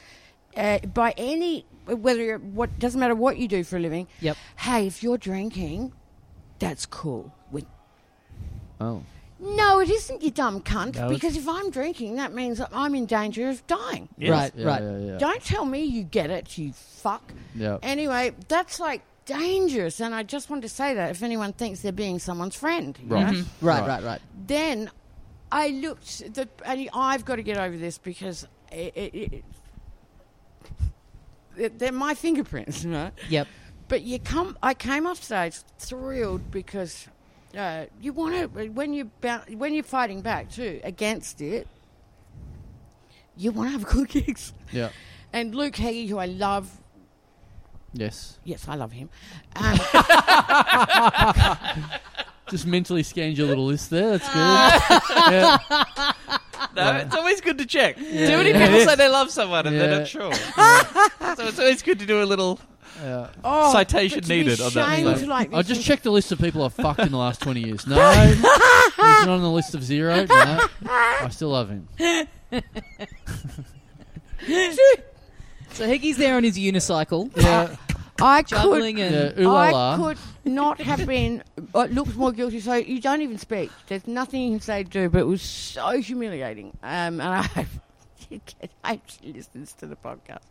[SPEAKER 3] uh, by any whether you're, what doesn't matter what you do for a living.
[SPEAKER 1] Yep.
[SPEAKER 3] Hey, if you're drinking, that's cool. With
[SPEAKER 2] oh.
[SPEAKER 3] no, it isn't, you dumb cunt.
[SPEAKER 2] No, it's-
[SPEAKER 3] because if I'm drinking, that means that I'm in danger of dying.
[SPEAKER 1] Right,
[SPEAKER 2] Yeah,
[SPEAKER 1] right.
[SPEAKER 2] Yeah, yeah.
[SPEAKER 3] Don't tell me you get it, you fuck.
[SPEAKER 2] Yeah.
[SPEAKER 3] Anyway, that's like dangerous, and I just want to say that if anyone thinks they're being someone's friend, you
[SPEAKER 2] Right.
[SPEAKER 3] know?
[SPEAKER 1] Right, Mm-hmm.
[SPEAKER 2] Right.
[SPEAKER 1] right, right.
[SPEAKER 3] Then I looked. The, and I've got to get over this because it, it, it, it- they're my fingerprints, right?
[SPEAKER 1] Yep.
[SPEAKER 3] But you come. I came off stage thrilled because. Uh, you want to when you bou- when you're fighting back too against it. You want to have good *laughs* gigs.
[SPEAKER 2] Yeah.
[SPEAKER 3] And Luke Heggie, who I love,
[SPEAKER 2] Yes.
[SPEAKER 3] yes, I love him. Um,
[SPEAKER 2] Just mentally scanned your little list there. That's good. yeah.
[SPEAKER 3] Ah.
[SPEAKER 5] No, it's always good to check.
[SPEAKER 2] Yeah,
[SPEAKER 5] Too many
[SPEAKER 2] yeah.
[SPEAKER 5] people
[SPEAKER 2] Yeah.
[SPEAKER 5] say they love someone and
[SPEAKER 2] Yeah.
[SPEAKER 5] they're not sure.
[SPEAKER 3] *laughs*
[SPEAKER 5] so it's always good to do a little.
[SPEAKER 2] *laughs* yeah.
[SPEAKER 3] oh,
[SPEAKER 5] Citation
[SPEAKER 3] but to be
[SPEAKER 5] needed on that.
[SPEAKER 3] shamed
[SPEAKER 2] Like,
[SPEAKER 3] like
[SPEAKER 2] I
[SPEAKER 3] this
[SPEAKER 2] just
[SPEAKER 3] is-
[SPEAKER 2] checked the list of people I've fucked in the last 20
[SPEAKER 3] *laughs*
[SPEAKER 2] years. No. he's not on the list of zero. No. I still love him.
[SPEAKER 1] So Higgy's there on his unicycle.
[SPEAKER 2] Yeah.
[SPEAKER 3] *laughs* I
[SPEAKER 1] Juggling
[SPEAKER 3] could,
[SPEAKER 1] and
[SPEAKER 2] Yeah. Ooh la la.
[SPEAKER 3] I could not have been. It looks more guilty. So you don't even speak. There's nothing you can say to do. But it was so humiliating. Um, and I, *laughs* I she listens to the podcast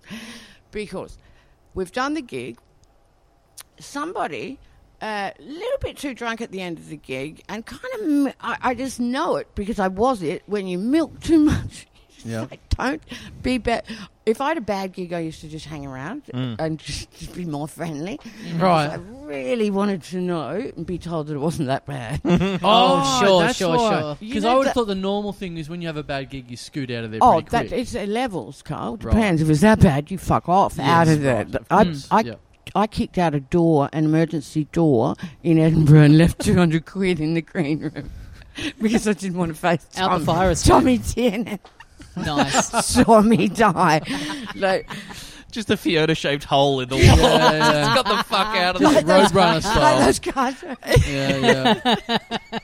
[SPEAKER 3] because we've done the gig. Somebody. A little bit too drunk at the end of the gig, and kind of, mi- I, I just know it because I was it. When you milk too much, *laughs*
[SPEAKER 2] Yeah.
[SPEAKER 3] I don't be bad. If I had a bad gig, I used to just hang around and just, just be more friendly. I
[SPEAKER 2] Mm. Right.
[SPEAKER 3] really wanted to know and be told that it wasn't that bad.
[SPEAKER 2] *laughs*
[SPEAKER 1] Oh, sure, sure, sure.
[SPEAKER 3] You
[SPEAKER 2] Because
[SPEAKER 3] know
[SPEAKER 2] I would have
[SPEAKER 3] that-
[SPEAKER 2] thought the normal thing is when you have a bad gig, you scoot out of there
[SPEAKER 3] oh,
[SPEAKER 2] pretty
[SPEAKER 3] that,
[SPEAKER 2] quick.
[SPEAKER 3] it's uh, levels, Carl.
[SPEAKER 2] Right.
[SPEAKER 3] Depends. If it's that bad, you fuck off
[SPEAKER 2] Yes,
[SPEAKER 3] out of there.
[SPEAKER 2] right, of
[SPEAKER 3] I,
[SPEAKER 2] course.
[SPEAKER 3] I,
[SPEAKER 2] Mm. Yeah.
[SPEAKER 3] I kicked out a door, an emergency door in Edinburgh, and left two hundred quid in the green room. *laughs* Because I didn't want to face
[SPEAKER 1] Out the
[SPEAKER 3] Tom,
[SPEAKER 1] fire escape.
[SPEAKER 3] Tommy Tiernan
[SPEAKER 1] *laughs* Nice.
[SPEAKER 3] saw
[SPEAKER 1] *laughs*
[SPEAKER 3] me die. Like,
[SPEAKER 5] Just a Fiona shaped hole in the wall.
[SPEAKER 2] Yeah, yeah.
[SPEAKER 3] *laughs*
[SPEAKER 5] *laughs* just got the fuck out of
[SPEAKER 2] Just
[SPEAKER 5] there.
[SPEAKER 2] Roadrunner
[SPEAKER 3] like
[SPEAKER 2] style.
[SPEAKER 3] *laughs* those guys.
[SPEAKER 2] yeah,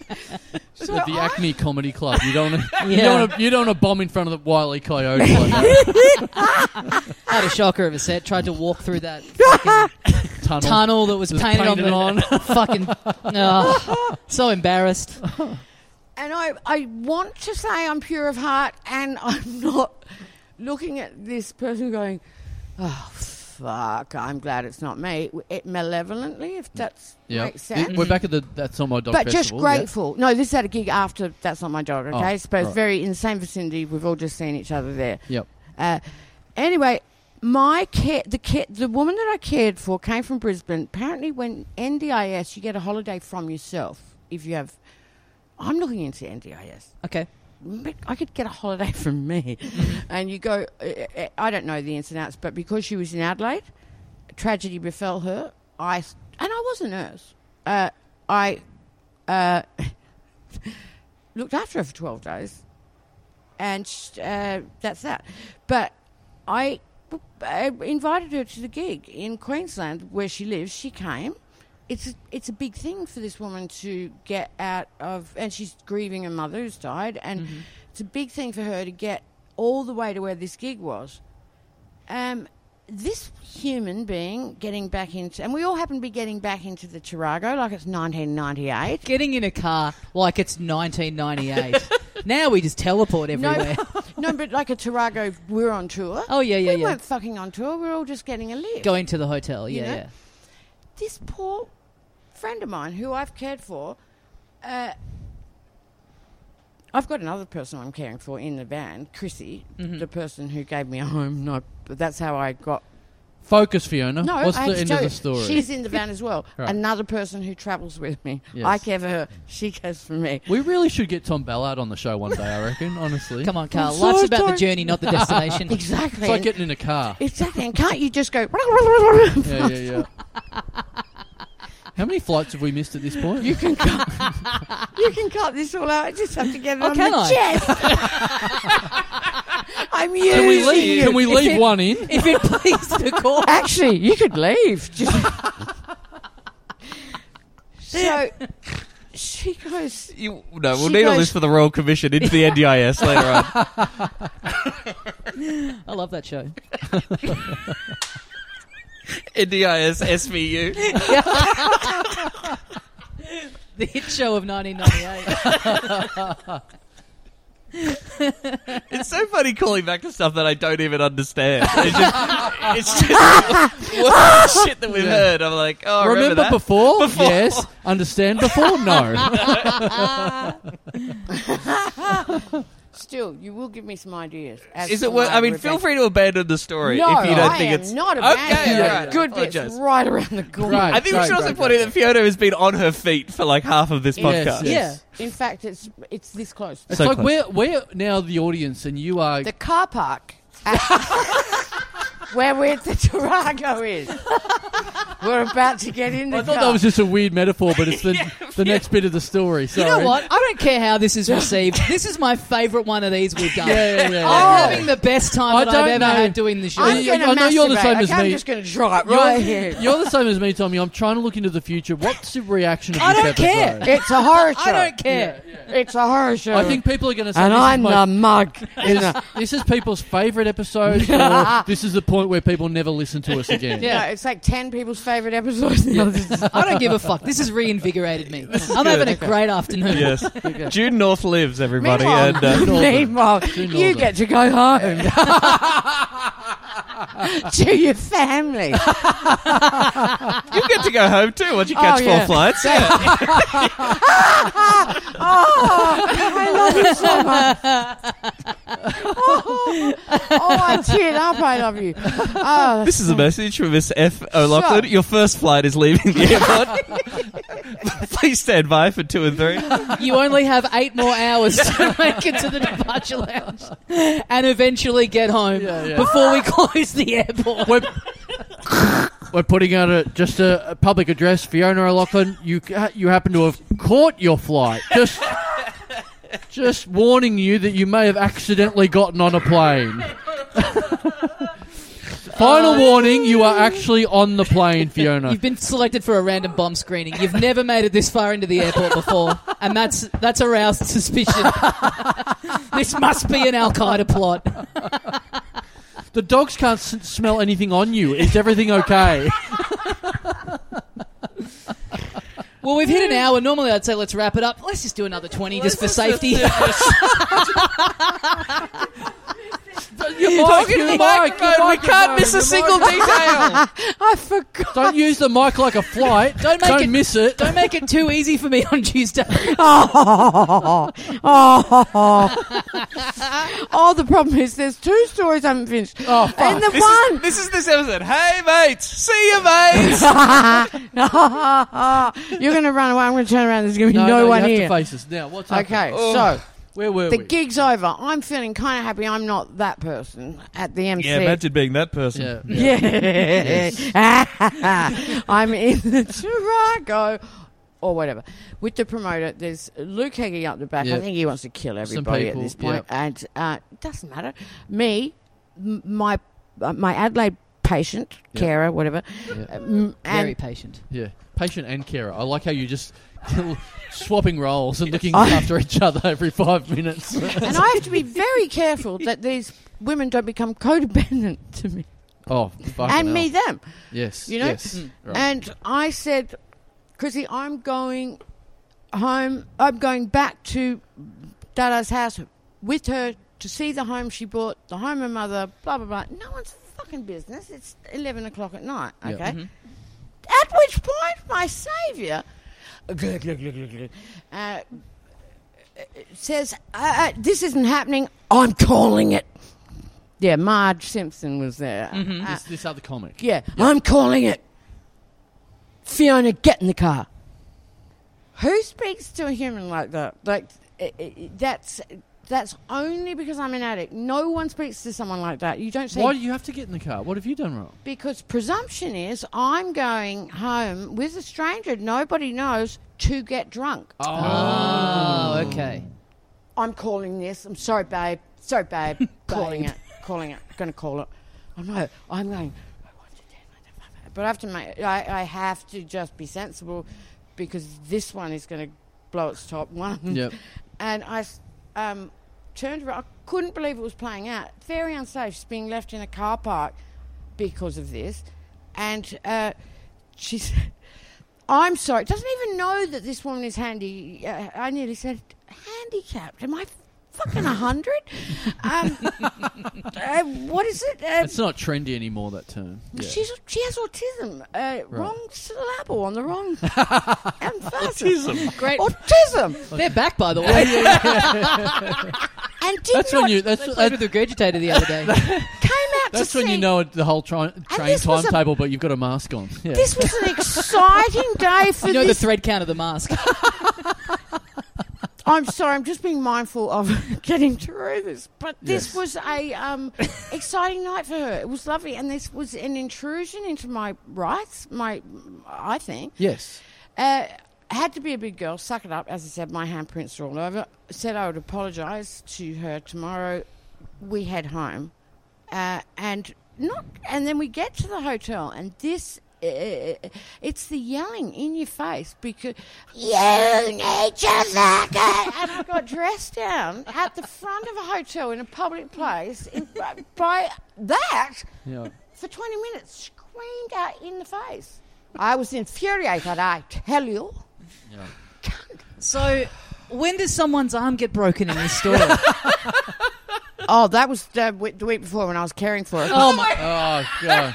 [SPEAKER 2] yeah.
[SPEAKER 3] *laughs* So
[SPEAKER 2] At the
[SPEAKER 3] I-
[SPEAKER 2] Acme Comedy Club. You
[SPEAKER 3] *laughs*
[SPEAKER 2] don't want to
[SPEAKER 1] Yeah.
[SPEAKER 2] you don't wanna, you don't wanna bomb in front of the wily coyote
[SPEAKER 3] *laughs*
[SPEAKER 2] like that.
[SPEAKER 1] *laughs* Had a shocker of a set. Tried to walk through that fucking
[SPEAKER 2] tunnel.
[SPEAKER 1] tunnel that was
[SPEAKER 2] Just
[SPEAKER 1] painted,
[SPEAKER 2] painted
[SPEAKER 1] on the *laughs* fucking. Oh,
[SPEAKER 2] *laughs*
[SPEAKER 1] so embarrassed.
[SPEAKER 3] And I, I want to say I'm pure of heart, and *laughs* I'm not looking at this person going, oh, fuck, I'm glad it's not me. It malevolently, if that's
[SPEAKER 2] Mm. Yeah,
[SPEAKER 3] makes sense.
[SPEAKER 2] we're back at the that's not my dog.
[SPEAKER 3] but just
[SPEAKER 2] festival, yeah.
[SPEAKER 3] grateful. No, this is at a gig after That's Not My Dog, okay?
[SPEAKER 2] Oh,
[SPEAKER 3] I suppose
[SPEAKER 2] right.
[SPEAKER 3] very in the same vicinity. We've all just seen each other there.
[SPEAKER 2] Yep.
[SPEAKER 3] Uh, anyway, my care, the care, the woman that I cared for came from Brisbane. Apparently, when NDIS, you get a holiday from yourself if you have. I'm looking into NDIS.
[SPEAKER 1] Okay.
[SPEAKER 3] But I could get a holiday *laughs* from me, and you go. uh, uh, I don't know the ins and outs, but because she was in Adelaide, tragedy befell her. I and I was a nurse. Uh, I uh, *laughs* looked after her for twelve days, and sh- uh, that's that. But I, I invited her to the gig in Queensland where she lives. She came. It's a, it's a big thing for this woman to get out of, and she's grieving her mother who's died, and it's a big thing for her to get all the way to where this gig was. Um, this human being getting back into, and we all happen to be getting back into the Tarago like it's 1998.
[SPEAKER 1] Getting in a car like it's
[SPEAKER 2] *laughs*
[SPEAKER 1] 1998. now we just teleport everywhere.
[SPEAKER 3] No, no, but like a Tarago, we're on tour.
[SPEAKER 1] Oh, yeah, yeah,
[SPEAKER 3] we
[SPEAKER 1] yeah.
[SPEAKER 3] weren't fucking on tour. We're all just getting a lift.
[SPEAKER 1] Going to the hotel.
[SPEAKER 3] You
[SPEAKER 1] Yeah,
[SPEAKER 3] know?
[SPEAKER 1] yeah.
[SPEAKER 3] This poor friend of mine, who I've cared for, uh, I've got another person I'm caring for in the van, Chrissy,
[SPEAKER 2] Mm-hmm.
[SPEAKER 3] the person who gave me a home. No, but that's how I got.
[SPEAKER 2] Focus, Fiona.
[SPEAKER 3] No,
[SPEAKER 2] What's
[SPEAKER 3] I
[SPEAKER 2] the
[SPEAKER 3] have to
[SPEAKER 2] end
[SPEAKER 3] tell
[SPEAKER 2] of
[SPEAKER 3] you,
[SPEAKER 2] the story?
[SPEAKER 3] She's in the van as well.
[SPEAKER 2] *laughs* Right.
[SPEAKER 3] Another person who travels with me.
[SPEAKER 2] Yes.
[SPEAKER 3] I care for her. She cares
[SPEAKER 2] *laughs*
[SPEAKER 3] for me.
[SPEAKER 2] we really should get Tom Ballard on the show one day. I
[SPEAKER 3] *laughs*
[SPEAKER 2] reckon, honestly.
[SPEAKER 1] Come on, Carl.
[SPEAKER 3] so
[SPEAKER 1] Life's about the
[SPEAKER 3] sorry.
[SPEAKER 1] journey, not
[SPEAKER 2] *laughs*
[SPEAKER 1] the destination.
[SPEAKER 3] Exactly.
[SPEAKER 2] It's like getting in a
[SPEAKER 3] *laughs*
[SPEAKER 2] car.
[SPEAKER 3] exactly. And can't you just
[SPEAKER 2] *laughs*
[SPEAKER 3] go?
[SPEAKER 2] yeah, yeah, yeah. How many flights have we missed at this point?
[SPEAKER 3] You can cut. you can cut this all out. I just have to get it
[SPEAKER 1] Oh,
[SPEAKER 3] on
[SPEAKER 1] can
[SPEAKER 3] the
[SPEAKER 1] I?
[SPEAKER 5] *laughs*
[SPEAKER 3] chest. I'm using
[SPEAKER 2] can
[SPEAKER 3] *laughs*
[SPEAKER 2] we leave?
[SPEAKER 3] you.
[SPEAKER 2] Can we
[SPEAKER 1] If
[SPEAKER 2] leave
[SPEAKER 1] it-
[SPEAKER 2] one
[SPEAKER 3] *laughs*
[SPEAKER 2] in?
[SPEAKER 1] if it pleased the court.
[SPEAKER 3] Actually, you could *laughs* leave. so she goes.
[SPEAKER 5] *laughs* You, no, we'll
[SPEAKER 3] She
[SPEAKER 5] need all
[SPEAKER 3] goes-
[SPEAKER 5] this for the Royal Commission into
[SPEAKER 3] *laughs*
[SPEAKER 5] the NDIS later on.
[SPEAKER 1] I love that
[SPEAKER 2] *laughs*
[SPEAKER 1] show. *laughs*
[SPEAKER 5] NDIS SVU.
[SPEAKER 1] The hit show of 1998.
[SPEAKER 5] It's so funny calling back to stuff that I don't even understand. It's just,
[SPEAKER 3] *laughs*
[SPEAKER 5] it's just what the shit that we've heard. I'm like, oh, remember,
[SPEAKER 2] remember
[SPEAKER 3] *laughs*
[SPEAKER 5] that?
[SPEAKER 2] before?
[SPEAKER 5] Before.
[SPEAKER 2] Yes. Understand before? No.
[SPEAKER 3] Still, you will give me some ideas. as
[SPEAKER 5] Is it
[SPEAKER 3] to
[SPEAKER 5] worth?
[SPEAKER 3] why
[SPEAKER 5] I mean,
[SPEAKER 3] we're
[SPEAKER 5] feel
[SPEAKER 3] back-
[SPEAKER 5] free to abandon the story
[SPEAKER 3] No,
[SPEAKER 5] if you don't
[SPEAKER 3] I
[SPEAKER 5] think
[SPEAKER 3] am
[SPEAKER 5] it's
[SPEAKER 3] not a
[SPEAKER 5] okay.
[SPEAKER 3] bad
[SPEAKER 5] alright,
[SPEAKER 3] Good bits
[SPEAKER 5] apologise.
[SPEAKER 3] right around the corner.
[SPEAKER 1] Right.
[SPEAKER 5] I think we should also point out that Fiona has been on her feet for like half of this
[SPEAKER 3] Yes,
[SPEAKER 5] podcast.
[SPEAKER 1] Yeah.
[SPEAKER 3] In fact, it's it's this close.
[SPEAKER 2] It's
[SPEAKER 5] So
[SPEAKER 2] like
[SPEAKER 5] close.
[SPEAKER 2] we're we're now the audience, and you are
[SPEAKER 3] the car park *laughs* where we the Tarago is. We're about to get in the
[SPEAKER 2] I thought
[SPEAKER 3] car.
[SPEAKER 2] that was just a weird metaphor,
[SPEAKER 1] *laughs*
[SPEAKER 2] but it's the the next bit of the story. Sorry.
[SPEAKER 1] You know what? I don't care how this is received. This is my favourite one of these we've done.
[SPEAKER 2] Yeah, yeah, yeah,
[SPEAKER 1] I'm
[SPEAKER 2] yeah.
[SPEAKER 1] having the best time
[SPEAKER 2] I
[SPEAKER 1] that I've
[SPEAKER 2] don't
[SPEAKER 1] ever
[SPEAKER 2] know.
[SPEAKER 1] had doing the show.
[SPEAKER 2] I-
[SPEAKER 3] I'm
[SPEAKER 2] you-
[SPEAKER 3] going to
[SPEAKER 2] I know
[SPEAKER 3] masturbate.
[SPEAKER 2] you're the same
[SPEAKER 3] okay?
[SPEAKER 2] as
[SPEAKER 3] I'm
[SPEAKER 2] me.
[SPEAKER 3] just going to draw it
[SPEAKER 2] You're,
[SPEAKER 3] right here.
[SPEAKER 2] you're the same as me, Tommy. I'm trying to look into the future. What's the reaction of
[SPEAKER 1] I
[SPEAKER 2] this
[SPEAKER 1] don't care.
[SPEAKER 2] episode?
[SPEAKER 3] It's a
[SPEAKER 2] *laughs*
[SPEAKER 3] horror show.
[SPEAKER 1] I don't care.
[SPEAKER 3] It's a horror show.
[SPEAKER 2] I think people are going to say
[SPEAKER 3] and
[SPEAKER 2] this,
[SPEAKER 3] I'm
[SPEAKER 2] is my-
[SPEAKER 3] the
[SPEAKER 2] *laughs*
[SPEAKER 3] mug. in the-
[SPEAKER 2] this is people's favourite episode,
[SPEAKER 1] *laughs*
[SPEAKER 2] or this is the point where people never listen to us again.
[SPEAKER 1] Yeah.
[SPEAKER 3] No, it's like ten people's favorite episodes. *laughs* now.
[SPEAKER 2] *laughs*
[SPEAKER 1] I don't give a fuck. This has reinvigorated me. I'm having a great afternoon.
[SPEAKER 5] *laughs* Yes. June North lives, everybody.
[SPEAKER 3] Meanwhile,
[SPEAKER 5] And, uh,
[SPEAKER 3] meanwhile, you
[SPEAKER 2] Northern.
[SPEAKER 3] get to go home
[SPEAKER 2] *laughs*
[SPEAKER 3] *laughs* to
[SPEAKER 2] *laughs*
[SPEAKER 3] your family.
[SPEAKER 5] *laughs* you get to go home too once you
[SPEAKER 3] Oh,
[SPEAKER 5] catch
[SPEAKER 3] yeah.
[SPEAKER 5] four flights.
[SPEAKER 3] Oh, I love you so much. Oh, I teared up. I love you. Oh,
[SPEAKER 5] This is a message from Miss F. O'Loughlin.
[SPEAKER 3] Sure.
[SPEAKER 5] Your first flight is leaving *laughs* the airport. *laughs* Please stand by for two
[SPEAKER 3] *laughs*
[SPEAKER 5] and three.
[SPEAKER 1] You only have eight more hours to make it to the departure lounge and eventually get home
[SPEAKER 2] Yeah, yeah.
[SPEAKER 1] before we close the airport.
[SPEAKER 2] We're, we're putting out a, just a, a public address, Fiona O'Loughlin. You ca- you happen to have caught your flight. Just just warning you that you may have accidentally gotten on a plane. *laughs* Final
[SPEAKER 5] Uh,
[SPEAKER 2] warning: you are actually on the plane, Fiona.
[SPEAKER 1] You've been selected for a random bomb screening. You've never made it this far into the airport before, and that's that's aroused suspicion. *laughs* this must be an Al Qaeda plot.
[SPEAKER 2] the dogs can't s- smell anything on you. Is everything okay?
[SPEAKER 1] Well, we've hit an hour. Normally, I'd say let's wrap it up. Let's just do another 20 just for
[SPEAKER 5] *laughs*
[SPEAKER 1] safety.
[SPEAKER 2] *laughs* Your mic, your mic, your
[SPEAKER 5] we
[SPEAKER 2] microphone,
[SPEAKER 5] can't miss
[SPEAKER 2] your
[SPEAKER 5] a single
[SPEAKER 2] microphone.
[SPEAKER 5] detail.
[SPEAKER 3] I forgot.
[SPEAKER 2] Don't use the mic like a flight.
[SPEAKER 1] Don't
[SPEAKER 2] *laughs* Don't
[SPEAKER 1] make it-
[SPEAKER 2] miss it. *laughs*
[SPEAKER 1] Don't make it too easy for me on Tuesday.
[SPEAKER 3] Oh, oh, oh, the problem is there's two stories I haven't finished. Oh, fuck. And the
[SPEAKER 5] This
[SPEAKER 3] one.
[SPEAKER 5] is, this is this episode. Hey, mates. See
[SPEAKER 3] *laughs*
[SPEAKER 5] you, mates.
[SPEAKER 3] You're going to run away. I'm going to turn around. There's going to be no,
[SPEAKER 2] you
[SPEAKER 3] one
[SPEAKER 2] have to
[SPEAKER 3] here.
[SPEAKER 2] face us now. What's
[SPEAKER 3] Okay,
[SPEAKER 2] happening?
[SPEAKER 3] so
[SPEAKER 2] Where were
[SPEAKER 3] the
[SPEAKER 2] Oh, we?
[SPEAKER 3] gig's over. I'm feeling kind of happy. I'm not that person at the MC.
[SPEAKER 5] being that person.
[SPEAKER 2] yeah.
[SPEAKER 3] Yeah. *laughs* I'm in the Tarago or whatever. With the promoter, there's Luke Heggie up the back. I
[SPEAKER 2] Yep.
[SPEAKER 3] think he wants to kill everybody
[SPEAKER 2] people,
[SPEAKER 3] at this point. And uh, it doesn't matter. Me, m- my uh, my Adelaide patient,
[SPEAKER 2] Yep.
[SPEAKER 3] carer, whatever.
[SPEAKER 2] Yep.
[SPEAKER 3] um,
[SPEAKER 1] Very
[SPEAKER 3] and
[SPEAKER 1] patient.
[SPEAKER 2] Yeah, patient and carer. I like how you just *laughs* swapping roles and looking after each other every five
[SPEAKER 3] *laughs*
[SPEAKER 2] minutes.
[SPEAKER 3] and I have to be very careful that these women don't become codependent to me
[SPEAKER 2] oh, fucking
[SPEAKER 3] and me
[SPEAKER 2] hell.
[SPEAKER 3] them.
[SPEAKER 2] Yes,
[SPEAKER 3] you know? Mm.
[SPEAKER 2] yes. Right.
[SPEAKER 3] And I said, Chrissy, I'm going home. I'm going back to Dada's house with her to see the home she bought, the home her mother, blah, blah, blah. No one's fucking business. It's 11 o'clock at night, okay?
[SPEAKER 2] Yeah. mm-hmm.
[SPEAKER 3] At which point, my saviour uh, says, uh, uh, This isn't happening. I'm calling it. Yeah, Marge Simpson was there. Uh,
[SPEAKER 2] Mm. This, this other comic.
[SPEAKER 3] yeah, I'm calling it. Fiona, get in the car. Who speaks to a human like that? Like i i that's that's only because I'm an addict. No one speaks to someone like that. You don't say
[SPEAKER 2] Why do you have to get in the car? What have you done wrong?
[SPEAKER 3] because presumption is I'm going home with a stranger nobody knows to get drunk.
[SPEAKER 2] Uh,
[SPEAKER 1] Oh, okay.
[SPEAKER 3] I'm calling this. I'm sorry, babe. Sorry, babe. calling it. Calling it. Going to call it. I know. I'm going. I want to do it. But I have to make. I, I have to just be sensible, because this one is going to blow its top. One. of them.
[SPEAKER 2] Yep.
[SPEAKER 3] And I s- um, turned around. I couldn't believe it was playing out. Very unsafe. She's being left in a car park because of this. And uh, she said, *laughs* I'm sorry. Doesn't even know that this woman is handy. Uh, I nearly said handicapped. Am I fucking
[SPEAKER 2] *laughs*
[SPEAKER 3] a hundred? um, uh, what is it? Uh,
[SPEAKER 2] It's not trendy anymore. That term. Yeah.
[SPEAKER 3] She's, she has autism. Uh, Wrong syllable on
[SPEAKER 2] *laughs*
[SPEAKER 3] the wrong. autism.
[SPEAKER 1] Great.
[SPEAKER 3] Autism.
[SPEAKER 1] Oh, They're back, by the way. *laughs*
[SPEAKER 3] And did
[SPEAKER 2] That's
[SPEAKER 3] not
[SPEAKER 2] when you. That's
[SPEAKER 1] They played
[SPEAKER 2] that's,
[SPEAKER 1] with Regurgitator the other *laughs* day.
[SPEAKER 3] came out to
[SPEAKER 2] that's when
[SPEAKER 3] see-
[SPEAKER 2] you know it- the whole tri- train
[SPEAKER 3] this was a-
[SPEAKER 2] timetable, but you've got a mask on. Yeah.
[SPEAKER 3] This was an exciting day
[SPEAKER 1] *laughs*
[SPEAKER 3] for
[SPEAKER 1] You know the
[SPEAKER 3] this.
[SPEAKER 1] thread count of the mask.
[SPEAKER 3] I'm sorry, I'm just being mindful of *laughs* getting through this. But this
[SPEAKER 2] Yes.
[SPEAKER 3] was a um, exciting night for her. It was lovely, and this was an intrusion into my rights. My, I think,
[SPEAKER 2] yes.
[SPEAKER 3] uh, had to be a big girl. Suck it up, as I said. My handprints are all over. Said I would apologise to her tomorrow. We head home, uh, and not, and then we get to the hotel, and this. Uh, it's the yelling in your face because you need to fuck it. *laughs* And I got dressed down at the front of a hotel in a public place in, by that
[SPEAKER 2] Yeah.
[SPEAKER 3] for 20 minutes, screamed out in the face. I was infuriated, I tell you.
[SPEAKER 1] So, when does someone's arm get broken in this *laughs* story?
[SPEAKER 3] Oh, that was the, w- the week before when I was caring for it.
[SPEAKER 1] oh my!
[SPEAKER 2] Oh god.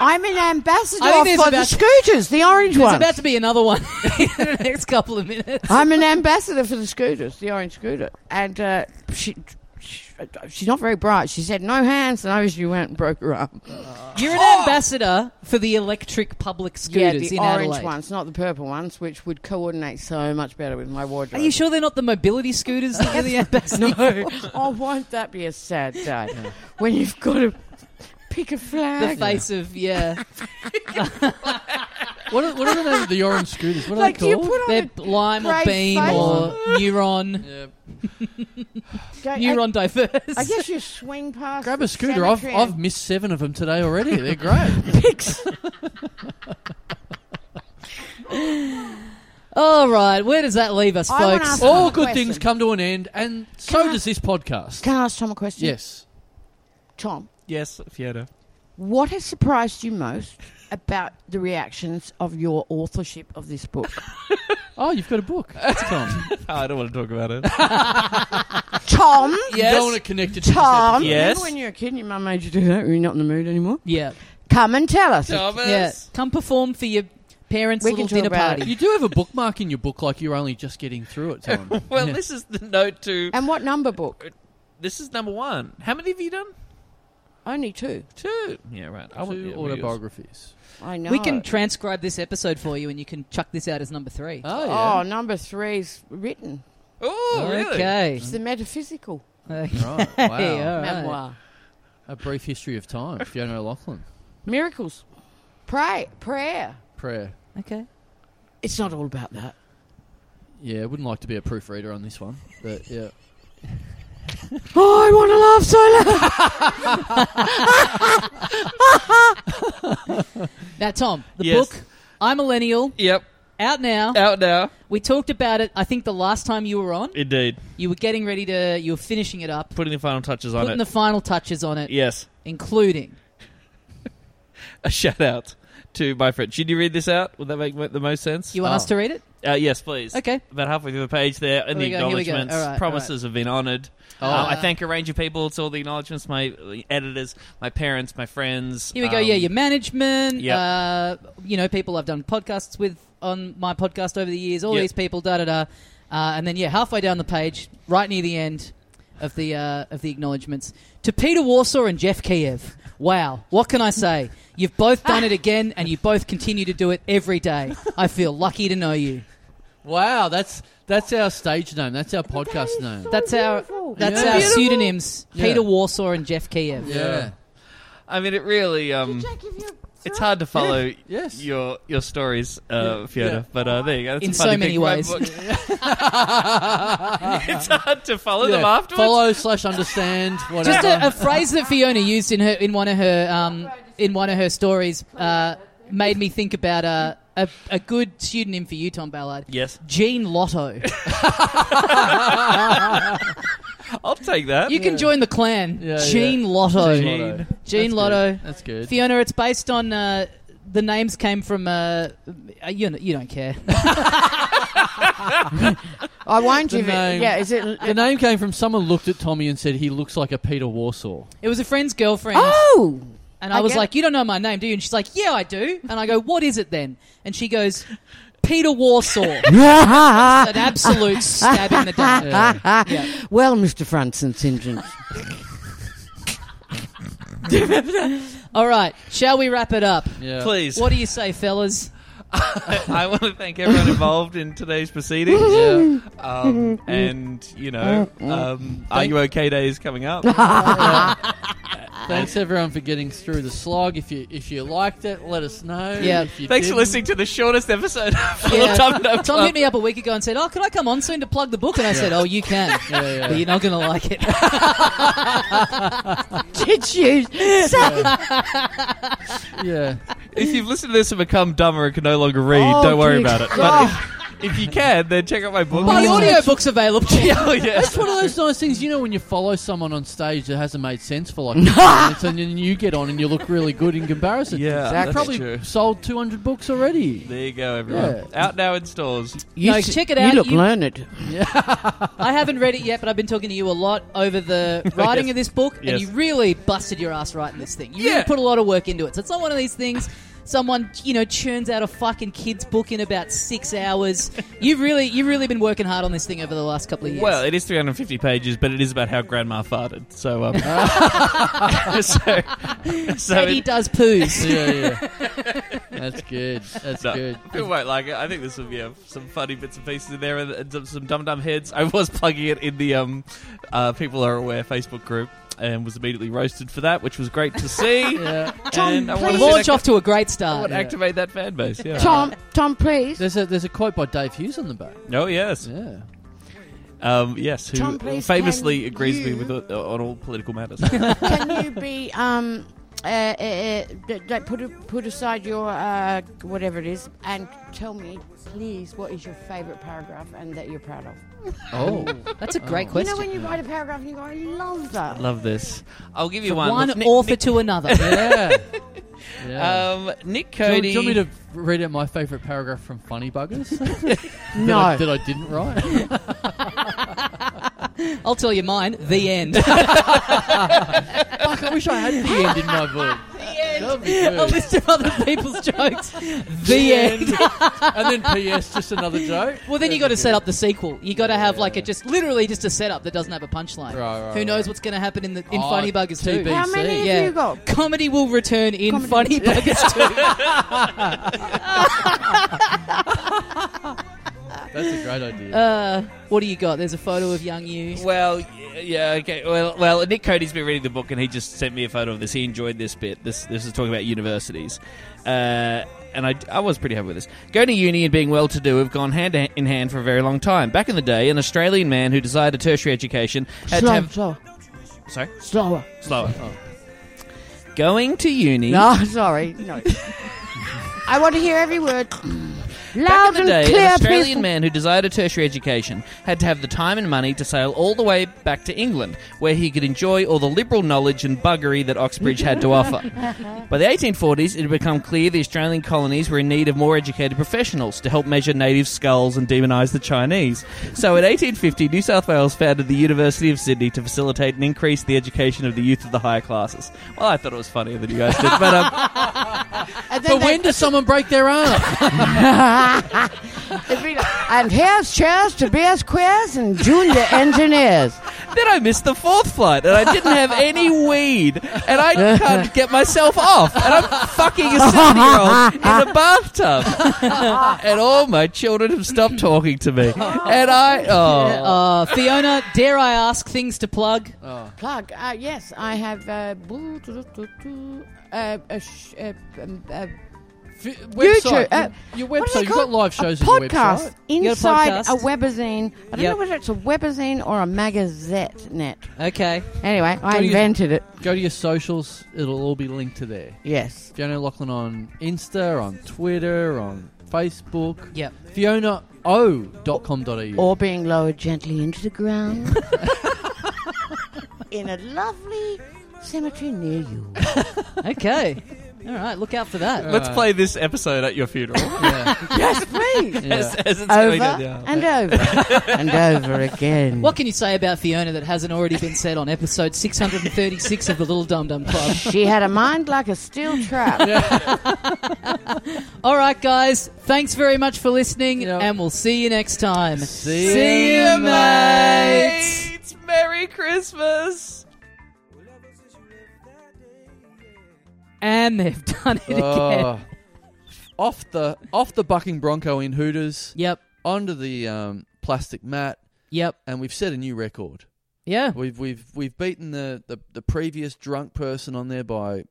[SPEAKER 3] I'm an ambassador
[SPEAKER 1] I think there's
[SPEAKER 3] for the
[SPEAKER 1] about-
[SPEAKER 3] scooters, the orange
[SPEAKER 1] There's
[SPEAKER 3] ones.
[SPEAKER 1] about to be another one *laughs* in the next couple of minutes.
[SPEAKER 3] I'm an ambassador for the scooters, the orange scooter. And uh, she, she, she's not very bright. She said, no hands, and obviously went and broke her arm.
[SPEAKER 1] You're an ambassador for the electric public
[SPEAKER 3] Yeah,
[SPEAKER 1] scooters
[SPEAKER 3] the
[SPEAKER 1] in
[SPEAKER 3] orange
[SPEAKER 1] Adelaide.
[SPEAKER 3] ones, not the purple ones, which would coordinate so much better with my
[SPEAKER 1] Are
[SPEAKER 3] wardrobe.
[SPEAKER 1] you sure they're not the mobility scooters that you're the ambassador?
[SPEAKER 3] *laughs* No. oh, won't that be a sad day when you've got to pick a
[SPEAKER 1] The
[SPEAKER 3] flag?
[SPEAKER 1] face of yeah,
[SPEAKER 2] What are, what are the name of the orange scooters? What are
[SPEAKER 3] Like, do
[SPEAKER 2] they
[SPEAKER 3] you
[SPEAKER 2] called?
[SPEAKER 3] put on
[SPEAKER 1] they're
[SPEAKER 3] a
[SPEAKER 1] lime or
[SPEAKER 3] grey
[SPEAKER 1] beam
[SPEAKER 3] face? *laughs*
[SPEAKER 1] or neuron,
[SPEAKER 2] yeah.
[SPEAKER 3] Go- I-
[SPEAKER 1] neuron diverse.
[SPEAKER 3] I guess you swing past.
[SPEAKER 2] Grab
[SPEAKER 3] the
[SPEAKER 2] a scooter. I've,
[SPEAKER 3] cemetery
[SPEAKER 2] I've
[SPEAKER 3] and
[SPEAKER 2] missed seven of them today already.
[SPEAKER 3] *laughs*
[SPEAKER 2] They're great.
[SPEAKER 3] picks.
[SPEAKER 1] *laughs* All right, where does that leave us,
[SPEAKER 3] I wanna
[SPEAKER 1] folks?
[SPEAKER 3] ask-
[SPEAKER 2] All
[SPEAKER 3] Another
[SPEAKER 2] good
[SPEAKER 3] question.
[SPEAKER 2] things come to an end, and so
[SPEAKER 3] Can I-
[SPEAKER 2] does this podcast.
[SPEAKER 3] Can I ask Tom a question?
[SPEAKER 2] Yes.
[SPEAKER 3] Tom,
[SPEAKER 5] *laughs* Yes, Fiona.
[SPEAKER 3] What has surprised you most about the reactions of your authorship of this book?
[SPEAKER 2] Oh, you've got a book. It's
[SPEAKER 3] *laughs*
[SPEAKER 2] Tom.
[SPEAKER 5] Oh, I don't want to talk about it.
[SPEAKER 3] Tom,
[SPEAKER 2] You don't want to connect it to
[SPEAKER 3] Tom.
[SPEAKER 5] Yes.
[SPEAKER 3] Remember when you were a kid and your mum made you do that? You're not in the mood anymore.
[SPEAKER 1] Yeah.
[SPEAKER 3] Come and tell us.
[SPEAKER 1] Yeah. Come perform for your parents'
[SPEAKER 3] We can
[SPEAKER 1] little
[SPEAKER 3] talk
[SPEAKER 1] dinner
[SPEAKER 3] about
[SPEAKER 2] this episode.
[SPEAKER 1] party.
[SPEAKER 2] You do have a bookmark in your book, like you're only just getting through it,
[SPEAKER 3] *laughs*
[SPEAKER 2] Tom.
[SPEAKER 5] Well,
[SPEAKER 2] Yeah.
[SPEAKER 5] this is the note to.
[SPEAKER 3] And what number book?
[SPEAKER 5] This is number one. How many have you done?
[SPEAKER 3] Only two.
[SPEAKER 5] Two. Yeah, right. I want
[SPEAKER 2] two
[SPEAKER 5] yeah,
[SPEAKER 2] autobiographies.
[SPEAKER 3] I know.
[SPEAKER 1] We can transcribe this episode for you and you can chuck this out as number three.
[SPEAKER 2] Oh,
[SPEAKER 3] Oh, number three's written.
[SPEAKER 5] Oh, really?
[SPEAKER 1] Okay.
[SPEAKER 3] It's the metaphysical
[SPEAKER 1] Okay.
[SPEAKER 3] *laughs*
[SPEAKER 2] Right. Wow.
[SPEAKER 1] all right.
[SPEAKER 3] memoir.
[SPEAKER 2] A brief history of time. Fiona Lachlan.
[SPEAKER 3] Miracles. Pray, prayer.
[SPEAKER 2] Prayer.
[SPEAKER 1] Okay.
[SPEAKER 3] It's not all about that.
[SPEAKER 2] Yeah, I wouldn't like to be a proofreader on this one, but yeah.
[SPEAKER 3] Oh, I want to laugh so loud.
[SPEAKER 1] Now, Tom, the
[SPEAKER 5] Yes. Uh,
[SPEAKER 1] book, I'm Millennial,
[SPEAKER 5] Yep.
[SPEAKER 1] out now.
[SPEAKER 5] Out now.
[SPEAKER 1] We talked about it, I think, the last time you were on.
[SPEAKER 5] Indeed.
[SPEAKER 1] You were getting ready to, you were finishing it up,
[SPEAKER 5] Putting the final touches on
[SPEAKER 1] putting
[SPEAKER 5] it.
[SPEAKER 1] the final touches on it,
[SPEAKER 5] yes.
[SPEAKER 1] including.
[SPEAKER 5] A shout out to my friend. Should you read this out? Would that make mo- the most sense?
[SPEAKER 1] You want
[SPEAKER 2] Oh.
[SPEAKER 1] us to read it?
[SPEAKER 5] Uh, yes, please.
[SPEAKER 1] Okay.
[SPEAKER 5] About halfway through the page there, and the
[SPEAKER 1] Here we go, here we go.
[SPEAKER 5] acknowledgements,
[SPEAKER 1] All right,
[SPEAKER 5] promises have been honoured.
[SPEAKER 2] Oh.
[SPEAKER 5] Uh, I thank a range of people. It's all the acknowledgements, my uh, editors, my parents, my friends.
[SPEAKER 1] Here we go.
[SPEAKER 5] um,
[SPEAKER 1] Yeah, your management.
[SPEAKER 5] Yep.
[SPEAKER 1] Uh, you know, people I've done podcasts with on my podcast over the years. All
[SPEAKER 5] Yep.
[SPEAKER 1] these people. Da da da. Uh, and then yeah, halfway down the page, right near the end of the uh, of the acknowledgements, to Peter Warsaw and Jeff Kiev. Wow, what can I say? You've both done it again, and you both continue to do it every day. I feel lucky to know you.
[SPEAKER 2] Wow, that's that's our stage name. That's our podcast name.
[SPEAKER 1] That's our that's
[SPEAKER 2] Yeah.
[SPEAKER 1] our
[SPEAKER 2] Beautiful.
[SPEAKER 1] pseudonyms:
[SPEAKER 2] Yeah.
[SPEAKER 1] Peter Warsaw and Jeff Kiev.
[SPEAKER 2] yeah.
[SPEAKER 5] I mean, it really. Um, it's hard to follow
[SPEAKER 2] Yes.
[SPEAKER 5] your your stories, uh,
[SPEAKER 2] Yeah.
[SPEAKER 5] Fiona.
[SPEAKER 2] Yeah.
[SPEAKER 5] But uh, there you go. That's
[SPEAKER 1] In
[SPEAKER 5] a funny
[SPEAKER 1] so many
[SPEAKER 5] thing about
[SPEAKER 1] ways.
[SPEAKER 5] books.
[SPEAKER 2] *laughs*
[SPEAKER 5] *laughs* it's hard to follow them
[SPEAKER 2] Yeah.
[SPEAKER 5] afterwards.
[SPEAKER 2] Follow slash
[SPEAKER 5] *laughs*
[SPEAKER 2] understand whatever.
[SPEAKER 1] Just a,
[SPEAKER 2] *laughs*
[SPEAKER 1] a phrase that Fiona used in her in one of her um, in one of her stories uh, made me think about a, a a good pseudonym for you, Tom Ballard.
[SPEAKER 5] Yes,
[SPEAKER 1] Gene Lotto.
[SPEAKER 5] I'll take that.
[SPEAKER 1] You can join the clan.
[SPEAKER 2] Yeah,
[SPEAKER 1] Gene
[SPEAKER 2] yeah.
[SPEAKER 1] Lotto.
[SPEAKER 5] Gene.
[SPEAKER 2] Lotto.
[SPEAKER 1] Gene
[SPEAKER 2] That's
[SPEAKER 1] Lotto.
[SPEAKER 2] good. That's good.
[SPEAKER 1] Fiona, it's based on uh, the names came from uh, uh, you. Know, you don't care.
[SPEAKER 3] I won't
[SPEAKER 2] The
[SPEAKER 3] give
[SPEAKER 2] name.
[SPEAKER 3] it. Yeah, is
[SPEAKER 2] *laughs*
[SPEAKER 3] it?
[SPEAKER 2] the name came from someone looked at Tommy and said he looks like a Peter Warsaw.
[SPEAKER 1] It was a friend's girlfriend.
[SPEAKER 3] oh,
[SPEAKER 1] And I,
[SPEAKER 3] I
[SPEAKER 1] was
[SPEAKER 3] get
[SPEAKER 1] like, "You don't know my name, do you?" And she's like, "Yeah, I do." And I go, "What is it then?" And she goes, "Peter Warsaw." An absolute stab in the dark.
[SPEAKER 3] Ah,
[SPEAKER 1] Yeah.
[SPEAKER 3] *laughs* well, Mr. Franson St. John.
[SPEAKER 1] All right, shall we wrap it up?
[SPEAKER 2] Yeah.
[SPEAKER 5] *laughs* Please.
[SPEAKER 1] What do you say, fellas?
[SPEAKER 5] I, *laughs* I want to thank everyone involved in today's proceedings.
[SPEAKER 2] *laughs* Yeah.
[SPEAKER 5] Um, and you know, um, are you okay? Day is
[SPEAKER 2] *laughs*
[SPEAKER 5] coming up.
[SPEAKER 2] Thanks everyone for getting through the slog. If you if you liked it, let us know.
[SPEAKER 1] Yeah.
[SPEAKER 2] If you
[SPEAKER 5] Thanks for
[SPEAKER 2] didn't-
[SPEAKER 5] listening to the shortest episode. Of
[SPEAKER 1] Yeah.
[SPEAKER 5] Little Dum Dum
[SPEAKER 1] Tom hit
[SPEAKER 5] Club.
[SPEAKER 1] me up a week ago and said, "Oh, can I come on soon to plug the book?" And I said, "Oh, you can,
[SPEAKER 2] Yeah, yeah.
[SPEAKER 1] but you're not going to like it."
[SPEAKER 3] Did you say?
[SPEAKER 2] Yeah.
[SPEAKER 5] If you've listened to this and become dumber and can no longer read,
[SPEAKER 3] Oh,
[SPEAKER 5] don't worry
[SPEAKER 3] dear
[SPEAKER 5] about it. But
[SPEAKER 3] God.
[SPEAKER 5] if, if you can, then check out my book.
[SPEAKER 2] Oh,
[SPEAKER 1] My audiobook's available.
[SPEAKER 5] *laughs* Oh yeah.
[SPEAKER 2] It's one of those nice things, you know, when you follow someone on stage that hasn't made sense for like 15 minutes, and then you get on and you look really good in comparison.
[SPEAKER 5] Yeah,
[SPEAKER 2] You
[SPEAKER 5] that's
[SPEAKER 2] probably
[SPEAKER 5] true.
[SPEAKER 2] sold 200 books
[SPEAKER 5] *laughs*
[SPEAKER 2] already.
[SPEAKER 5] There you go, everyone. Out now in stores.
[SPEAKER 3] You
[SPEAKER 1] No,
[SPEAKER 3] s-
[SPEAKER 1] check it
[SPEAKER 3] you
[SPEAKER 1] out.
[SPEAKER 3] look
[SPEAKER 1] You-
[SPEAKER 3] learned.
[SPEAKER 1] *laughs* I haven't read it yet, but I've been talking to you a lot over the writing of this book, and
[SPEAKER 5] Yes.
[SPEAKER 1] you really busted your ass writing this thing. You
[SPEAKER 5] Yeah.
[SPEAKER 1] really put a lot of work into it. So it's not one of these things someone you know churns out a fucking kids book in about six hours. You've really you've really been working hard on this thing over the last couple of years.
[SPEAKER 5] Well, it is 350 pages, but it is about how grandma farted. So, um, *laughs* so, so
[SPEAKER 1] Teddy
[SPEAKER 5] it,
[SPEAKER 1] does
[SPEAKER 3] *laughs*
[SPEAKER 1] poos.
[SPEAKER 2] Yeah, yeah. That's good. That's
[SPEAKER 5] no,
[SPEAKER 2] good.
[SPEAKER 5] people won't like it. I think there's some yeah, some funny bits and pieces in there, and, and some, some dumb dumb heads. I was plugging it in the um, uh, people are aware Facebook group, and was immediately roasted for that, which was great to see.
[SPEAKER 2] Yeah.
[SPEAKER 5] and I want to
[SPEAKER 1] Launch off to a great start.
[SPEAKER 5] activate that fan base. Yeah.
[SPEAKER 3] Tom, Tom, please.
[SPEAKER 2] There's a there's a quote by Dave Hughes on the back.
[SPEAKER 5] Oh yes,
[SPEAKER 2] Yeah.
[SPEAKER 5] um, yes. Who
[SPEAKER 3] Tom, please,
[SPEAKER 5] famously
[SPEAKER 3] can
[SPEAKER 5] agrees with uh, me
[SPEAKER 3] you-
[SPEAKER 5] with, on all political matters.
[SPEAKER 3] Can you be um, uh, uh, d- don't put a, put aside your uh, whatever it is and tell me, please, what is your favourite paragraph and that you're proud of.
[SPEAKER 2] Oh,
[SPEAKER 1] That's a great
[SPEAKER 3] You know
[SPEAKER 1] question.
[SPEAKER 3] when you write a paragraph and you go, I love that.
[SPEAKER 6] Love this.
[SPEAKER 5] I'll give you
[SPEAKER 1] One,
[SPEAKER 5] one. Look, Nick-
[SPEAKER 1] author to another.
[SPEAKER 2] *laughs* yeah. yeah.
[SPEAKER 5] Um, Nick
[SPEAKER 2] do, you,
[SPEAKER 5] Cody.
[SPEAKER 2] do you want me to read out my favourite paragraph from Funny Buggers that, I,
[SPEAKER 3] no,
[SPEAKER 2] that I didn't write? *laughs*
[SPEAKER 1] I'll tell you mine. The end.
[SPEAKER 2] Fuck, I wish I had the end in my book. That'd be
[SPEAKER 1] a
[SPEAKER 2] good.
[SPEAKER 1] list of other people's jokes. The end.
[SPEAKER 2] and then PS, just another joke.
[SPEAKER 1] Well, then you got to set up the sequel. You got to have like a just literally just a setup that doesn't have a punchline.
[SPEAKER 2] Right, right,
[SPEAKER 1] Who knows
[SPEAKER 2] right.
[SPEAKER 1] what's going to happen in the in
[SPEAKER 2] Oh,
[SPEAKER 1] Funny Buggers
[SPEAKER 2] TBC.
[SPEAKER 1] too?
[SPEAKER 3] how many have
[SPEAKER 1] Yeah.
[SPEAKER 3] you got?
[SPEAKER 1] Comedy will return in
[SPEAKER 3] Comedy-
[SPEAKER 1] Funny
[SPEAKER 3] *laughs*
[SPEAKER 1] Buggers too.
[SPEAKER 2] That's a great idea.
[SPEAKER 1] Uh, what do you got? There's a photo of young you.
[SPEAKER 5] Well, y- yeah, okay. Well, well, Nick Cody's been reading the book, and he just sent me a photo of this. He enjoyed this bit. This this is talking about universities, uh, and I, I was pretty happy with this. Going to uni and being well-to-do have gone hand in hand for a very long time. Back in the day, an Australian man who desired a tertiary education
[SPEAKER 3] Slower,
[SPEAKER 5] had to have
[SPEAKER 3] slower,
[SPEAKER 5] sorry
[SPEAKER 3] slower.
[SPEAKER 5] slower. Going to uni.
[SPEAKER 3] No, sorry, no. I want to hear every word.
[SPEAKER 5] Back
[SPEAKER 3] Loud
[SPEAKER 5] in the day,
[SPEAKER 3] and clear,
[SPEAKER 5] an
[SPEAKER 3] please.
[SPEAKER 5] Australian man who desired a tertiary education had to have the time and money to sail all the way back to England, where he could enjoy all the liberal knowledge and buggery that Oxbridge had
[SPEAKER 3] *laughs*
[SPEAKER 5] to offer. By the 1840s, it had become clear the Australian colonies were in need of more educated professionals to help measure native skulls and demonise the Chinese. So in 1850, New South Wales founded the University of Sydney to facilitate and increase the education of the youth of the higher classes. Well, I thought it was funnier than you guys did, but um,
[SPEAKER 3] *laughs* And then
[SPEAKER 2] but
[SPEAKER 3] they-
[SPEAKER 2] when does someone break their arm?
[SPEAKER 3] It'd be like, and here's cheers to beers quiz and junior engineers.
[SPEAKER 5] then I missed the fourth flight, and I didn't have any weed, and I can't get myself off, and I'm fucking a seven-year-old in a bathtub, and all my children have stopped talking
[SPEAKER 1] *laughs*
[SPEAKER 2] *laughs*
[SPEAKER 5] to me, and I oh.
[SPEAKER 1] Uh, Fiona, dare I ask things to plug?
[SPEAKER 3] Plug. Uh, yes, I have uh, boo- doo- doo- doo- uh, a sh- uh, um, uh,
[SPEAKER 2] F- website.
[SPEAKER 3] uh,
[SPEAKER 2] your, your
[SPEAKER 3] what is it
[SPEAKER 2] website. You've got
[SPEAKER 3] called?
[SPEAKER 2] live shows
[SPEAKER 3] a
[SPEAKER 2] on your
[SPEAKER 3] podcast
[SPEAKER 2] website.
[SPEAKER 1] You got a
[SPEAKER 3] inside a,
[SPEAKER 1] podcast?
[SPEAKER 3] webazine. I don't
[SPEAKER 1] Yep.
[SPEAKER 3] know whether it's a webazine or a magazette net.
[SPEAKER 1] Okay.
[SPEAKER 3] Anyway, I
[SPEAKER 2] Don't you-
[SPEAKER 3] invented it.
[SPEAKER 2] Go to your socials. It'll all be linked to there.
[SPEAKER 3] Yes.
[SPEAKER 2] Fiona Lachlan on Insta, on Twitter, on Facebook.
[SPEAKER 1] Yep.
[SPEAKER 2] FionaO.com.au.
[SPEAKER 3] Or being lowered gently into the ground *laughs* in a lovely cemetery near you.
[SPEAKER 1] Okay. All right. Look out for that.
[SPEAKER 6] Let's play this episode at your funeral.
[SPEAKER 5] *laughs*
[SPEAKER 1] *laughs*
[SPEAKER 2] Yeah.
[SPEAKER 3] yes, please.
[SPEAKER 2] yeah.
[SPEAKER 6] As it's
[SPEAKER 3] Over
[SPEAKER 6] going down the aisle.
[SPEAKER 3] and over and over again.
[SPEAKER 1] What can you say about Fiona that hasn't already been said on episode 636 of the Little Dum Dum Club?
[SPEAKER 3] She had a mind like a steel trap.
[SPEAKER 1] All right, guys. Thanks very much for listening,
[SPEAKER 2] Yep.
[SPEAKER 1] and we'll see you next time.
[SPEAKER 2] See
[SPEAKER 1] ya, mates.
[SPEAKER 6] It's Merry Christmas.
[SPEAKER 1] And they've done it again.
[SPEAKER 2] Oh. off the off the bucking bronco in Hooters
[SPEAKER 1] Yep.
[SPEAKER 2] onto the um, plastic mat,
[SPEAKER 1] Yep.
[SPEAKER 2] and we've set a new record.
[SPEAKER 1] Yeah.
[SPEAKER 2] We've we've we've beaten the, the, the previous drunk person on there by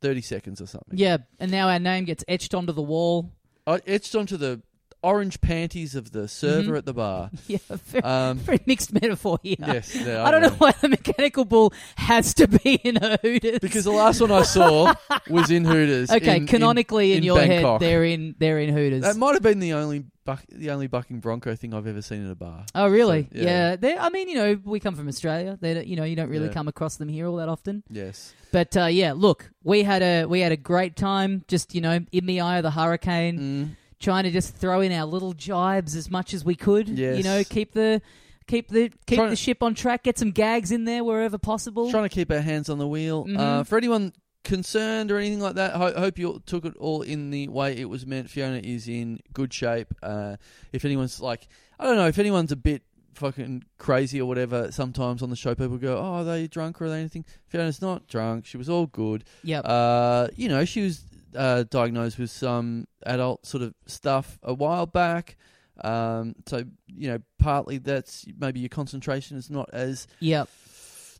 [SPEAKER 2] thirty seconds or something.
[SPEAKER 1] Yeah. And now our name gets etched onto the wall. *laughs*
[SPEAKER 2] I etched onto the orange panties of the server
[SPEAKER 1] Mhm.
[SPEAKER 2] at the bar.
[SPEAKER 1] Yeah. Very, *laughs*
[SPEAKER 2] Um, *laughs*
[SPEAKER 1] very mixed metaphor here.
[SPEAKER 2] yes, yeah,
[SPEAKER 1] I don't know why the mechanical bull has to be in a Hooters.
[SPEAKER 2] because the last one
[SPEAKER 1] *laughs*
[SPEAKER 2] I saw was in Hooters.
[SPEAKER 1] okay,
[SPEAKER 2] in-
[SPEAKER 1] canonically in,
[SPEAKER 2] in
[SPEAKER 1] your
[SPEAKER 2] Bangkok.
[SPEAKER 1] head, they're in they're in Hooters.
[SPEAKER 2] that might have been the only buck, the only bucking bronco thing I've ever seen at a bar.
[SPEAKER 1] Oh really?
[SPEAKER 2] So,
[SPEAKER 1] yeah. They're, I mean, you know, we come from Australia. They, don't- you know, you don't really
[SPEAKER 2] Yeah.
[SPEAKER 1] come across them here all that often.
[SPEAKER 2] Yes,
[SPEAKER 1] But uh, yeah, look, we had a we had a great time. Just you know, in the eye of the hurricane,
[SPEAKER 2] Mm.
[SPEAKER 1] trying to just throw in our little jibes as much as we could. You
[SPEAKER 2] Yes.
[SPEAKER 1] know, keep the keep the keep
[SPEAKER 2] Trying
[SPEAKER 1] the
[SPEAKER 2] to-
[SPEAKER 1] ship on track. Get some gags in there wherever possible.
[SPEAKER 2] trying to keep our hands on the wheel.
[SPEAKER 1] Mhm.
[SPEAKER 2] Uh, for anyone concerned or anything like that, ho- hope you all took it all in the way it was meant. Fiona is in good shape. Uh, if anyone's like, I don't know, if anyone's a bit fucking crazy or whatever, sometimes on the show people go, "Oh, are they drunk or are they anything?" Fiona's not drunk. She was all good.
[SPEAKER 1] yep.
[SPEAKER 2] Uh, you know, she was uh, diagnosed with some adult sort of stuff a while back. Um, so you know, partly that's maybe your concentration is not as
[SPEAKER 1] yep.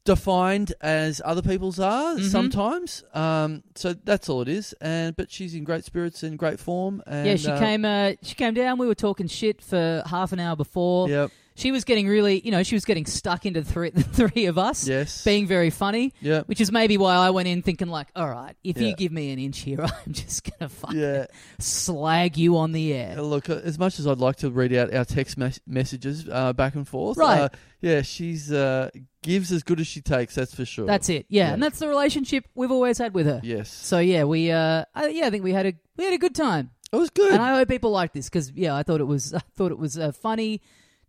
[SPEAKER 2] defined as other people's are
[SPEAKER 1] Mhm.
[SPEAKER 2] sometimes. Um, so that's all it is. And but she's in great spirits and great form. And,
[SPEAKER 1] yeah. She
[SPEAKER 2] uh,
[SPEAKER 1] came. Uh, she came down. We were talking shit for half an hour before.
[SPEAKER 2] Yep.
[SPEAKER 1] she was getting really, you know, she was getting stuck into three, *laughs* the three of us.
[SPEAKER 2] Yes.
[SPEAKER 1] Being very funny.
[SPEAKER 2] Yeah.
[SPEAKER 1] *laughs* Which is maybe why I went in thinking, like, all right, if
[SPEAKER 2] Yeah.
[SPEAKER 1] you give me an inch here, *laughs* I'm just going to fucking
[SPEAKER 2] Yeah.
[SPEAKER 1] slag you on the air.
[SPEAKER 2] Uh, Look, uh, as much as I'd like to read out our text mes- messages uh, back and forth,
[SPEAKER 1] Right.
[SPEAKER 2] Uh, yeah, she's uh, gives as good as she takes. That's for sure.
[SPEAKER 1] That's it. Yeah.
[SPEAKER 2] Yeah.
[SPEAKER 1] And that's the relationship we've always had with her.
[SPEAKER 2] yes.
[SPEAKER 1] So yeah, we uh I, yeah, I think we had a we had a good
[SPEAKER 2] *laughs*
[SPEAKER 1] time.
[SPEAKER 2] it was good.
[SPEAKER 1] And I hope people liked this cuz yeah, I thought it was *laughs* I thought it was a funny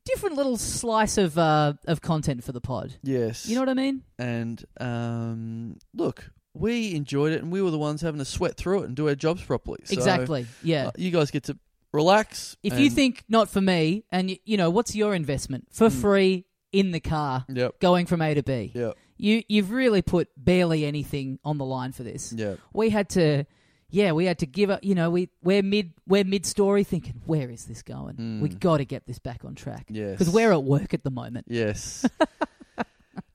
[SPEAKER 1] different little slice of uh of content for the pod.
[SPEAKER 2] yes.
[SPEAKER 1] You know what I mean?
[SPEAKER 2] and um, look, we enjoyed it, and we were the ones having to sweat through it and do our jobs properly. So,
[SPEAKER 1] exactly. Yeah.
[SPEAKER 2] uh, you guys get to relax.
[SPEAKER 1] if you
[SPEAKER 2] and-
[SPEAKER 1] think not for me and y- you know, what's your investment for
[SPEAKER 2] Mm.
[SPEAKER 1] free in the car
[SPEAKER 2] Yep.
[SPEAKER 1] going from A to B?
[SPEAKER 2] Yep.
[SPEAKER 1] You you've really put barely anything on the line for this.
[SPEAKER 2] Yep.
[SPEAKER 1] we had to yeah we had to give up you know we we're mid we're mid story thinking where is this going we got to get this back on track
[SPEAKER 2] Hmm. Yes.
[SPEAKER 1] because we're at work at the moment
[SPEAKER 2] Yes. *laughs*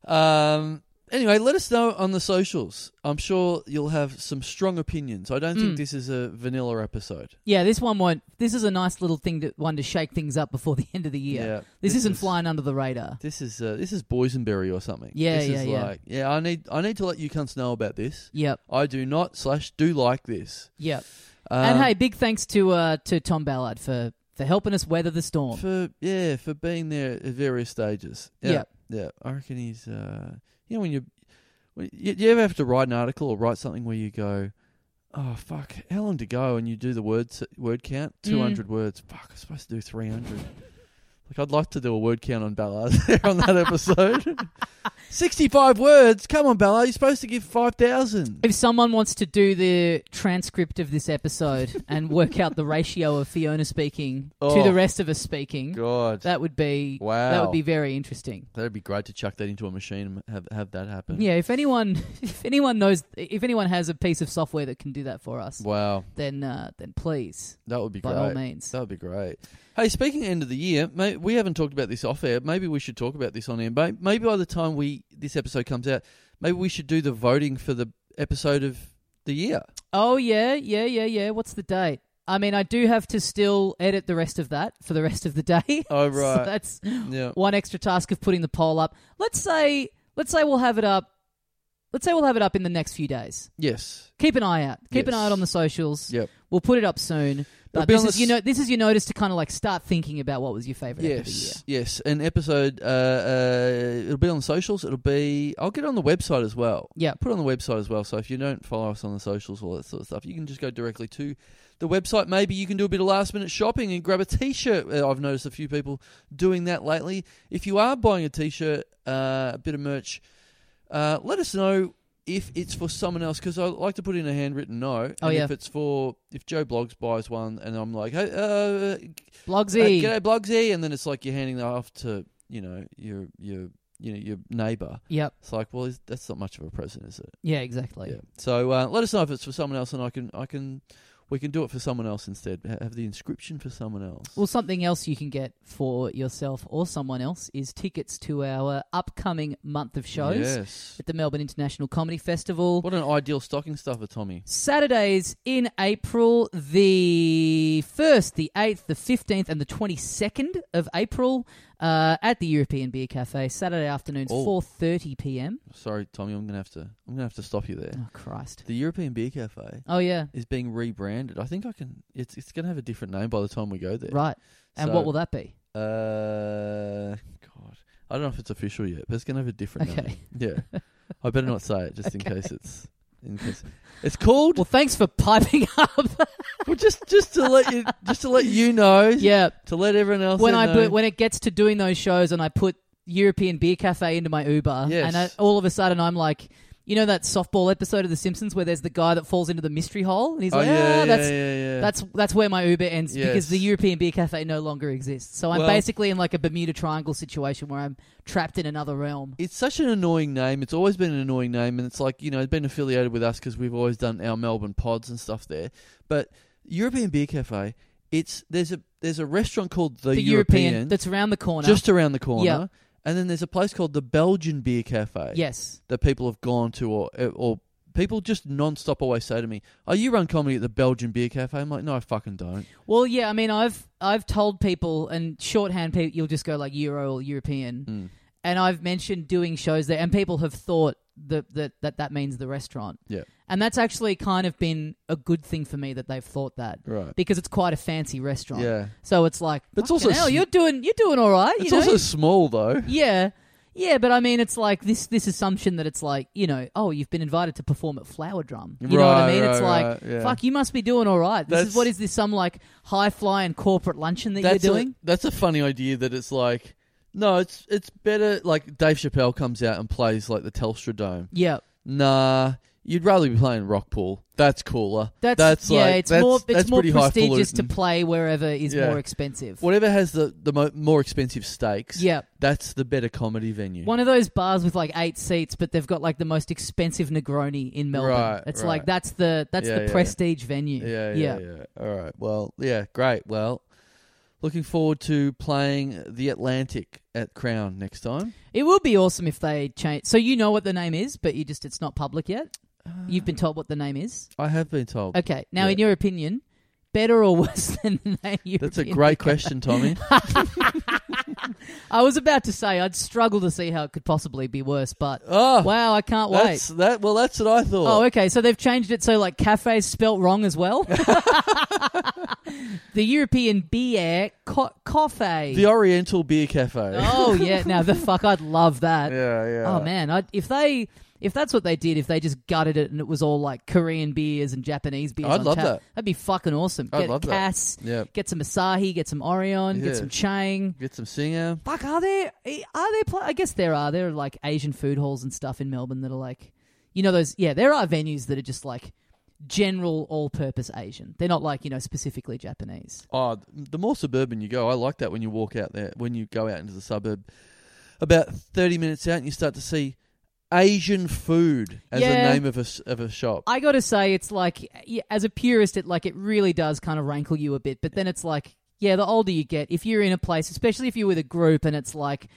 [SPEAKER 2] um. Anyway, let us know on the socials. I'm sure you'll have some strong opinions. I don't think
[SPEAKER 1] Mm.
[SPEAKER 2] this is a vanilla episode.
[SPEAKER 1] yeah this one won't this is a nice little thing to one to shake things up before *laughs* the end of the year this, isn't
[SPEAKER 2] is-
[SPEAKER 1] flying under the radar
[SPEAKER 2] This is uh, this is boysenberry or something.
[SPEAKER 1] Yeah,
[SPEAKER 2] this is
[SPEAKER 1] yeah, yeah.
[SPEAKER 2] Like, yeah, I need I need to let you cunts know about this.
[SPEAKER 1] yep
[SPEAKER 2] I do not slash do like this.
[SPEAKER 1] yep
[SPEAKER 2] Um,
[SPEAKER 1] and hey big thanks to uh to tom ballard for for helping us weather the storm
[SPEAKER 2] for yeah, for being there at various stages.
[SPEAKER 1] Yeah.
[SPEAKER 2] yeah. I reckon he's. Uh, you know when you, when you, you ever have to write an article or write something where you go, oh fuck, how long to go? And you do the word s- word count,
[SPEAKER 1] Mm.
[SPEAKER 2] two hundred words. Fuck, I'm supposed to do three hundred. like I'd like to do a word count on Ballard *laughs* there on
[SPEAKER 1] *laughs*
[SPEAKER 2] that episode. Sixty five words. Come on, Ballard, you're supposed to give five thousand.
[SPEAKER 1] if someone wants to do the transcript of this
[SPEAKER 2] *laughs*
[SPEAKER 1] episode and work out the ratio of Fiona speaking to
[SPEAKER 2] Oh.
[SPEAKER 1] the rest of us speaking,
[SPEAKER 2] God,
[SPEAKER 1] That would be
[SPEAKER 2] Wow.
[SPEAKER 1] That would be very interesting.
[SPEAKER 2] that'd be great to chuck that into a machine and have have that happen.
[SPEAKER 1] Yeah, if anyone *laughs* if anyone knows if anyone has a piece of software that can do that for us,
[SPEAKER 2] Wow,
[SPEAKER 1] then uh, then please
[SPEAKER 2] that would be
[SPEAKER 1] by
[SPEAKER 2] great.
[SPEAKER 1] all means.
[SPEAKER 2] That would be great. Hey, speaking of end of the year, may, we haven't talked about this off air. Maybe we should talk about this on air. May- Maybe by the time we this episode comes out, maybe we should do the voting for the episode of the year.
[SPEAKER 1] Oh yeah, yeah, yeah, yeah. What's the date? I mean, I do have to still edit the rest of that for the rest of the day. *laughs*
[SPEAKER 2] Oh,
[SPEAKER 1] So
[SPEAKER 2] right.
[SPEAKER 1] that's
[SPEAKER 2] Yeah,
[SPEAKER 1] one extra task of putting the poll up. Let's say let's say we'll have it up. Let's say we'll have it up in the next few days.
[SPEAKER 2] yes,
[SPEAKER 1] Keep an eye out. Keep an
[SPEAKER 2] Yes.
[SPEAKER 1] eye out on the socials.
[SPEAKER 2] yep,
[SPEAKER 1] We'll put it up soon.
[SPEAKER 2] It'll
[SPEAKER 1] But
[SPEAKER 2] be on
[SPEAKER 1] this
[SPEAKER 2] the
[SPEAKER 1] is, you
[SPEAKER 2] s-
[SPEAKER 1] know, this is your notice to kind of like start thinking about what was your favorite episode of the year.
[SPEAKER 2] yes, yes. An episode. Uh, uh, it'll be on the socials. It'll be. I'll get it on the website as well.
[SPEAKER 1] Yep.
[SPEAKER 2] put it on the website as well. So if you don't follow us on the socials, all that sort of stuff, you can just go directly to the website. Maybe you can do a bit of last minute shopping and grab a t shirt. I've noticed a few people doing that lately. If you are buying a t shirt, uh, a bit of merch, uh, let us know if it's for someone else because I like to put in a handwritten no.
[SPEAKER 1] Oh,
[SPEAKER 2] and
[SPEAKER 1] yeah.
[SPEAKER 2] If it's for, if Joe Blogs buys one and I'm like, hey, uh,
[SPEAKER 1] Blogsy.
[SPEAKER 2] uh, g'day Blogsy, and then it's like you're handing that off to, you know, your, your, you know, your neighbor.
[SPEAKER 1] yep.
[SPEAKER 2] It's like, well, is, that's not much of a present, is it?
[SPEAKER 1] Yeah, exactly.
[SPEAKER 2] Yeah. So uh, let us know if it's for someone else, and I can, I can, we can do it for someone else instead. Ha- Have the inscription for someone else.
[SPEAKER 1] Well, something else you can get for yourself or someone else is tickets to our upcoming month of shows
[SPEAKER 2] Yes.
[SPEAKER 1] at the Melbourne International Comedy Festival.
[SPEAKER 2] What an ideal stocking stuffer, Tommy.
[SPEAKER 1] Saturdays in April, the 1st, the 8th, the 15th, and the 22nd of April uh, at the European Beer Cafe, Saturday afternoons,
[SPEAKER 2] Oh.
[SPEAKER 1] 4.30 p.m.
[SPEAKER 2] Sorry, Tommy, I'm gonna have to, I'm gonna have to stop you there.
[SPEAKER 1] Oh, Christ.
[SPEAKER 2] The European Beer Cafe
[SPEAKER 1] Oh, yeah.
[SPEAKER 2] is being rebranded. I think I can. It's, it's gonna have a different name by the time we go there.
[SPEAKER 1] Right. And
[SPEAKER 2] So,
[SPEAKER 1] what will that be?
[SPEAKER 2] Uh, God, I don't know if it's official yet, but it's gonna have a different name.
[SPEAKER 1] Okay.
[SPEAKER 2] Yeah. I better not say it,
[SPEAKER 1] *laughs*
[SPEAKER 2] just in case it's, in case it's called.
[SPEAKER 1] Well, thanks for piping *laughs* up.
[SPEAKER 2] Well, just just to let you just to let you know, *laughs*
[SPEAKER 1] yeah.
[SPEAKER 2] to let everyone else
[SPEAKER 1] When
[SPEAKER 2] in
[SPEAKER 1] I
[SPEAKER 2] know.
[SPEAKER 1] put, when it gets to doing those shows and I put European Beer Cafe into my Uber,
[SPEAKER 2] Yes.
[SPEAKER 1] and I, all of a sudden I'm like, you know that softball episode of The Simpsons where there's the guy that falls into the mystery hole, and he's
[SPEAKER 2] oh
[SPEAKER 1] like,
[SPEAKER 2] yeah,
[SPEAKER 1] ah,
[SPEAKER 2] yeah,
[SPEAKER 1] that's.
[SPEAKER 2] yeah, yeah.
[SPEAKER 1] That's that's where my Uber ends
[SPEAKER 2] Yes.
[SPEAKER 1] because the European Beer Cafe no longer exists. So I'm
[SPEAKER 2] Well-
[SPEAKER 1] basically in like a Bermuda Triangle situation where I'm trapped in another realm.
[SPEAKER 2] it's such an annoying name. It's always been an annoying name, and it's like you know it's been affiliated with us because we've always done our Melbourne pods and stuff there. But European Beer Cafe, it's there's a there's a restaurant called the,
[SPEAKER 1] The, European, that's around the corner.
[SPEAKER 2] just around the corner,
[SPEAKER 1] Yeah.
[SPEAKER 2] and then there's a place called the Belgian Beer Cafe
[SPEAKER 1] yes,
[SPEAKER 2] that people have gone to or or People just non-stop always say to me, "Oh, you run comedy at the Belgian Beer Cafe?" I'm like, "No, I fucking don't."
[SPEAKER 1] Well, yeah, I mean, I've I've told people and shorthand people, you'll just go like Euro or European,
[SPEAKER 2] Mm.
[SPEAKER 1] and I've mentioned doing shows there, and people have thought that that that, that means the restaurant,
[SPEAKER 2] Yeah,
[SPEAKER 1] and that's actually kind of been a good thing for me that they've thought that
[SPEAKER 2] right.
[SPEAKER 1] because it's quite a fancy restaurant.
[SPEAKER 2] Yeah,
[SPEAKER 1] So it's like,
[SPEAKER 2] It's
[SPEAKER 1] it's
[SPEAKER 2] also
[SPEAKER 1] also hell,
[SPEAKER 2] sm-
[SPEAKER 1] you're doing you're doing all right.
[SPEAKER 2] it's
[SPEAKER 1] you know?
[SPEAKER 2] also small though.
[SPEAKER 1] yeah, yeah, but I mean, it's like this this assumption that it's like you know, oh, you've been invited to perform at Flower Drum. You know what I
[SPEAKER 2] Right,
[SPEAKER 1] mean? it's
[SPEAKER 2] right,
[SPEAKER 1] like,
[SPEAKER 2] right, yeah.
[SPEAKER 1] fuck, you must be doing all right. This
[SPEAKER 2] That's-
[SPEAKER 1] is what is this some like high flying corporate luncheon that you're doing?
[SPEAKER 2] A, that's a funny idea that it's like, no, it's it's better. Like Dave Chappelle comes out and plays like the Telstra Dome.
[SPEAKER 1] yeah,
[SPEAKER 2] Nah, you'd rather be playing Rockpool. That's cooler.
[SPEAKER 1] that's, yeah.
[SPEAKER 2] like,
[SPEAKER 1] it's
[SPEAKER 2] that's,
[SPEAKER 1] more it's
[SPEAKER 2] that's
[SPEAKER 1] more
[SPEAKER 2] pretty
[SPEAKER 1] prestigious to
[SPEAKER 2] highfalutin.
[SPEAKER 1] play wherever is
[SPEAKER 2] Yeah.
[SPEAKER 1] more expensive.
[SPEAKER 2] Whatever has the the mo- more expensive stakes.
[SPEAKER 1] yeah,
[SPEAKER 2] that's the better comedy venue.
[SPEAKER 1] one of those bars with like eight seats, but they've got like the most expensive Negroni in Melbourne.
[SPEAKER 2] Right,
[SPEAKER 1] it's
[SPEAKER 2] right.
[SPEAKER 1] like that's the that's
[SPEAKER 2] Yeah,
[SPEAKER 1] the
[SPEAKER 2] yeah.
[SPEAKER 1] prestige venue.
[SPEAKER 2] yeah, yeah, yeah, All right. Well, yeah, great. Well, looking forward to playing the Atlantic at Crown next time.
[SPEAKER 1] It would be awesome if they change. So you know what the name is, but you just it's not public yet. You've been told what the name is.
[SPEAKER 2] I have been told.
[SPEAKER 1] Okay. Now,
[SPEAKER 2] Yeah.
[SPEAKER 1] in your opinion, better or *laughs* worse than the name? you *laughs*
[SPEAKER 2] That's a great question, Tommy.
[SPEAKER 1] I was about to say I'd struggle to see how it could possibly be worse, but
[SPEAKER 2] Oh,
[SPEAKER 1] wow, I can't
[SPEAKER 2] that's
[SPEAKER 1] wait.
[SPEAKER 2] that. Well, that's what I
[SPEAKER 1] Oh,
[SPEAKER 2] thought.
[SPEAKER 1] okay. So they've changed it so like cafe's spelt wrong as
[SPEAKER 2] *laughs*
[SPEAKER 1] well. *laughs* the European beer co- coffee.
[SPEAKER 2] The Oriental Beer Cafe.
[SPEAKER 1] oh yeah. Now the fuck, I'd love that.
[SPEAKER 2] Yeah, yeah.
[SPEAKER 1] Oh man, I'd, if they if that's what they did, if they just gutted it and it was all like Korean beers and Japanese beers,
[SPEAKER 2] I'd
[SPEAKER 1] on
[SPEAKER 2] love
[SPEAKER 1] tap,
[SPEAKER 2] that.
[SPEAKER 1] That'd be fucking awesome.
[SPEAKER 2] I'd
[SPEAKER 1] Get
[SPEAKER 2] love that.
[SPEAKER 1] Cass,
[SPEAKER 2] Yeah.
[SPEAKER 1] get some Asahi, get some Orion,
[SPEAKER 2] Yeah.
[SPEAKER 1] get some Chang.
[SPEAKER 2] Get some singer.
[SPEAKER 1] Fuck, are there are there? Pla- I guess there are. There are like Asian food halls and stuff in Melbourne that are like, you know, those. Yeah, there are venues that are just like general all-purpose Asian. They're not like you know specifically Japanese.
[SPEAKER 2] Oh, th- the more suburban you go, I like that when you walk out there, when you go out into the suburb. About 30 minutes out, and you start to see Asian food as the
[SPEAKER 1] Yeah.
[SPEAKER 2] name of a, s- of a shop.
[SPEAKER 1] I got to say, it's like yeah, as a purist, it like it really does kind of rankle you a bit. But then it's like, yeah, the older you get, if you're in a place, especially if you're with a group, and it's like,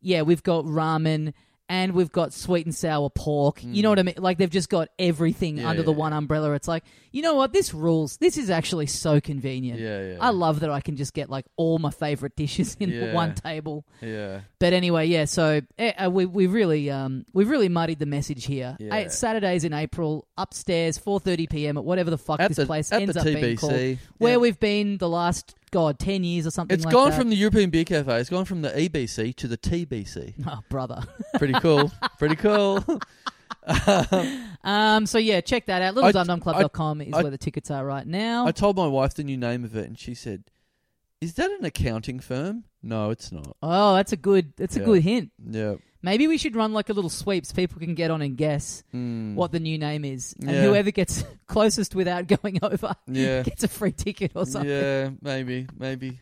[SPEAKER 1] yeah, we've got ramen and we've got sweet and sour pork. You know what I mean? Like they've just got everything
[SPEAKER 2] Mm. Yeah,
[SPEAKER 1] under
[SPEAKER 2] yeah,
[SPEAKER 1] the
[SPEAKER 2] yeah.
[SPEAKER 1] one umbrella. It's like, you know what? This rules. This is actually so convenient.
[SPEAKER 2] Yeah, yeah.
[SPEAKER 1] I love that I can just get like all my favorite dishes *laughs* in
[SPEAKER 2] Yeah.
[SPEAKER 1] one table.
[SPEAKER 2] yeah.
[SPEAKER 1] But anyway, yeah. So eh, uh, we we really um we've really muddied the message here.
[SPEAKER 2] Yeah.
[SPEAKER 1] Eh, Saturdays in April, upstairs, four thirty p.m. at whatever the fuck
[SPEAKER 2] At
[SPEAKER 1] this
[SPEAKER 2] the-
[SPEAKER 1] place
[SPEAKER 2] at
[SPEAKER 1] ends
[SPEAKER 2] the
[SPEAKER 1] up being
[SPEAKER 2] TBC.
[SPEAKER 1] called.
[SPEAKER 2] Yeah.
[SPEAKER 1] Where we've been the last god ten years or something.
[SPEAKER 2] It's
[SPEAKER 1] like
[SPEAKER 2] gone
[SPEAKER 1] that.
[SPEAKER 2] from the European Beer Cafe. It's gone from the EBC to
[SPEAKER 1] *laughs*
[SPEAKER 2] the TBC.
[SPEAKER 1] *laughs* Oh, brother.
[SPEAKER 2] Pretty cool.
[SPEAKER 1] *laughs*
[SPEAKER 2] Pretty cool.
[SPEAKER 1] Um. So yeah, check that out.
[SPEAKER 2] I-
[SPEAKER 1] LittleDumDumClub.com is
[SPEAKER 2] I-
[SPEAKER 1] where the tickets are right now.
[SPEAKER 2] I told my wife the new name of it, and she said, "Is that an accounting firm?" No, it's not.
[SPEAKER 1] oh, that's a good. That's
[SPEAKER 2] Yeah.
[SPEAKER 1] a good hint.
[SPEAKER 2] Yeah.
[SPEAKER 1] Maybe we should run like a little sweep so people can get on and guess
[SPEAKER 2] Mm.
[SPEAKER 1] what the new name is, and
[SPEAKER 2] Yeah.
[SPEAKER 1] whoever gets *laughs* closest without *laughs* going over
[SPEAKER 2] Yeah.
[SPEAKER 1] gets a free ticket or something.
[SPEAKER 2] Yeah. Maybe. Maybe.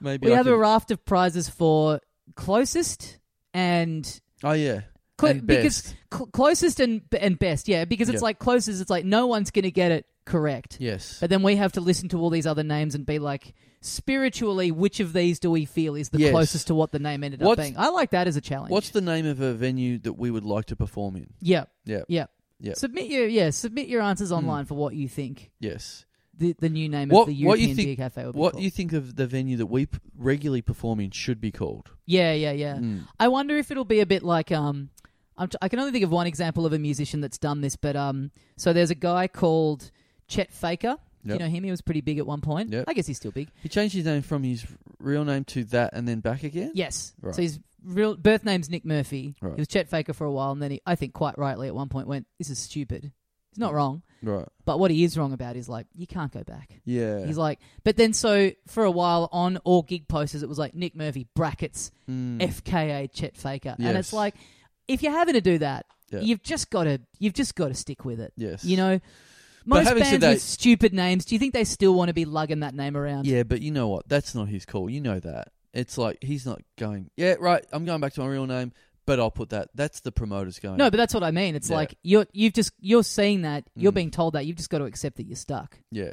[SPEAKER 2] Maybe.
[SPEAKER 1] we
[SPEAKER 2] I
[SPEAKER 1] have a
[SPEAKER 2] could-
[SPEAKER 1] raft of prizes for closest and,
[SPEAKER 2] Oh yeah.
[SPEAKER 1] cl-
[SPEAKER 2] And
[SPEAKER 1] because
[SPEAKER 2] best.
[SPEAKER 1] cl- closest and and best, yeah. Because it's
[SPEAKER 2] Yeah.
[SPEAKER 1] like closest, it's like no one's going to get it correct.
[SPEAKER 2] Yes.
[SPEAKER 1] But then we have to listen to all these other names and be like, spiritually, which of these do we feel is the
[SPEAKER 2] Yes.
[SPEAKER 1] closest to what the name ended
[SPEAKER 2] What's-
[SPEAKER 1] up being? I like that as a challenge.
[SPEAKER 2] What's the name of a venue that we would like to perform in?
[SPEAKER 1] yeah,
[SPEAKER 2] Yeah.
[SPEAKER 1] yeah,
[SPEAKER 2] Yeah.
[SPEAKER 1] Submit your yeah, submit your answers online for what you think
[SPEAKER 2] Yes.
[SPEAKER 1] the, the new name
[SPEAKER 2] What-
[SPEAKER 1] of the
[SPEAKER 2] what you
[SPEAKER 1] European
[SPEAKER 2] think-
[SPEAKER 1] Beer Cafe would be
[SPEAKER 2] What
[SPEAKER 1] called.
[SPEAKER 2] you think of the venue that we p- regularly perform in should be called?
[SPEAKER 1] Yeah, yeah, yeah.
[SPEAKER 2] Mm.
[SPEAKER 1] I wonder if it'll be a bit like um, I'm t- I can only think of one example of a musician that's done this, but um, so there's a guy called Chet Faker.
[SPEAKER 2] Yep.
[SPEAKER 1] You know him; he was pretty big at one point.
[SPEAKER 2] Yep.
[SPEAKER 1] I guess he's still big.
[SPEAKER 2] He changed his name from his real name to that, and then back again.
[SPEAKER 1] Yes.
[SPEAKER 2] Right.
[SPEAKER 1] So his real birth name's Nick Murphy.
[SPEAKER 2] Right.
[SPEAKER 1] He was Chet Faker for a while, and then he, I think, quite rightly at one point went, "This is stupid." He's not wrong,
[SPEAKER 2] Right.
[SPEAKER 1] but what he is wrong about is like you can't go back.
[SPEAKER 2] Yeah.
[SPEAKER 1] He's like, but then so for a while on all gig posters, it was like Nick Murphy brackets
[SPEAKER 2] Mm.
[SPEAKER 1] FKA Chet Faker, and
[SPEAKER 2] Yes.
[SPEAKER 1] it's like if you're having to do that,
[SPEAKER 2] Yeah.
[SPEAKER 1] you've just got to you've just got to stick with it.
[SPEAKER 2] Yes. *sighs*
[SPEAKER 1] You know,
[SPEAKER 2] But
[SPEAKER 1] most
[SPEAKER 2] having
[SPEAKER 1] bands
[SPEAKER 2] said that-
[SPEAKER 1] with stupid names, do you think they still want to be lugging that name around?
[SPEAKER 2] Yeah, but you know what? That's not his call. You know that. It's like he's not going. Yeah, right. I'm going back to my real name, but I'll put that. That's the promoters going.
[SPEAKER 1] No, but that's what I mean. It's
[SPEAKER 2] Yeah.
[SPEAKER 1] like you're you've just you're seeing that you're
[SPEAKER 2] Mm.
[SPEAKER 1] being told that you've just got to accept that you're stuck.
[SPEAKER 2] yeah,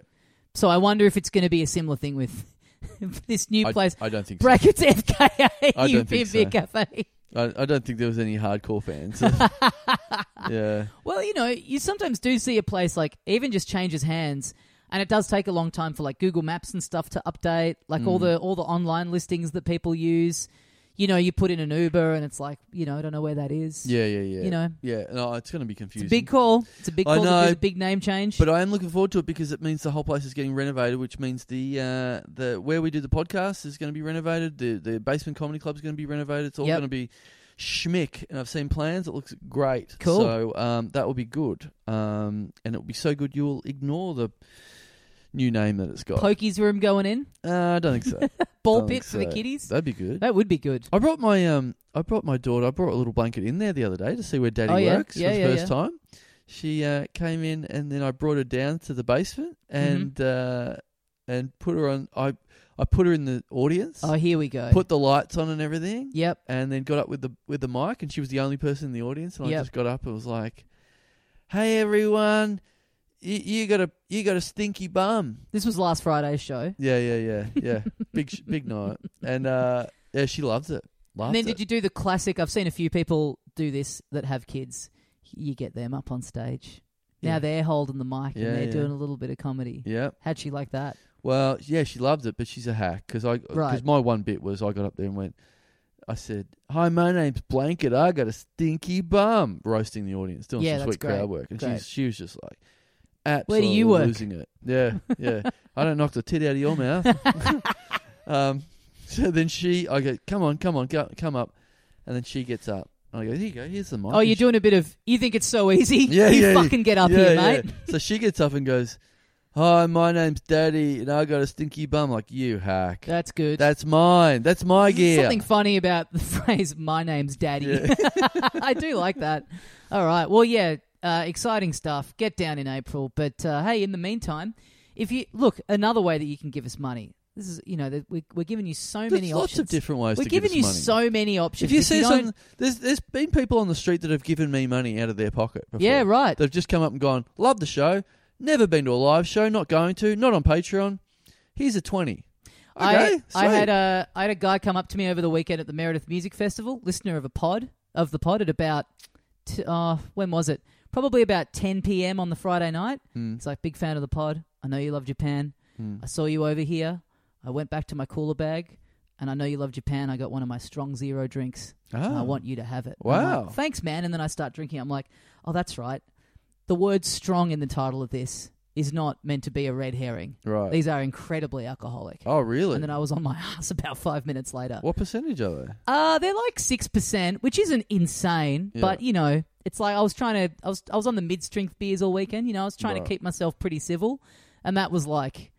[SPEAKER 1] So I wonder if it's going to be a similar thing with *laughs* this new
[SPEAKER 2] I,
[SPEAKER 1] place
[SPEAKER 2] I don't think.
[SPEAKER 1] brackets FKA
[SPEAKER 2] I don't think
[SPEAKER 1] European Beer
[SPEAKER 2] so.
[SPEAKER 1] Cafe.
[SPEAKER 2] I, I don't think there was any hardcore
[SPEAKER 1] *laughs*
[SPEAKER 2] fans. yeah.
[SPEAKER 1] Well, you know, you sometimes do see a place like even just changes hands, and it does take a long time for like Google Maps and stuff to update, like all
[SPEAKER 2] Hmm.
[SPEAKER 1] the all the online listings that people use. You know, you put in an Uber, and it's like, you know, I don't know where that is.
[SPEAKER 2] Yeah, yeah, yeah.
[SPEAKER 1] You know.
[SPEAKER 2] Yeah, no, it's going to be
[SPEAKER 1] It's
[SPEAKER 2] confusing.
[SPEAKER 1] a big call. It's a big
[SPEAKER 2] I
[SPEAKER 1] call. to do
[SPEAKER 2] know,
[SPEAKER 1] the big name change.
[SPEAKER 2] But I am looking forward to it because it means the whole place is getting renovated, which means the uh, the where we do the podcast is going to be renovated. The the basement comedy club is going to be renovated. It's all
[SPEAKER 1] Yep.
[SPEAKER 2] going to be schmick, and I've seen plans. It looks great.
[SPEAKER 1] Cool.
[SPEAKER 2] So um, that will be good, um, and it will be so good you'll ignore the new name that it's got.
[SPEAKER 1] Pokey's room going in.
[SPEAKER 2] uh, I don't
[SPEAKER 1] *laughs*
[SPEAKER 2] think so.
[SPEAKER 1] Ball
[SPEAKER 2] Don't
[SPEAKER 1] pit
[SPEAKER 2] think
[SPEAKER 1] for the
[SPEAKER 2] so.
[SPEAKER 1] kiddies.
[SPEAKER 2] That'd be good.
[SPEAKER 1] That would be good.
[SPEAKER 2] I brought my um, I brought my daughter. I brought a little blanket in there the other day to see where Daddy
[SPEAKER 1] Oh, yeah.
[SPEAKER 2] works
[SPEAKER 1] Yeah,
[SPEAKER 2] for the
[SPEAKER 1] yeah,
[SPEAKER 2] first
[SPEAKER 1] yeah.
[SPEAKER 2] time. She uh, came in, and then I brought her down to the basement and
[SPEAKER 1] Mm-hmm.
[SPEAKER 2] uh, and put her on. I I put her in the audience,
[SPEAKER 1] Oh, here we go.
[SPEAKER 2] put the lights on and everything,
[SPEAKER 1] yep.
[SPEAKER 2] and then got up with the with the mic. And she was the only person in the audience, and
[SPEAKER 1] Yep.
[SPEAKER 2] I just got up and was like, "Hey everyone, you, you got a you got a stinky bum."
[SPEAKER 1] This was last Friday's show.
[SPEAKER 2] Yeah, yeah, yeah,
[SPEAKER 1] *laughs*
[SPEAKER 2] yeah. big sh- big night, and uh, yeah, she loves it. Loves
[SPEAKER 1] and then
[SPEAKER 2] it.
[SPEAKER 1] did you do the classic? I've seen a few people do this that have kids. You get them up on stage. Now
[SPEAKER 2] Yeah.
[SPEAKER 1] they're holding the mic
[SPEAKER 2] Yeah,
[SPEAKER 1] and they're
[SPEAKER 2] yeah.
[SPEAKER 1] doing a little bit of comedy.
[SPEAKER 2] Yeah.
[SPEAKER 1] How'd she like that?
[SPEAKER 2] Well, yeah, she loved it, but she's a hack because I because
[SPEAKER 1] Right.
[SPEAKER 2] my one bit was I got up there and went, I said, "Hi, my name's Blanket. I got a stinky bum," roasting the audience, doing
[SPEAKER 1] Yeah,
[SPEAKER 2] some
[SPEAKER 1] that's
[SPEAKER 2] sweet crowd
[SPEAKER 1] great.
[SPEAKER 2] work, and
[SPEAKER 1] Great.
[SPEAKER 2] she's, she was just like,
[SPEAKER 1] Where do
[SPEAKER 2] absolutely
[SPEAKER 1] you work?
[SPEAKER 2] losing it.
[SPEAKER 1] *laughs*
[SPEAKER 2] Yeah, yeah. I don't knock the tit out of your mouth. um, so then she, I go, "Come on, come on, go, come up," and then she gets up. And I go, "Here you go. Here's the mic."
[SPEAKER 1] Oh,
[SPEAKER 2] And
[SPEAKER 1] you're
[SPEAKER 2] she-
[SPEAKER 1] doing a bit of. You think it's so easy?
[SPEAKER 2] *laughs* Yeah,
[SPEAKER 1] you
[SPEAKER 2] yeah,
[SPEAKER 1] fucking get up
[SPEAKER 2] yeah,
[SPEAKER 1] here,
[SPEAKER 2] yeah.
[SPEAKER 1] mate.
[SPEAKER 2] So she gets up and goes, "Hi, my name's Daddy, and I got a stinky bum." Like you hack.
[SPEAKER 1] That's good.
[SPEAKER 2] That's mine. That's my
[SPEAKER 1] There's
[SPEAKER 2] gear.
[SPEAKER 1] Something funny about the *laughs* phrase "My name's Daddy."
[SPEAKER 2] Yeah.
[SPEAKER 1] *laughs* I do like that. All right. Well, yeah, uh, exciting stuff. Get down in April, but uh, hey, in the meantime, if you look another way that you can give us money, this is you know that we, we're giving you so
[SPEAKER 2] There's
[SPEAKER 1] many
[SPEAKER 2] lots
[SPEAKER 1] options.
[SPEAKER 2] of different ways
[SPEAKER 1] we're
[SPEAKER 2] to
[SPEAKER 1] giving
[SPEAKER 2] give us
[SPEAKER 1] you
[SPEAKER 2] money.
[SPEAKER 1] so many options.
[SPEAKER 2] if you see
[SPEAKER 1] don't-
[SPEAKER 2] some, there's there's been people on the street that have given me money out of their pocket. Before.
[SPEAKER 1] yeah, right.
[SPEAKER 2] They've just come up and gone. Love the show. Never been to a live show. Not going to. Not on Patreon. Here's a twenty. Okay,
[SPEAKER 1] I, I
[SPEAKER 2] sweet.
[SPEAKER 1] had a I had a guy come up to me over the weekend at the Meredith Music Festival, listener of a pod of the pod at about t- uh, when was it? Probably about 10 p.m. on the Friday night.
[SPEAKER 2] Mm.
[SPEAKER 1] He's like, big fan of the pod. I know you love Japan.
[SPEAKER 2] Mm.
[SPEAKER 1] I saw you over here. I went back to my cooler bag, and I know you love Japan. I got one of my strong zero drinks. and I
[SPEAKER 2] Ah.
[SPEAKER 1] want you to have it.
[SPEAKER 2] Wow.
[SPEAKER 1] I'm like, Thanks, man. And then I start drinking. I'm like, oh, that's right. The word strong in the title of this is not meant to be a red herring.
[SPEAKER 2] Right.
[SPEAKER 1] These are incredibly alcoholic.
[SPEAKER 2] oh really?
[SPEAKER 1] And then I was on my *laughs* ass about five minutes later.
[SPEAKER 2] what percentage are they?
[SPEAKER 1] Uh, they're like six percent, which isn't insane,
[SPEAKER 2] Yeah.
[SPEAKER 1] but you know, it's like I was trying to, I was, I was on the mid-strength beers all weekend. You know, I was trying
[SPEAKER 2] Right.
[SPEAKER 1] to keep myself pretty civil, and that was like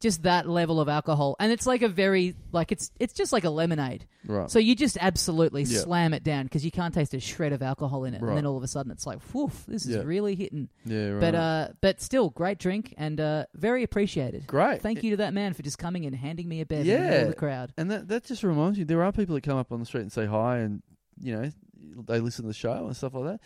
[SPEAKER 1] just that level of alcohol, and it's like a very, like it's, it's just like a lemonade.
[SPEAKER 2] Right.
[SPEAKER 1] So you just absolutely
[SPEAKER 2] Yeah.
[SPEAKER 1] slam it down because you can't taste a shred of alcohol in it,
[SPEAKER 2] Right.
[SPEAKER 1] and then all of a sudden it's like, woof, this is
[SPEAKER 2] Yeah.
[SPEAKER 1] really hitting.
[SPEAKER 2] yeah. Right.
[SPEAKER 1] But uh, but still, great drink and uh, very appreciated.
[SPEAKER 2] Great.
[SPEAKER 1] Thank you to that man for just coming and handing me a beer in the, middle
[SPEAKER 2] Yeah.
[SPEAKER 1] of the crowd.
[SPEAKER 2] And that that just reminds me, there are people that come up on the street and say hi, and you know they listen to the show and stuff like that.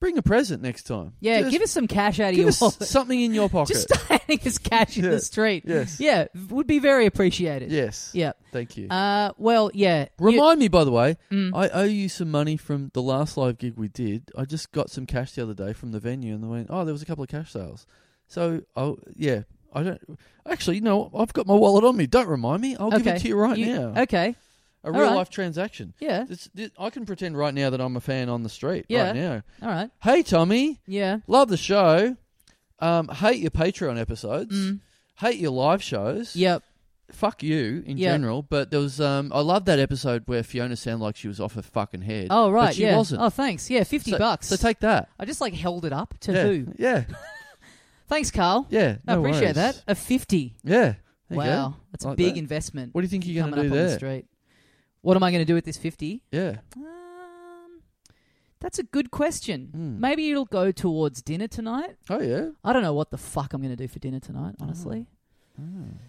[SPEAKER 2] Bring a present next time.
[SPEAKER 1] Yeah,
[SPEAKER 2] Just
[SPEAKER 1] give us some cash out of
[SPEAKER 2] give
[SPEAKER 1] your
[SPEAKER 2] us
[SPEAKER 1] wallet.
[SPEAKER 2] *laughs* something in your pocket.
[SPEAKER 1] Just handing us cash in
[SPEAKER 2] Yeah.
[SPEAKER 1] the street.
[SPEAKER 2] yes.
[SPEAKER 1] Yeah, would be very appreciated.
[SPEAKER 2] Yes.
[SPEAKER 1] Yeah.
[SPEAKER 2] Thank you.
[SPEAKER 1] Uh, well, yeah. you-
[SPEAKER 2] Remind me, by the way,
[SPEAKER 1] Mm.
[SPEAKER 2] I owe you some money from the last live gig we did. I just got some cash the other day from the venue, and they went, "Oh, there was a couple of cash sales." So, oh yeah, I don't actually. You know, I've got my wallet on me. Don't remind me. I'll give
[SPEAKER 1] Okay.
[SPEAKER 2] it to you right
[SPEAKER 1] you-
[SPEAKER 2] now.
[SPEAKER 1] Okay.
[SPEAKER 2] a
[SPEAKER 1] right.
[SPEAKER 2] real life transaction.
[SPEAKER 1] Yeah.
[SPEAKER 2] This, this, I can pretend right now that I'm a fan on the street
[SPEAKER 1] Yeah.
[SPEAKER 2] right now.
[SPEAKER 1] All right.
[SPEAKER 2] Hey, Tommy,
[SPEAKER 1] Yeah.
[SPEAKER 2] love the show. Um, hate your Patreon episodes.
[SPEAKER 1] Mm.
[SPEAKER 2] Hate your live shows.
[SPEAKER 1] Yep.
[SPEAKER 2] Fuck you in
[SPEAKER 1] Yeah.
[SPEAKER 2] general. But there was, um, I love that episode where Fiona sounded like she was off her fucking head.
[SPEAKER 1] Oh right.
[SPEAKER 2] But she
[SPEAKER 1] yeah.
[SPEAKER 2] wasn't.
[SPEAKER 1] Oh thanks. Yeah, fifty
[SPEAKER 2] so,
[SPEAKER 1] bucks.
[SPEAKER 2] So take that.
[SPEAKER 1] I just like held it up to
[SPEAKER 2] yeah.
[SPEAKER 1] who?
[SPEAKER 2] Yeah.
[SPEAKER 1] Thanks, Carl.
[SPEAKER 2] Yeah.
[SPEAKER 1] *laughs* I
[SPEAKER 2] no
[SPEAKER 1] appreciate
[SPEAKER 2] worries.
[SPEAKER 1] that. A fifty.
[SPEAKER 2] Yeah. There you
[SPEAKER 1] wow,
[SPEAKER 2] go.
[SPEAKER 1] that's a
[SPEAKER 2] Like
[SPEAKER 1] big
[SPEAKER 2] that.
[SPEAKER 1] investment.
[SPEAKER 2] What do you think you're
[SPEAKER 1] coming
[SPEAKER 2] going to do
[SPEAKER 1] up on the
[SPEAKER 2] there?
[SPEAKER 1] street? What am I going to do with this fifty?
[SPEAKER 2] Yeah.
[SPEAKER 1] Um, that's a good question.
[SPEAKER 2] Hmm.
[SPEAKER 1] Maybe it'll go towards dinner tonight.
[SPEAKER 2] Oh, yeah.
[SPEAKER 1] I don't know what the fuck I'm going to do for dinner tonight. Honestly,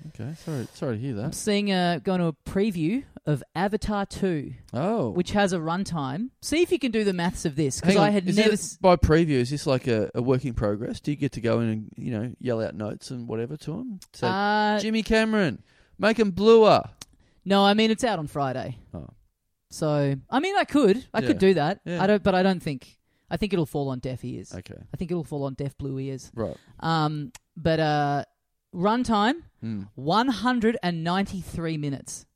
[SPEAKER 2] Okay. Sorry, sorry to hear
[SPEAKER 1] I'm
[SPEAKER 2] Oh, that.
[SPEAKER 1] seeing a going to a preview of Avatar Two,
[SPEAKER 2] Oh.
[SPEAKER 1] which has a runtime. See if you can do the maths of this because
[SPEAKER 2] Hang on,
[SPEAKER 1] I had
[SPEAKER 2] is
[SPEAKER 1] never.
[SPEAKER 2] it-
[SPEAKER 1] s-
[SPEAKER 2] by preview, is this like a, a work in progress? Do you get to go in and you know yell out notes and whatever to him? So
[SPEAKER 1] uh,
[SPEAKER 2] Jimmy Cameron, make him bluer.
[SPEAKER 1] no, I mean it's out on Friday.
[SPEAKER 2] Oh.
[SPEAKER 1] So I mean, I could, I
[SPEAKER 2] Yeah.
[SPEAKER 1] could do that.
[SPEAKER 2] Yeah.
[SPEAKER 1] I don't, but I don't think. I think it'll fall on deaf ears.
[SPEAKER 2] Okay.
[SPEAKER 1] I think it'll fall on deaf blue ears.
[SPEAKER 2] Right.
[SPEAKER 1] Um, but uh, runtime
[SPEAKER 2] Mm.
[SPEAKER 1] 193 minutes.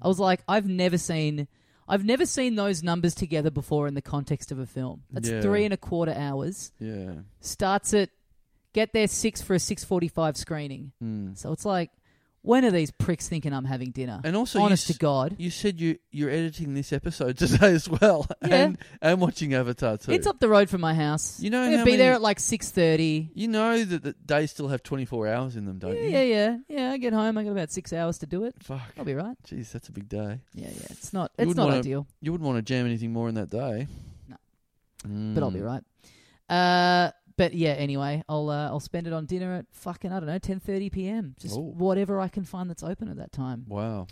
[SPEAKER 1] I was like, I've never seen, I've never seen those numbers together before in the context of a film. That's
[SPEAKER 2] Yeah.
[SPEAKER 1] three and a quarter hours.
[SPEAKER 2] Yeah.
[SPEAKER 1] Starts at get there six for a 6:45 screening.
[SPEAKER 2] Mm.
[SPEAKER 1] So it's like, when are these pricks thinking I'm having dinner?
[SPEAKER 2] And also,
[SPEAKER 1] Honest
[SPEAKER 2] you, s-
[SPEAKER 1] to God.
[SPEAKER 2] you said you you're editing this episode *laughs* today as well,
[SPEAKER 1] Yeah.
[SPEAKER 2] and and watching Avatar too.
[SPEAKER 1] It's up the road from my house.
[SPEAKER 2] You know
[SPEAKER 1] I'm gonna
[SPEAKER 2] how
[SPEAKER 1] be there
[SPEAKER 2] many-
[SPEAKER 1] at like six thirty.
[SPEAKER 2] You know that the days still have 24 hours in them, don't
[SPEAKER 1] Yeah,
[SPEAKER 2] you?
[SPEAKER 1] yeah, yeah, yeah. I get home. I got about six hours to do it.
[SPEAKER 2] Fuck.
[SPEAKER 1] I'll be right.
[SPEAKER 2] Jeez, that's a big day.
[SPEAKER 1] Yeah, yeah. It's not.
[SPEAKER 2] You
[SPEAKER 1] It's
[SPEAKER 2] wouldn't
[SPEAKER 1] not
[SPEAKER 2] wanna-
[SPEAKER 1] ideal,
[SPEAKER 2] You wouldn't want to jam anything more in that day.
[SPEAKER 1] No.
[SPEAKER 2] Mm.
[SPEAKER 1] but I'll be right. Uh, but yeah. Anyway, I'll uh, I'll spend it on dinner at fucking I don't know ten thirty p.m. Just
[SPEAKER 2] Oh.
[SPEAKER 1] whatever I can find that's open at that time.
[SPEAKER 2] Wow.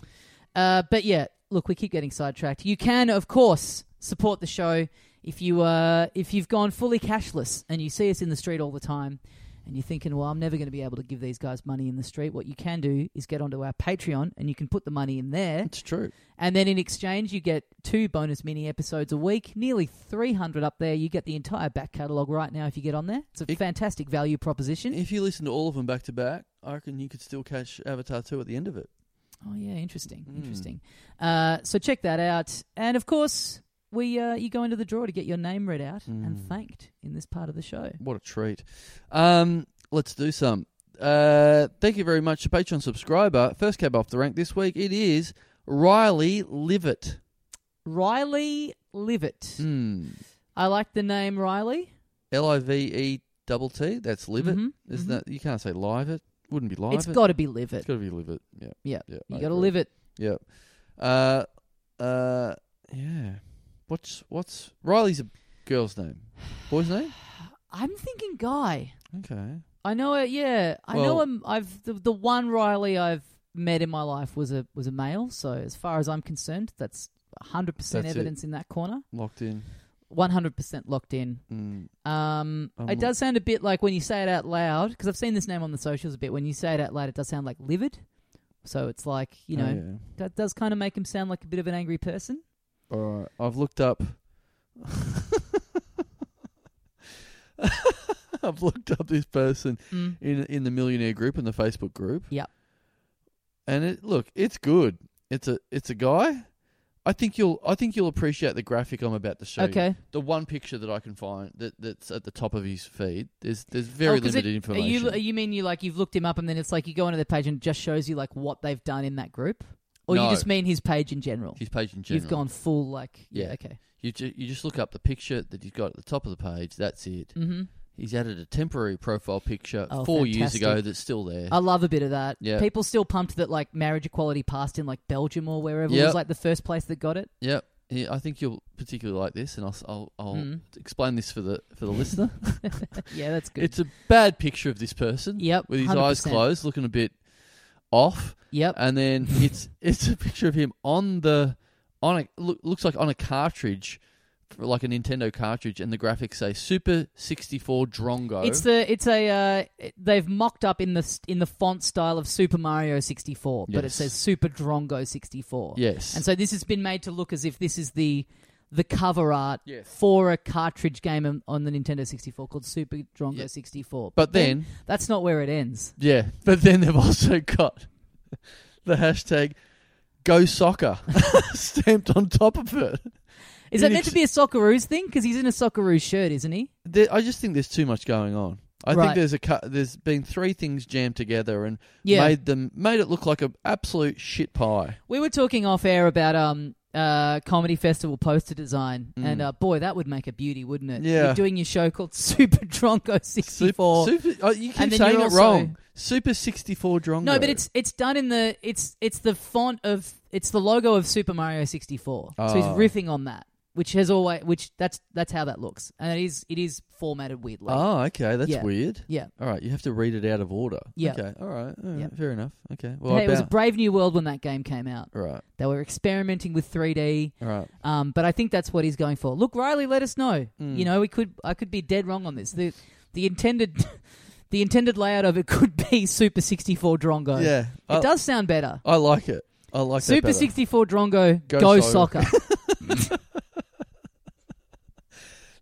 [SPEAKER 1] Uh, but yeah, look, we keep getting sidetracked. You can, of course, support the show if you uh, if you've gone fully cashless and you see us in the street all the time, and you're thinking, well, I'm never going to be able to give these guys money in the street. What you can do is get onto our Patreon and you can put the money in there,
[SPEAKER 2] It's true.
[SPEAKER 1] and then in exchange, you get two bonus mini episodes a week, nearly 300 up there. You get the entire back catalogue right now if you get on there. It's a
[SPEAKER 2] It-
[SPEAKER 1] fantastic value proposition.
[SPEAKER 2] If you listen to all of them back to back, I reckon you could still catch Avatar 2 at the end of it.
[SPEAKER 1] Oh yeah, interesting,
[SPEAKER 2] Mm.
[SPEAKER 1] interesting. Uh, so check that out, and of course, we uh, you go into the draw to get your name read out
[SPEAKER 2] Mm.
[SPEAKER 1] and thanked in this part of the show.
[SPEAKER 2] What a treat. Um, let's do some. Uh, thank you very much to Patreon subscriber. First cab off the rank this week, it is Riley Livett.
[SPEAKER 1] Riley Livett.
[SPEAKER 2] Hmm.
[SPEAKER 1] I like the name Riley.
[SPEAKER 2] L I V E double T. That's Livett.
[SPEAKER 1] Mhm,
[SPEAKER 2] Isn't
[SPEAKER 1] mhm.
[SPEAKER 2] that? You can't say live it. Wouldn't be live
[SPEAKER 1] It's
[SPEAKER 2] it.
[SPEAKER 1] got to be Livett.
[SPEAKER 2] It's got to be Livett. Yeah.
[SPEAKER 1] Yeah.
[SPEAKER 2] yeah
[SPEAKER 1] You
[SPEAKER 2] I
[SPEAKER 1] got to
[SPEAKER 2] agree.
[SPEAKER 1] live it.
[SPEAKER 2] Yep. Uh, uh, yeah. What's what's Riley's a girl's name? Boy's
[SPEAKER 1] *sighs*
[SPEAKER 2] name?
[SPEAKER 1] I'm thinking Guy.
[SPEAKER 2] Okay.
[SPEAKER 1] I know it. Yeah, I
[SPEAKER 2] Well-
[SPEAKER 1] know. him. I've the, the one Riley I've met in my life was a was a male. So as far as I'm concerned, that's 100 percent
[SPEAKER 2] That's it.
[SPEAKER 1] evidence in that corner.
[SPEAKER 2] Locked in.
[SPEAKER 1] 100 percent locked in.
[SPEAKER 2] Mm.
[SPEAKER 1] Um,
[SPEAKER 2] I'm
[SPEAKER 1] it
[SPEAKER 2] not-
[SPEAKER 1] does sound a bit like when you say it out loud, because I've seen this name on the socials a bit. When you say it out loud, it does sound like livid. So it's like you
[SPEAKER 2] Oh,
[SPEAKER 1] know
[SPEAKER 2] yeah.
[SPEAKER 1] that does kind of make him sound like a bit of an angry person.
[SPEAKER 2] All right. Uh, I've looked up. *laughs* I've looked up this person
[SPEAKER 1] Mm.
[SPEAKER 2] in in the millionaire group and the Facebook group.
[SPEAKER 1] Yep.
[SPEAKER 2] And it look, it's good. It's a it's a guy. I think you'll I think you'll appreciate the graphic I'm about to show you.
[SPEAKER 1] Okay,
[SPEAKER 2] The one picture that I can find that that's at the top of his feed. There's there's very
[SPEAKER 1] Oh, 'cause
[SPEAKER 2] limited
[SPEAKER 1] it-
[SPEAKER 2] information.
[SPEAKER 1] Are you are you mean you like you've looked him up and then it's like you go onto the page and it just shows you like what they've done in that group, or
[SPEAKER 2] No.
[SPEAKER 1] you just mean his page in general?
[SPEAKER 2] his page in general.
[SPEAKER 1] You've gone full like yeah,
[SPEAKER 2] Yeah.
[SPEAKER 1] okay.
[SPEAKER 2] You, ju- you just look up the picture that he's got at the top of the page. That's it.
[SPEAKER 1] hmm
[SPEAKER 2] He's added a temporary profile picture
[SPEAKER 1] Oh,
[SPEAKER 2] four years
[SPEAKER 1] fantastic.
[SPEAKER 2] ago
[SPEAKER 1] Oh.
[SPEAKER 2] that's still there.
[SPEAKER 1] I love a bit of that.
[SPEAKER 2] Yeah.
[SPEAKER 1] People still pumped that like marriage equality passed in like Belgium or wherever it
[SPEAKER 2] Yep.
[SPEAKER 1] was like the first place that got it.
[SPEAKER 2] Yep. Yeah, I think you'll particularly like this, and I'll s- I'll, I'll
[SPEAKER 1] Mm.
[SPEAKER 2] explain this for the
[SPEAKER 1] *laughs*
[SPEAKER 2] for the listener.
[SPEAKER 1] Yeah, that's good.
[SPEAKER 2] it's a bad picture of this person.
[SPEAKER 1] Yep,
[SPEAKER 2] With his eyes
[SPEAKER 1] 100%.
[SPEAKER 2] closed, looking a bit off,
[SPEAKER 1] yep. *laughs*
[SPEAKER 2] and then it's it's a picture of him on the on a look, looks like on a cartridge, for like a Nintendo cartridge, and the graphics say Super sixty four Drongo.
[SPEAKER 1] It's the it's a uh, it- they've mocked up in the s- in the font style of Super Mario 64, but it
[SPEAKER 2] Yes.
[SPEAKER 1] says Super Drongo 64.
[SPEAKER 2] yes,
[SPEAKER 1] And so this has been made to look as if this is the the cover art
[SPEAKER 2] Yes.
[SPEAKER 1] for a cartridge game on, on the Nintendo 64 called Super Drongo
[SPEAKER 2] Yeah.
[SPEAKER 1] 64.
[SPEAKER 2] but then
[SPEAKER 1] that's not where it ends.
[SPEAKER 2] Yeah, but then they've also got the hashtag Go Soccer *laughs* stamped on top of it.
[SPEAKER 1] Is
[SPEAKER 2] It
[SPEAKER 1] that meant to
[SPEAKER 2] ex-
[SPEAKER 1] be a Socceroos thing? Because he's in a Socceroos shirt, isn't he?
[SPEAKER 2] There, I just think there's too much going on. I
[SPEAKER 1] Right.
[SPEAKER 2] think there's a cu- there's been three things jammed together and
[SPEAKER 1] Yeah.
[SPEAKER 2] made them made it look like an absolute shit pie.
[SPEAKER 1] We were talking off air about um uh comedy festival poster design,
[SPEAKER 2] Mm.
[SPEAKER 1] and uh, boy, that would make a beauty, wouldn't it?
[SPEAKER 2] Yeah.
[SPEAKER 1] You're doing your show called *laughs* Super Drongo
[SPEAKER 2] Sup-
[SPEAKER 1] 64.
[SPEAKER 2] super, oh, you
[SPEAKER 1] And
[SPEAKER 2] keep
[SPEAKER 1] then
[SPEAKER 2] saying
[SPEAKER 1] you're
[SPEAKER 2] it
[SPEAKER 1] also-
[SPEAKER 2] wrong. Super 64 Drongo.
[SPEAKER 1] No, but it's it's done in the it's it's the font of it's the logo of Super Mario 64. So he's
[SPEAKER 2] Oh.
[SPEAKER 1] riffing on that, which has always which that's that's how that looks, and it is it is formatted weirdly.
[SPEAKER 2] Oh, okay, that's
[SPEAKER 1] Yeah.
[SPEAKER 2] weird.
[SPEAKER 1] Yeah.
[SPEAKER 2] All right, you have to read it out of order.
[SPEAKER 1] Yeah.
[SPEAKER 2] Okay. All right. all right,
[SPEAKER 1] Yeah.
[SPEAKER 2] Fair enough. Okay. Well,
[SPEAKER 1] hey,
[SPEAKER 2] I
[SPEAKER 1] it was a
[SPEAKER 2] bow-
[SPEAKER 1] brave new world when that game came out.
[SPEAKER 2] all right.
[SPEAKER 1] They were experimenting with 3D,
[SPEAKER 2] All right.
[SPEAKER 1] um, but I think that's what he's going for. Look, Riley, let us know.
[SPEAKER 2] Mm.
[SPEAKER 1] You know, we could I could be dead wrong on this. The the intended *laughs* the intended layout of it could be Super 64 Drongo.
[SPEAKER 2] Yeah.
[SPEAKER 1] It
[SPEAKER 2] I,
[SPEAKER 1] does sound better.
[SPEAKER 2] I like it. I like that
[SPEAKER 1] Super
[SPEAKER 2] better.
[SPEAKER 1] 64 Drongo
[SPEAKER 2] Go
[SPEAKER 1] Go,
[SPEAKER 2] Soccer. *laughs*
[SPEAKER 1] Soccer.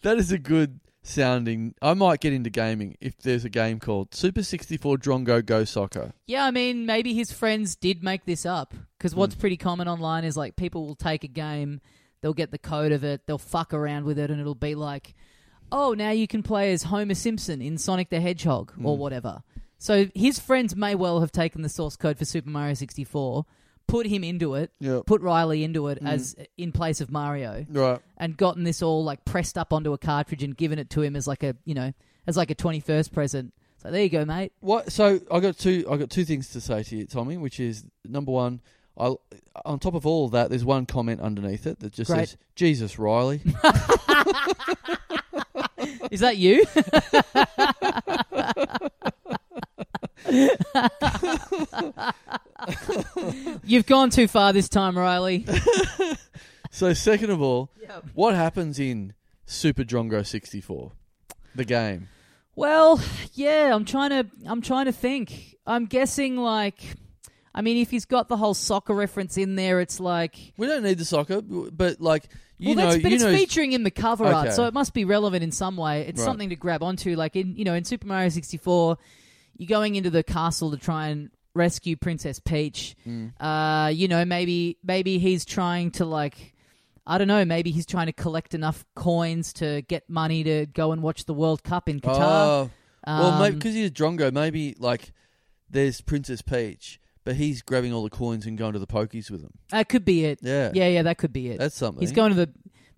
[SPEAKER 2] That is a good sounding. I might get into gaming if there's a game called Super 64 Drongo Go Soccer.
[SPEAKER 1] Yeah, I mean, maybe his friends did make this up because
[SPEAKER 2] Hmm.
[SPEAKER 1] what's pretty common online is like people will take a game, they'll get the code of it, they'll fuck around with it, and it'll be like, oh, now you can play as Homer Simpson in Sonic the Hedgehog
[SPEAKER 2] Hmm.
[SPEAKER 1] or whatever. So his friends may well have taken the source code for Super Mario 64, put him into it,
[SPEAKER 2] Yeah.
[SPEAKER 1] put Riley into it as in place of Mario,
[SPEAKER 2] Right.
[SPEAKER 1] and gotten this all like pressed up onto a cartridge and given it to him as like a you know as like a 21st present. So there you go,
[SPEAKER 2] *laughs*
[SPEAKER 1] mate.
[SPEAKER 2] What? So I got two. I got two things to say to you, Tommy. Which is number one. I on top of all that, there's one comment underneath it that just
[SPEAKER 1] Great.
[SPEAKER 2] says
[SPEAKER 1] *laughs*
[SPEAKER 2] Jesus Riley.
[SPEAKER 1] Is that you? You've gone too far this time, Riley.
[SPEAKER 2] so second of all, what happens in Super Drongo 64? The game.
[SPEAKER 1] Well, yeah, I'm trying to I'm trying to think. I'm guessing like I mean if he's got the whole soccer reference in there, it's like
[SPEAKER 2] We don't need the soccer, but like you
[SPEAKER 1] well,
[SPEAKER 2] know,
[SPEAKER 1] that's, but
[SPEAKER 2] you
[SPEAKER 1] it's
[SPEAKER 2] know,
[SPEAKER 1] featuring in the cover art,
[SPEAKER 2] Okay.
[SPEAKER 1] so it must be relevant in some way. It's
[SPEAKER 2] Right.
[SPEAKER 1] something to grab onto. Like in you know, in Super Mario sixty four, you're going into the castle to try and rescue Princess Peach.
[SPEAKER 2] Mm.
[SPEAKER 1] Uh, you know, maybe maybe he's trying to like. I don't know. Maybe he's trying to collect enough coins to get money to go and watch the World Cup in Qatar.
[SPEAKER 2] Oh, well, maybe
[SPEAKER 1] Um,
[SPEAKER 2] because he's Drongo, maybe like there's Princess Peach, but he's grabbing all the coins and going to the pokies with them.
[SPEAKER 1] that could be it.
[SPEAKER 2] Yeah,
[SPEAKER 1] yeah, yeah, that could be it.
[SPEAKER 2] that's something.
[SPEAKER 1] He's going to the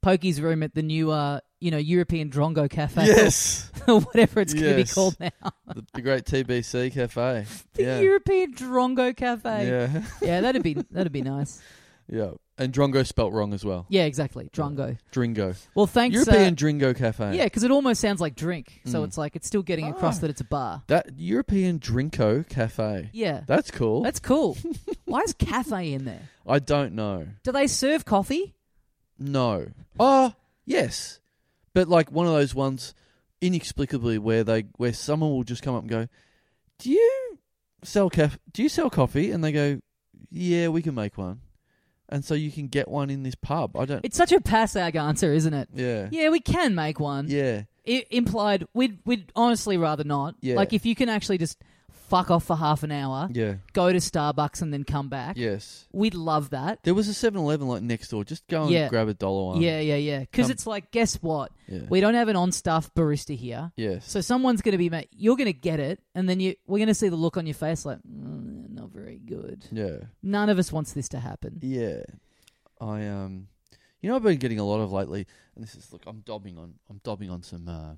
[SPEAKER 1] Pokey's room at the new, uh, you know, European Drongo Cafe
[SPEAKER 2] Yes,
[SPEAKER 1] or *laughs* whatever it's going to be
[SPEAKER 2] Yes.
[SPEAKER 1] called now.
[SPEAKER 2] *laughs* the, the great TBC cafe.
[SPEAKER 1] *laughs* The
[SPEAKER 2] yeah.
[SPEAKER 1] European Drongo Cafe. *laughs*
[SPEAKER 2] yeah, *laughs*
[SPEAKER 1] Yeah, that'd be that'd be nice.
[SPEAKER 2] yeah, and Drongo spelt wrong as well.
[SPEAKER 1] Yeah, exactly. Drongo.
[SPEAKER 2] Dringo,
[SPEAKER 1] Well, thanks.
[SPEAKER 2] European
[SPEAKER 1] uh,
[SPEAKER 2] Dringo Cafe.
[SPEAKER 1] yeah, because it almost sounds like drink, so
[SPEAKER 2] Mm. Ah.
[SPEAKER 1] it's like it's still getting across that it's a bar.
[SPEAKER 2] that European Drinko Cafe.
[SPEAKER 1] Yeah,
[SPEAKER 2] That's cool.
[SPEAKER 1] that's cool.
[SPEAKER 2] *laughs*
[SPEAKER 1] Why is cafe in there?
[SPEAKER 2] I don't know.
[SPEAKER 1] Do they serve coffee?
[SPEAKER 2] No. Oh, yes. But like one of those ones inexplicably where they where someone will just come up and go, "Do you sell caf- do you sell coffee?" and they go, "Yeah, we can make one." And so you can get one in this pub. I don't
[SPEAKER 1] It's such a passag answer, isn't it?
[SPEAKER 2] Yeah.
[SPEAKER 1] Yeah, we can make one.
[SPEAKER 2] Yeah.
[SPEAKER 1] I- implied, we'd we'd honestly rather not.
[SPEAKER 2] Yeah.
[SPEAKER 1] Like if you can actually just fuck off for half an hour,
[SPEAKER 2] Yeah.
[SPEAKER 1] go to Starbucks and then come back.
[SPEAKER 2] Yes.
[SPEAKER 1] We'd love that.
[SPEAKER 2] There was a 7-Eleven like next door. Just go and
[SPEAKER 1] Yeah.
[SPEAKER 2] grab a dollar one.
[SPEAKER 1] Yeah, yeah, yeah. Because
[SPEAKER 2] Come-
[SPEAKER 1] it's like, guess what?
[SPEAKER 2] Yeah.
[SPEAKER 1] We don't have an on staff barista here.
[SPEAKER 2] yes.
[SPEAKER 1] So someone's going to be, ma- you're going to get it, and then you, we're going to see the look on your face like, mm, not very good.
[SPEAKER 2] yeah.
[SPEAKER 1] None of us wants this to happen.
[SPEAKER 2] Yeah. I um you know I've been getting a lot of lately and this is look I'm dobbing on I'm dobbing on some uh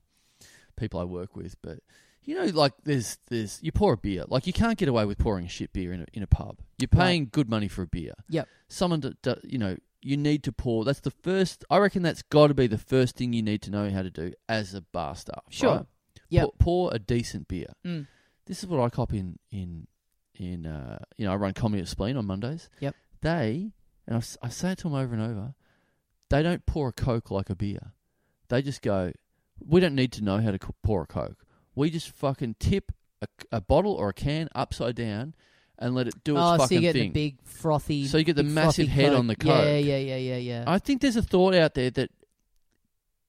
[SPEAKER 2] people I work with, but you know like there's there's you pour a beer. Like you can't get away with pouring a shit beer in a in a pub. You're
[SPEAKER 1] Right.
[SPEAKER 2] paying good money for a beer.
[SPEAKER 1] Yep.
[SPEAKER 2] Someone that do, you know you need to pour. That's the first I reckon that's got to be the first thing you need to know how to do as a bar staff.
[SPEAKER 1] Sure.
[SPEAKER 2] Right?
[SPEAKER 1] Yep.
[SPEAKER 2] Pour, pour a decent beer.
[SPEAKER 1] Mm.
[SPEAKER 2] This is what I cop in in in uh you know I run comedy at spleen on Mondays they, and I, s- I say it to them over and over, they don't pour a Coke like a beer. They just go, we don't need to know how to co- pour a Coke. We just fucking tip a, c- a bottle or a can upside down and let it do its
[SPEAKER 1] oh, so
[SPEAKER 2] fucking
[SPEAKER 1] you get
[SPEAKER 2] thing.
[SPEAKER 1] the big frothy.
[SPEAKER 2] So you get the
[SPEAKER 1] big
[SPEAKER 2] massive
[SPEAKER 1] frothy
[SPEAKER 2] head on the
[SPEAKER 1] Yeah,
[SPEAKER 2] Coke.
[SPEAKER 1] yeah, yeah, yeah, yeah.
[SPEAKER 2] I think there's a thought out there that,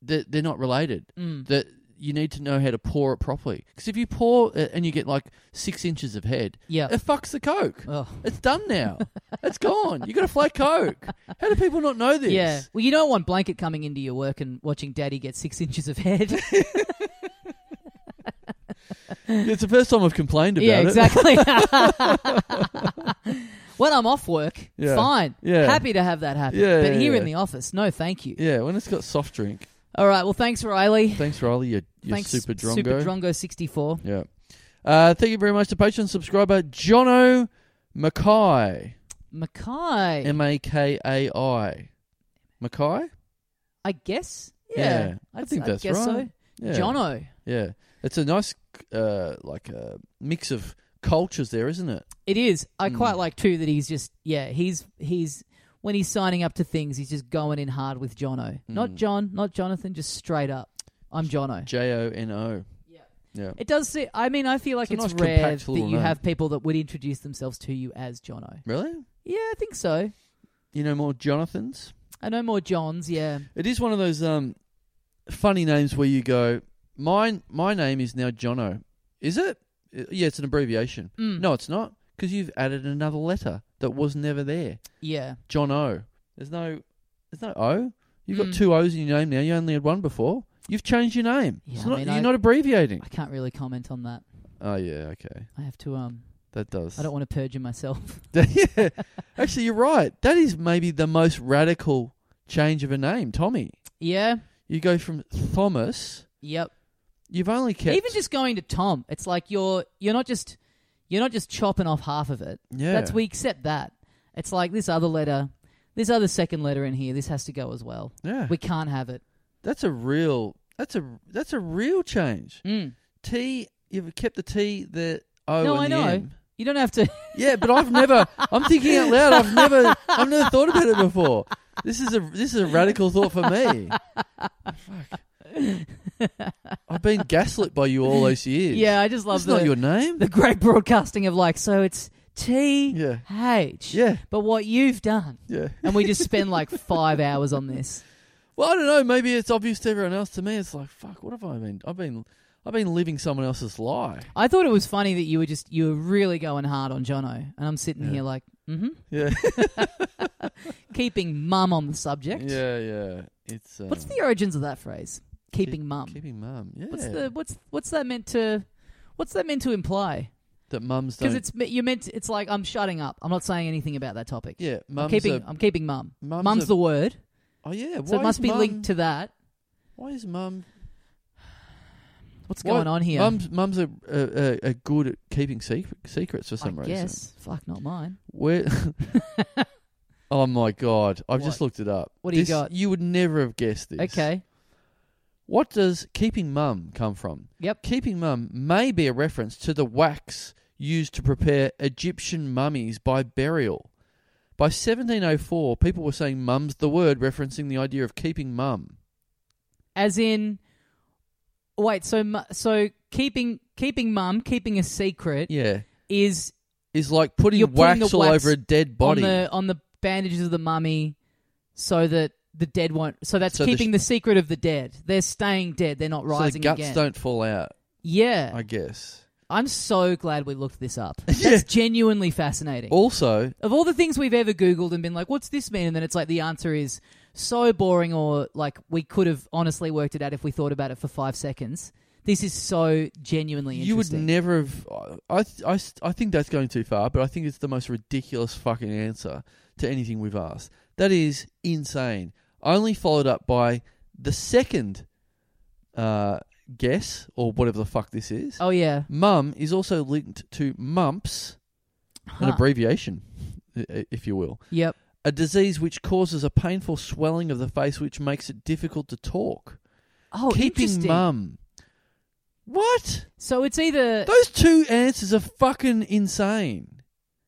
[SPEAKER 2] that they're not related,
[SPEAKER 1] Mm.
[SPEAKER 2] that you need to know how to pour it properly. Because if you pour it and you get like six inches of head,
[SPEAKER 1] Yeah.
[SPEAKER 2] *laughs*
[SPEAKER 1] Oh,
[SPEAKER 2] it fucks the Coke.
[SPEAKER 1] Ugh.
[SPEAKER 2] It's done now. it's gone. You got a flat Coke. How do people not know this?
[SPEAKER 1] Yeah. Well, you don't want blanket coming into your work and watching Daddy get six inches of head.
[SPEAKER 2] It's the first time I've complained about
[SPEAKER 1] *laughs* yeah,
[SPEAKER 2] it.
[SPEAKER 1] exactly.
[SPEAKER 2] *laughs*
[SPEAKER 1] *laughs* when I'm off work,
[SPEAKER 2] Yeah.
[SPEAKER 1] fine.
[SPEAKER 2] Yeah.
[SPEAKER 1] Happy to have that happen.
[SPEAKER 2] Yeah,
[SPEAKER 1] but
[SPEAKER 2] yeah,
[SPEAKER 1] here
[SPEAKER 2] yeah.
[SPEAKER 1] in the office, no, thank you.
[SPEAKER 2] Yeah, when it's got soft drink.
[SPEAKER 1] All right. Well, thanks, Riley.
[SPEAKER 2] Thanks, Riley. You're, you're
[SPEAKER 1] thanks,
[SPEAKER 2] super drongo.
[SPEAKER 1] Super Drongo 64.
[SPEAKER 2] Yeah. Uh, thank you very much to Patreon subscriber Jono Mackay.
[SPEAKER 1] Mackay.
[SPEAKER 2] M A K A I. Mackay?
[SPEAKER 1] I guess. Yeah.
[SPEAKER 2] Yeah,
[SPEAKER 1] I'd,
[SPEAKER 2] I think
[SPEAKER 1] I'd
[SPEAKER 2] that's
[SPEAKER 1] guess
[SPEAKER 2] right. Yeah.
[SPEAKER 1] so. Jono.
[SPEAKER 2] Yeah. It's a nice, uh, like, uh, mix of cultures there, isn't it?
[SPEAKER 1] It is. I quite
[SPEAKER 2] Mm.
[SPEAKER 1] like too that he's just yeah, he's he's when he's signing up to things, he's just going in hard with Jono. Not
[SPEAKER 2] Mm.
[SPEAKER 1] John, not Jonathan, just straight up. I'm Jono.
[SPEAKER 2] J O N O.
[SPEAKER 1] Yeah.
[SPEAKER 2] Yeah.
[SPEAKER 1] It does. Se- I mean, I feel like
[SPEAKER 2] It's
[SPEAKER 1] it's,
[SPEAKER 2] a nice
[SPEAKER 1] rare
[SPEAKER 2] compact
[SPEAKER 1] that you
[SPEAKER 2] little name.
[SPEAKER 1] have people that would introduce themselves to you as Jono.
[SPEAKER 2] Really?
[SPEAKER 1] Yeah, I think so.
[SPEAKER 2] You know more Jonathans?
[SPEAKER 1] I know more Johns. Yeah.
[SPEAKER 2] It is one of those um, funny names where you go, mine. My name is now Jono. Is it? Uh, Yeah, it's an abbreviation.
[SPEAKER 1] Mm.
[SPEAKER 2] No, it's not because you've added another letter that was never there.
[SPEAKER 1] Yeah.
[SPEAKER 2] John O. There's no, there's no O. You've got
[SPEAKER 1] Mm.
[SPEAKER 2] two O's in your name now. You only had one before. You've changed your name.
[SPEAKER 1] Yeah,
[SPEAKER 2] It's
[SPEAKER 1] I
[SPEAKER 2] not-
[SPEAKER 1] mean,
[SPEAKER 2] you're
[SPEAKER 1] I-
[SPEAKER 2] not abbreviating.
[SPEAKER 1] I can't really comment on that.
[SPEAKER 2] Oh yeah, okay,
[SPEAKER 1] I have to. Um.
[SPEAKER 2] that does.
[SPEAKER 1] I don't want to perjure myself.
[SPEAKER 2] *laughs*
[SPEAKER 1] *laughs*
[SPEAKER 2] yeah. Actually, you're right. That is maybe the most radical change of a name, Tommy.
[SPEAKER 1] Yeah.
[SPEAKER 2] You go from Thomas.
[SPEAKER 1] Yep.
[SPEAKER 2] You've only kept
[SPEAKER 1] Even just going to Tom, it's like you're you're not just you're not just chopping off half of it.
[SPEAKER 2] yeah.
[SPEAKER 1] That's we accept that. It's like this other letter, this other second letter in here. This has to go as well.
[SPEAKER 2] Yeah,
[SPEAKER 1] We can't have
[SPEAKER 2] *laughs*
[SPEAKER 1] it.
[SPEAKER 2] that's a real. That's a that's a real change.
[SPEAKER 1] Mm.
[SPEAKER 2] T. You've kept the T, the O,
[SPEAKER 1] No,
[SPEAKER 2] and
[SPEAKER 1] I
[SPEAKER 2] the
[SPEAKER 1] know.
[SPEAKER 2] M.
[SPEAKER 1] You don't have to.
[SPEAKER 2] Yeah, but I've never. I'm thinking out loud. I've never. I've never thought about it before. This is a this is a radical thought for me. Fuck. I've been gaslit by you all those years.
[SPEAKER 1] yeah, I just love
[SPEAKER 2] it's
[SPEAKER 1] the
[SPEAKER 2] not your
[SPEAKER 1] *laughs*
[SPEAKER 2] name.
[SPEAKER 1] the great broadcasting of like. So it's T
[SPEAKER 2] yeah,
[SPEAKER 1] H.
[SPEAKER 2] *laughs* yeah,
[SPEAKER 1] But what you've done,
[SPEAKER 2] yeah.
[SPEAKER 1] and we just spend
[SPEAKER 2] *laughs*
[SPEAKER 1] like five hours on this.
[SPEAKER 2] Well, I don't know. Maybe it's obvious to everyone else. To me, it's like, fuck. What have I been? I've been. I've been living someone else's lie.
[SPEAKER 1] I thought it was funny that you were just you were really going hard on Jono, and I'm sitting
[SPEAKER 2] Yeah.
[SPEAKER 1] here like, mm-hmm,
[SPEAKER 2] Yeah,
[SPEAKER 1] keeping mum on the subject.
[SPEAKER 2] yeah, *laughs* yeah. It's um,
[SPEAKER 1] What's the origins of that phrase?
[SPEAKER 2] keep-
[SPEAKER 1] Keeping mum.
[SPEAKER 2] Keeping mum. Yeah.
[SPEAKER 1] What's the what's what's that meant to? What's that meant to imply?
[SPEAKER 2] that mums
[SPEAKER 1] Because
[SPEAKER 2] don't.
[SPEAKER 1] it's me- you meant it's like I'm shutting up. I'm not saying anything about that topic.
[SPEAKER 2] yeah,
[SPEAKER 1] I'm
[SPEAKER 2] mums.
[SPEAKER 1] keeping
[SPEAKER 2] are,
[SPEAKER 1] I'm keeping mum.
[SPEAKER 2] mums,
[SPEAKER 1] Mum's
[SPEAKER 2] are-
[SPEAKER 1] the word,
[SPEAKER 2] Oh yeah.
[SPEAKER 1] so
[SPEAKER 2] why
[SPEAKER 1] it must
[SPEAKER 2] is
[SPEAKER 1] be
[SPEAKER 2] mum-
[SPEAKER 1] linked to that.
[SPEAKER 2] Why is mum?
[SPEAKER 1] What's
[SPEAKER 2] Why-
[SPEAKER 1] going on here?
[SPEAKER 2] Mums. Mums are, are, are good at keeping secret, secrets for some
[SPEAKER 1] I
[SPEAKER 2] reason.
[SPEAKER 1] guess. Fuck, not mine.
[SPEAKER 2] Where? *laughs* oh my god! I've just
[SPEAKER 1] What?
[SPEAKER 2] looked it up.
[SPEAKER 1] What do you
[SPEAKER 2] This-
[SPEAKER 1] got?
[SPEAKER 2] You would never have guessed this.
[SPEAKER 1] Okay.
[SPEAKER 2] What does keeping mum come from?
[SPEAKER 1] Yep.
[SPEAKER 2] Keeping mum may be a reference to the wax used to prepare Egyptian mummies by burial. By 1704, people were saying mum's the word, referencing the idea of keeping mum.
[SPEAKER 1] As in, wait. So mu- so keeping keeping mum, keeping a secret
[SPEAKER 2] Yeah.
[SPEAKER 1] is
[SPEAKER 2] Is like putting
[SPEAKER 1] You're
[SPEAKER 2] wax,
[SPEAKER 1] putting the
[SPEAKER 2] all
[SPEAKER 1] wax
[SPEAKER 2] over a dead body.
[SPEAKER 1] on the on the bandages of the mummy, so that the dead won't. So that's
[SPEAKER 2] So the
[SPEAKER 1] keeping the, secret of the dead. They're staying dead. They're not
[SPEAKER 2] so the
[SPEAKER 1] rising
[SPEAKER 2] guts
[SPEAKER 1] again.
[SPEAKER 2] don't fall out,
[SPEAKER 1] yeah,
[SPEAKER 2] I guess.
[SPEAKER 1] I'm so glad we looked this
[SPEAKER 2] *laughs*
[SPEAKER 1] up. That's genuinely fascinating.
[SPEAKER 2] Also,
[SPEAKER 1] of all the things we've ever Googled and been like, what's this mean? And then it's like the answer is so boring, or like we could have honestly worked it out if we thought about it for five seconds. This is so genuinely
[SPEAKER 2] you would
[SPEAKER 1] interesting.
[SPEAKER 2] never have. uh, I, I, I think that's going too far, but I think it's the most ridiculous fucking answer to anything we've asked. That is insane. Only followed up by the second uh, guess, or whatever the fuck this is.
[SPEAKER 1] oh yeah,
[SPEAKER 2] Mum is also linked to mumps, an
[SPEAKER 1] Huh.
[SPEAKER 2] abbreviation, i- i- if you will.
[SPEAKER 1] yep.
[SPEAKER 2] A disease which causes a painful swelling of the face which makes it difficult to talk.
[SPEAKER 1] Oh,
[SPEAKER 2] Keeping
[SPEAKER 1] interesting.
[SPEAKER 2] mum. What?
[SPEAKER 1] So it's either
[SPEAKER 2] Those two answers are fucking insane.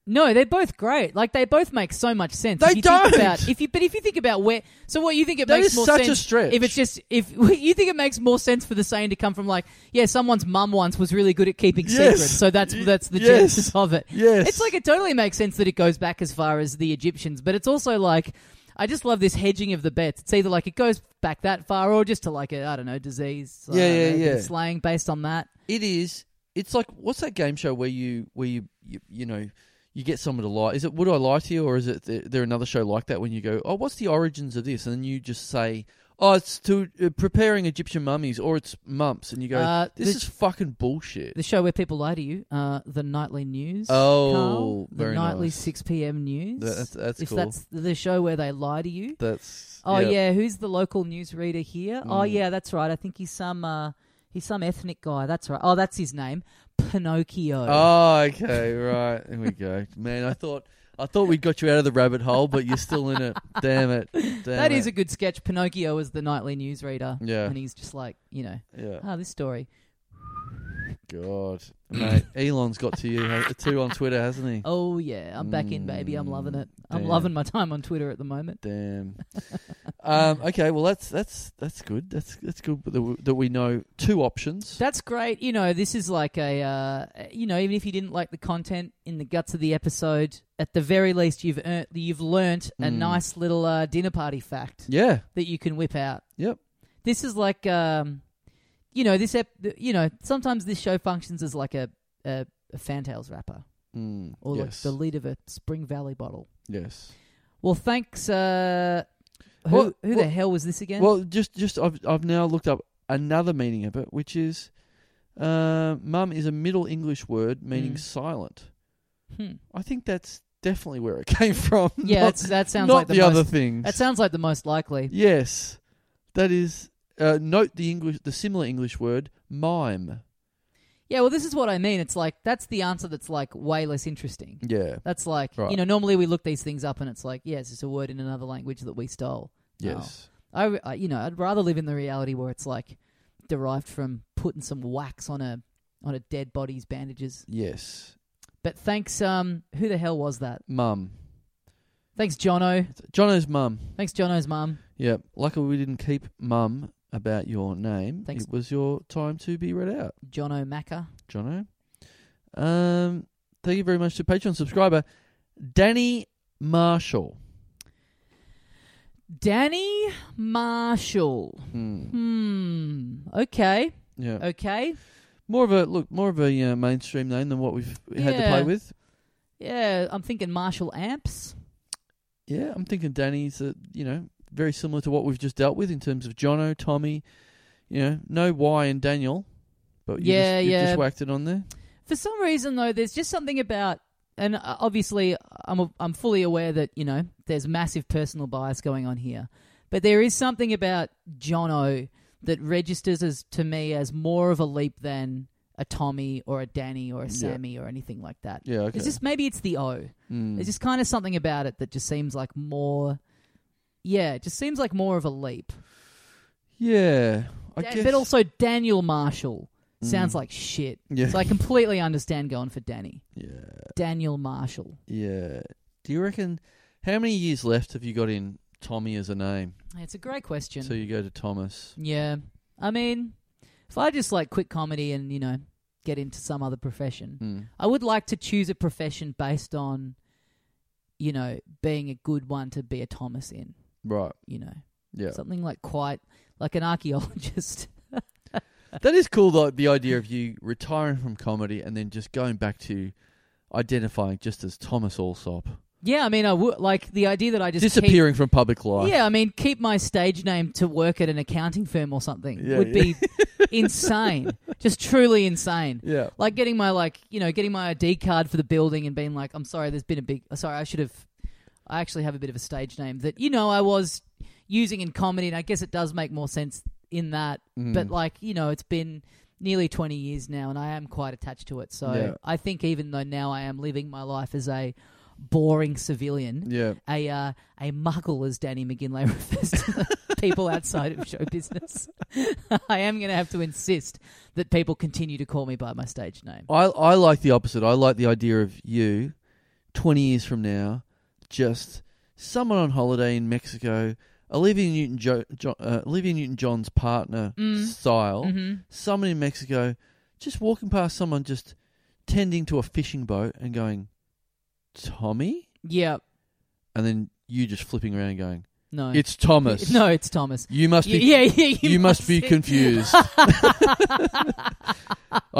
[SPEAKER 1] No, they're both great. Like they both make so much sense.
[SPEAKER 2] They
[SPEAKER 1] if you
[SPEAKER 2] don't!
[SPEAKER 1] Think about, if you, but if you think about where, so what you think it
[SPEAKER 2] That
[SPEAKER 1] makes
[SPEAKER 2] is
[SPEAKER 1] more
[SPEAKER 2] such a
[SPEAKER 1] sense?
[SPEAKER 2] stretch.
[SPEAKER 1] If it's just if *laughs* you think it makes more sense for the saying to come from like, yeah, someone's mum once was really good at keeping
[SPEAKER 2] Yes.
[SPEAKER 1] secrets, so that's
[SPEAKER 2] Y-
[SPEAKER 1] that's the
[SPEAKER 2] yes.
[SPEAKER 1] genesis of it.
[SPEAKER 2] Yes.
[SPEAKER 1] It's like it totally makes sense that it goes back as far as the Egyptians, but it's also like. I just love this hedging of the bets. It's either like it goes back that far, or just to like a I don't know disease, I
[SPEAKER 2] Yeah,
[SPEAKER 1] don't
[SPEAKER 2] yeah,
[SPEAKER 1] know,
[SPEAKER 2] yeah.
[SPEAKER 1] slang based on that.
[SPEAKER 2] It is. It's like what's that game show where you where you you, you know you get someone to lie? Is it would I lie to you, or is it th- there another show like that when you go, oh, what's the origins of this? And then you just say, oh, it's to uh, preparing Egyptian mummies, or it's mumps, and you go,
[SPEAKER 1] Uh,
[SPEAKER 2] this
[SPEAKER 1] the-
[SPEAKER 2] is fucking bullshit.
[SPEAKER 1] The show where people lie to you, uh, the nightly news.
[SPEAKER 2] Oh,
[SPEAKER 1] Carl, the
[SPEAKER 2] very
[SPEAKER 1] nightly
[SPEAKER 2] nice.
[SPEAKER 1] six p.m. news.
[SPEAKER 2] That- that's that's
[SPEAKER 1] if
[SPEAKER 2] cool.
[SPEAKER 1] that's the show where they lie to you.
[SPEAKER 2] That's-
[SPEAKER 1] Oh yeah, who's the local newsreader here? Oh
[SPEAKER 2] Mm.
[SPEAKER 1] yeah, that's right. I think he's some uh, he's some ethnic guy. That's right. Oh, that's his name, Pinocchio.
[SPEAKER 2] Oh, okay, right. There we go. Man, I thought I thought we got you out of the rabbit hole, but you're still in it. Damn it. Damn
[SPEAKER 1] that
[SPEAKER 2] it.
[SPEAKER 1] is a good sketch. Pinocchio is the nightly newsreader, *laughs*
[SPEAKER 2] Yeah.
[SPEAKER 1] and he's just like you know,
[SPEAKER 2] yeah.
[SPEAKER 1] ah, this story.
[SPEAKER 2] God, mate, Elon's got to you ha- too on Twitter, hasn't he?
[SPEAKER 1] Oh yeah, I'm back in, baby. I'm loving it. I'm
[SPEAKER 2] Mm,
[SPEAKER 1] loving my time on Twitter at the moment.
[SPEAKER 2] Damn. um, okay, well that's that's that's good. That's that's good that we, that we know two options.
[SPEAKER 1] That's great. You know, this is like a, uh, you know, even if you didn't like the content in the guts of the episode, at the very least, you've earned, you've learnt a
[SPEAKER 2] Mm.
[SPEAKER 1] nice little uh, dinner party fact
[SPEAKER 2] yeah.
[SPEAKER 1] that you can whip out.
[SPEAKER 2] Yep.
[SPEAKER 1] This is like, um, you know, this, ep- you know, sometimes this show functions as like a, a, a Fantails wrapper
[SPEAKER 2] Mm,
[SPEAKER 1] or like
[SPEAKER 2] yes.
[SPEAKER 1] the lead of a Spring Valley bottle.
[SPEAKER 2] yes.
[SPEAKER 1] Well, thanks. Uh, who
[SPEAKER 2] Well-
[SPEAKER 1] who the
[SPEAKER 2] well-
[SPEAKER 1] hell was this again?
[SPEAKER 2] Well, just just I've I've now looked up another meaning of it, which is uh, mum is a Middle English word meaning
[SPEAKER 1] Mm.
[SPEAKER 2] silent.
[SPEAKER 1] Hmm.
[SPEAKER 2] I think that's definitely where it *laughs* came from.
[SPEAKER 1] yeah,
[SPEAKER 2] not,
[SPEAKER 1] that's, that sounds
[SPEAKER 2] not
[SPEAKER 1] like the,
[SPEAKER 2] the, other
[SPEAKER 1] most,
[SPEAKER 2] things.
[SPEAKER 1] That sounds like the most likely.
[SPEAKER 2] yes, that is. Uh, note the English, the similar English word mime.
[SPEAKER 1] Yeah, well, this is what I mean. It's like that's the answer that's like way less interesting.
[SPEAKER 2] Yeah.
[SPEAKER 1] That's like
[SPEAKER 2] Right.
[SPEAKER 1] you know normally we look these things up and it's like yeah, it's just a word in another language that we stole. No.
[SPEAKER 2] Yes.
[SPEAKER 1] I, re- I you know I'd rather live in the reality where it's like derived from putting some wax on a on a dead body's bandages.
[SPEAKER 2] Yes.
[SPEAKER 1] But thanks um who the hell was that?
[SPEAKER 2] Mum.
[SPEAKER 1] Thanks Jono.
[SPEAKER 2] Jono's mum.
[SPEAKER 1] Thanks Jono's mum.
[SPEAKER 2] Yeah. Luckily, we didn't keep mum about your name.
[SPEAKER 1] Thanks.
[SPEAKER 2] It was your time to be read out.
[SPEAKER 1] Jono Macca.
[SPEAKER 2] Jono. Um, thank you very much to Patreon subscriber Danny Marshall.
[SPEAKER 1] Danny Marshall.
[SPEAKER 2] Hmm.
[SPEAKER 1] Hmm. Okay.
[SPEAKER 2] Yeah,
[SPEAKER 1] Okay.
[SPEAKER 2] more of a look, more of a uh, mainstream name than what we've had to
[SPEAKER 1] Yeah.
[SPEAKER 2] play with.
[SPEAKER 1] Yeah, I'm thinking Marshall amps.
[SPEAKER 2] Yeah, I'm thinking Danny's, uh, you know, very similar to what we've just dealt with in terms of Jono, Tommy, you know, no Y in Daniel, but you
[SPEAKER 1] Yeah,
[SPEAKER 2] just, you've
[SPEAKER 1] yeah.
[SPEAKER 2] just whacked it on there.
[SPEAKER 1] For some reason, though, there's just something about, and uh, obviously, I'm a, I'm fully aware that you know there's massive personal bias going on here, but there is something about Jono that registers as to me as more of a leap than a Tommy or a Danny or a Sammy or anything like that.
[SPEAKER 2] Yeah, okay.
[SPEAKER 1] It's just maybe it's the O.
[SPEAKER 2] Mm.
[SPEAKER 1] There's just kind of something about it that just seems like more. Yeah, it just seems like more of a leap.
[SPEAKER 2] yeah, I
[SPEAKER 1] Dan-
[SPEAKER 2] guess.
[SPEAKER 1] but also Daniel Marshall sounds
[SPEAKER 2] Mm.
[SPEAKER 1] like shit.
[SPEAKER 2] yeah,
[SPEAKER 1] So I completely understand going for Danny.
[SPEAKER 2] yeah,
[SPEAKER 1] Daniel Marshall.
[SPEAKER 2] yeah. Do you reckon how many years left have you got in Tommy as a name?
[SPEAKER 1] It's a great question.
[SPEAKER 2] So you go to Thomas.
[SPEAKER 1] yeah. I mean, if I just like quit comedy and, you know, get into some other profession,
[SPEAKER 2] Mm.
[SPEAKER 1] I would like to choose a profession based on, you know, being a good one to be a Thomas in,
[SPEAKER 2] Right.
[SPEAKER 1] you know,
[SPEAKER 2] Yeah.
[SPEAKER 1] something like quite like an archaeologist. *laughs*
[SPEAKER 2] That is cool though the idea of you retiring from comedy and then just going back to identifying just as Thomas Allsop.
[SPEAKER 1] yeah, I mean, I would like the idea that I just keep-
[SPEAKER 2] Disappearing from public life.
[SPEAKER 1] Yeah, I mean, keep my stage name to work at an accounting firm or something
[SPEAKER 2] Yeah,
[SPEAKER 1] would
[SPEAKER 2] yeah. *laughs*
[SPEAKER 1] be insane. Just truly insane.
[SPEAKER 2] Yeah.
[SPEAKER 1] Like getting my like, you know, getting my ID card for the building and being like, I'm sorry, there's been a big. Sorry, I should have. I actually have a bit of a stage name that you know I was using in comedy, and I guess it does make more sense in that.
[SPEAKER 2] Mm.
[SPEAKER 1] But like, you know, it's been nearly 20 years now, and I am quite attached to it. So
[SPEAKER 2] Yeah.
[SPEAKER 1] I think even though now I am living my life as a boring civilian
[SPEAKER 2] Yeah.
[SPEAKER 1] a uh, a muggle, as Danny McGinlay *laughs* refers to the people outside of show business. *laughs* I am going to have to insist that people continue to call me by my stage name.
[SPEAKER 2] I I like the opposite. I like the idea of you twenty years from now, just someone on holiday in Mexico, Olivia Newton jo- jo- uh, Olivia Newton John's partner
[SPEAKER 1] Mm.
[SPEAKER 2] style.
[SPEAKER 1] hmm
[SPEAKER 2] Someone in Mexico just walking past someone just tending to a fishing boat and going, Tommy?
[SPEAKER 1] Yeah,
[SPEAKER 2] and then you just flipping around and going,
[SPEAKER 1] no,
[SPEAKER 2] "It's Thomas."
[SPEAKER 1] no, it's Thomas.
[SPEAKER 2] you must
[SPEAKER 1] Y-
[SPEAKER 2] be.
[SPEAKER 1] yeah, yeah, you,
[SPEAKER 2] You, must,
[SPEAKER 1] *laughs*
[SPEAKER 2] be confused. I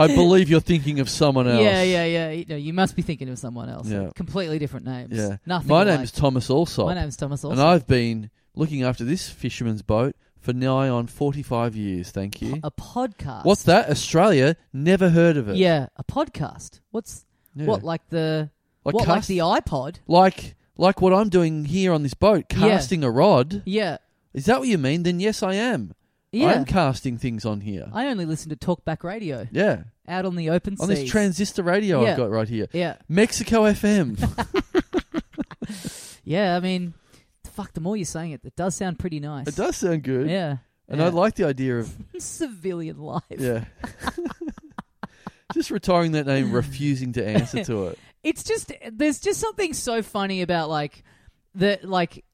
[SPEAKER 2] believe you're thinking of someone else.
[SPEAKER 1] Yeah, yeah, yeah. No, you must be thinking of someone else.
[SPEAKER 2] Yeah.
[SPEAKER 1] Completely different names.
[SPEAKER 2] Yeah.
[SPEAKER 1] Nothing.
[SPEAKER 2] My
[SPEAKER 1] alike.
[SPEAKER 2] name is Thomas Allsop,
[SPEAKER 1] My name's Thomas.
[SPEAKER 2] and
[SPEAKER 1] Also.
[SPEAKER 2] I've been looking after this fisherman's boat for nigh on forty-five years. Thank you.
[SPEAKER 1] a podcast.
[SPEAKER 2] What's that? Australia never heard of it.
[SPEAKER 1] Yeah, a podcast. What's
[SPEAKER 2] Yeah.
[SPEAKER 1] what like the
[SPEAKER 2] Like
[SPEAKER 1] what like
[SPEAKER 2] cast-
[SPEAKER 1] the iPod?
[SPEAKER 2] like like what I'm doing here on this boat,
[SPEAKER 1] Yeah.
[SPEAKER 2] casting a rod.
[SPEAKER 1] Yeah,
[SPEAKER 2] Is that what you mean? Then yes, I am.
[SPEAKER 1] yeah.
[SPEAKER 2] I'm casting things on here.
[SPEAKER 1] I only listen to talkback radio
[SPEAKER 2] yeah,
[SPEAKER 1] out on the open
[SPEAKER 2] on
[SPEAKER 1] seas.
[SPEAKER 2] this transistor radio
[SPEAKER 1] Yeah.
[SPEAKER 2] I've got right here.
[SPEAKER 1] yeah,
[SPEAKER 2] Mexico
[SPEAKER 1] *laughs*
[SPEAKER 2] FM.
[SPEAKER 1] yeah. I mean, fuck. The more you're saying it, it does sound pretty nice.
[SPEAKER 2] it does sound good,
[SPEAKER 1] Yeah. *laughs*
[SPEAKER 2] and
[SPEAKER 1] yeah.
[SPEAKER 2] I like the idea of
[SPEAKER 1] *laughs* civilian life.
[SPEAKER 2] yeah. Just retiring that name, refusing to answer to it.
[SPEAKER 1] it's just there's just something so funny about like the like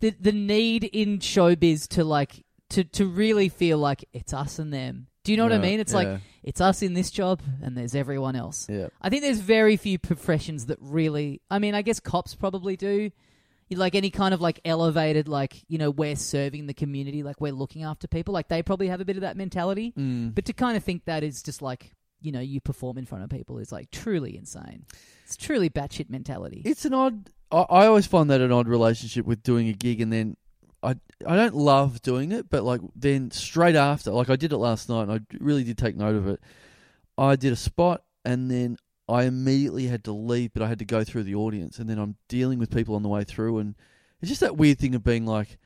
[SPEAKER 1] the the need in showbiz to like to to really feel like it's us and them. Do you know what I
[SPEAKER 2] Yeah,
[SPEAKER 1] mean? It's
[SPEAKER 2] yeah.
[SPEAKER 1] like it's us in this job and there's everyone else.
[SPEAKER 2] Yeah.
[SPEAKER 1] I think there's very few professions that really I mean, I guess cops probably do. You- Like any kind of like elevated, like, you know, we're serving the community, like we're looking after people. Like they probably have a bit of that mentality.
[SPEAKER 2] Mm.
[SPEAKER 1] But to kind of think that is just like, you know, you perform in front of people is like truly insane. It's truly batshit mentality.
[SPEAKER 2] It's an odd. I, I always find that an odd relationship with doing a gig and then. I, I don't love doing it, but like then straight after, like I did it last night and I really did take note of it. I did a spot and then I immediately had to leave, but I had to go through the audience and then I'm dealing with people on the way through and it's just that weird thing of being like,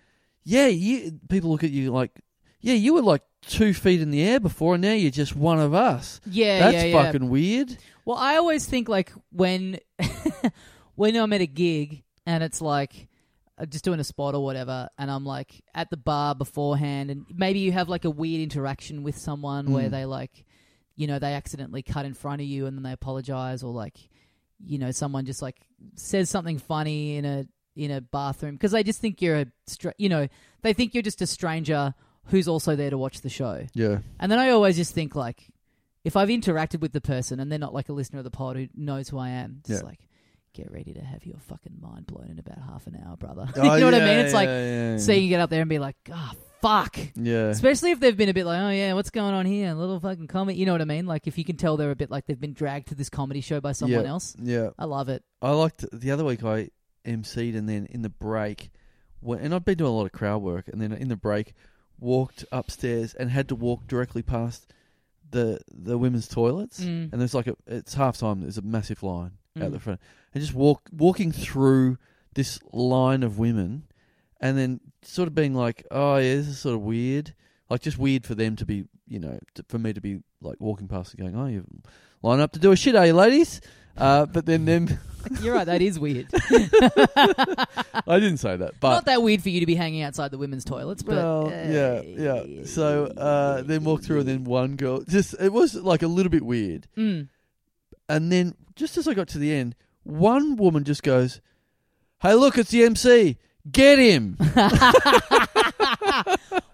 [SPEAKER 2] yeah, you people look at you like, yeah, you were like two feet in the air before and now you're just one of us.
[SPEAKER 1] yeah,
[SPEAKER 2] That's
[SPEAKER 1] yeah, yeah.
[SPEAKER 2] fucking weird.
[SPEAKER 1] *laughs* Well, I always think like when *laughs* when I'm at a gig and it's like uh, just doing a spot or whatever, and I'm like at the bar beforehand, and maybe you have like a weird interaction with someone where
[SPEAKER 2] Mm.
[SPEAKER 1] they like, you know, they accidentally cut in front of you and then they apologize, or like, you know, someone just like says something funny in a in a bathroom because they just think you're a str- you know they think you're just a stranger who's also there to watch the show.
[SPEAKER 2] Yeah.
[SPEAKER 1] And then I always just think like, if I've interacted with the person and they're not like a listener of the pod who knows who I am, just
[SPEAKER 2] Yeah.
[SPEAKER 1] like, get ready to have your fucking mind blown in about half an hour, brother. *laughs* you know
[SPEAKER 2] Oh,
[SPEAKER 1] what I mean? It's like seeing you get up there and be like, ah, fuck.
[SPEAKER 2] Yeah.
[SPEAKER 1] Especially if they've been a bit like, oh yeah, what's going on here? A little fucking comedy. You know what I mean? Like if you can tell they're a bit like they've been dragged to this comedy show by someone
[SPEAKER 2] Yeah.
[SPEAKER 1] else.
[SPEAKER 2] Yeah.
[SPEAKER 1] I love it.
[SPEAKER 2] I liked the other week I emceed and then in the break, went, and I'd been doing a lot of crowd work, and then in the break, walked upstairs and had to walk directly past the the women's toilets,
[SPEAKER 1] Mm.
[SPEAKER 2] and there's like a it's half time. There's a massive line
[SPEAKER 1] Mm.
[SPEAKER 2] out the front, and just walk walking through this line of women, and then sort of being like, oh yeah, this is sort of weird. Like just weird for them to be, you know, to, for me to be like walking past and going, "Oh, you line up to do a shit, are you, ladies?" Uh, but then them
[SPEAKER 1] *laughs* *laughs*
[SPEAKER 2] *laughs*
[SPEAKER 1] You're right. That is weird. *laughs*
[SPEAKER 2] I didn't say that,
[SPEAKER 1] not eh.
[SPEAKER 2] but
[SPEAKER 1] that weird for you to be hanging outside the women's toilets, but
[SPEAKER 2] well, yeah, yeah. So uh, then walked through, and then one girl just it was like a little bit weird.
[SPEAKER 1] Mm.
[SPEAKER 2] And then just as I got to the end, one woman just goes, "Hey, look, it's the MC. Get him."
[SPEAKER 1] *laughs*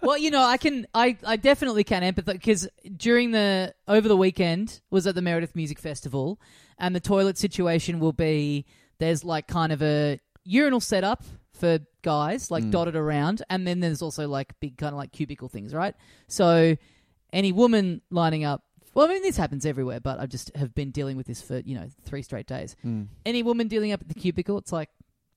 [SPEAKER 1] well, you know, I can, I, I definitely can empathize because during the over the weekend was at the Meredith Music Festival, and the toilet situation will be there's like kind of a urinal setup for guys, like
[SPEAKER 2] Mm.
[SPEAKER 1] dotted around, and then there's also like big kind of like cubicle things, right? So any woman lining up. Well, I mean, this happens everywhere, but I just have been dealing with this for you know three straight days.
[SPEAKER 2] Mm,
[SPEAKER 1] Any woman dealing up at the cubicle, it's like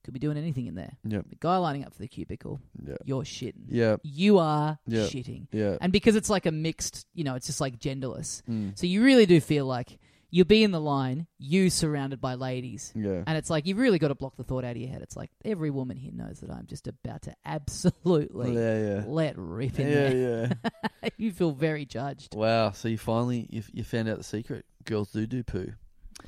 [SPEAKER 1] could be doing anything in there.
[SPEAKER 2] Yep.
[SPEAKER 1] The guy lining up for the cubicle,
[SPEAKER 2] Yeah,
[SPEAKER 1] you're shitting
[SPEAKER 2] yeah,
[SPEAKER 1] you are
[SPEAKER 2] Yeah.
[SPEAKER 1] shitting.
[SPEAKER 2] yeah.
[SPEAKER 1] And because it's like a mixed, you know, it's just like genderless.
[SPEAKER 2] Mm,
[SPEAKER 1] So you really do feel like you'll be in the line, you surrounded by ladies.
[SPEAKER 2] yeah.
[SPEAKER 1] And it's like you've really got to block the thought out of your head. It's like every woman here knows that I'm just about to absolutely
[SPEAKER 2] yeah, yeah.
[SPEAKER 1] let rip in
[SPEAKER 2] Yeah, yeah. *laughs*
[SPEAKER 1] there. *laughs* you feel very judged.
[SPEAKER 2] wow. So you finally you, you found out the secret. Girls do do poo.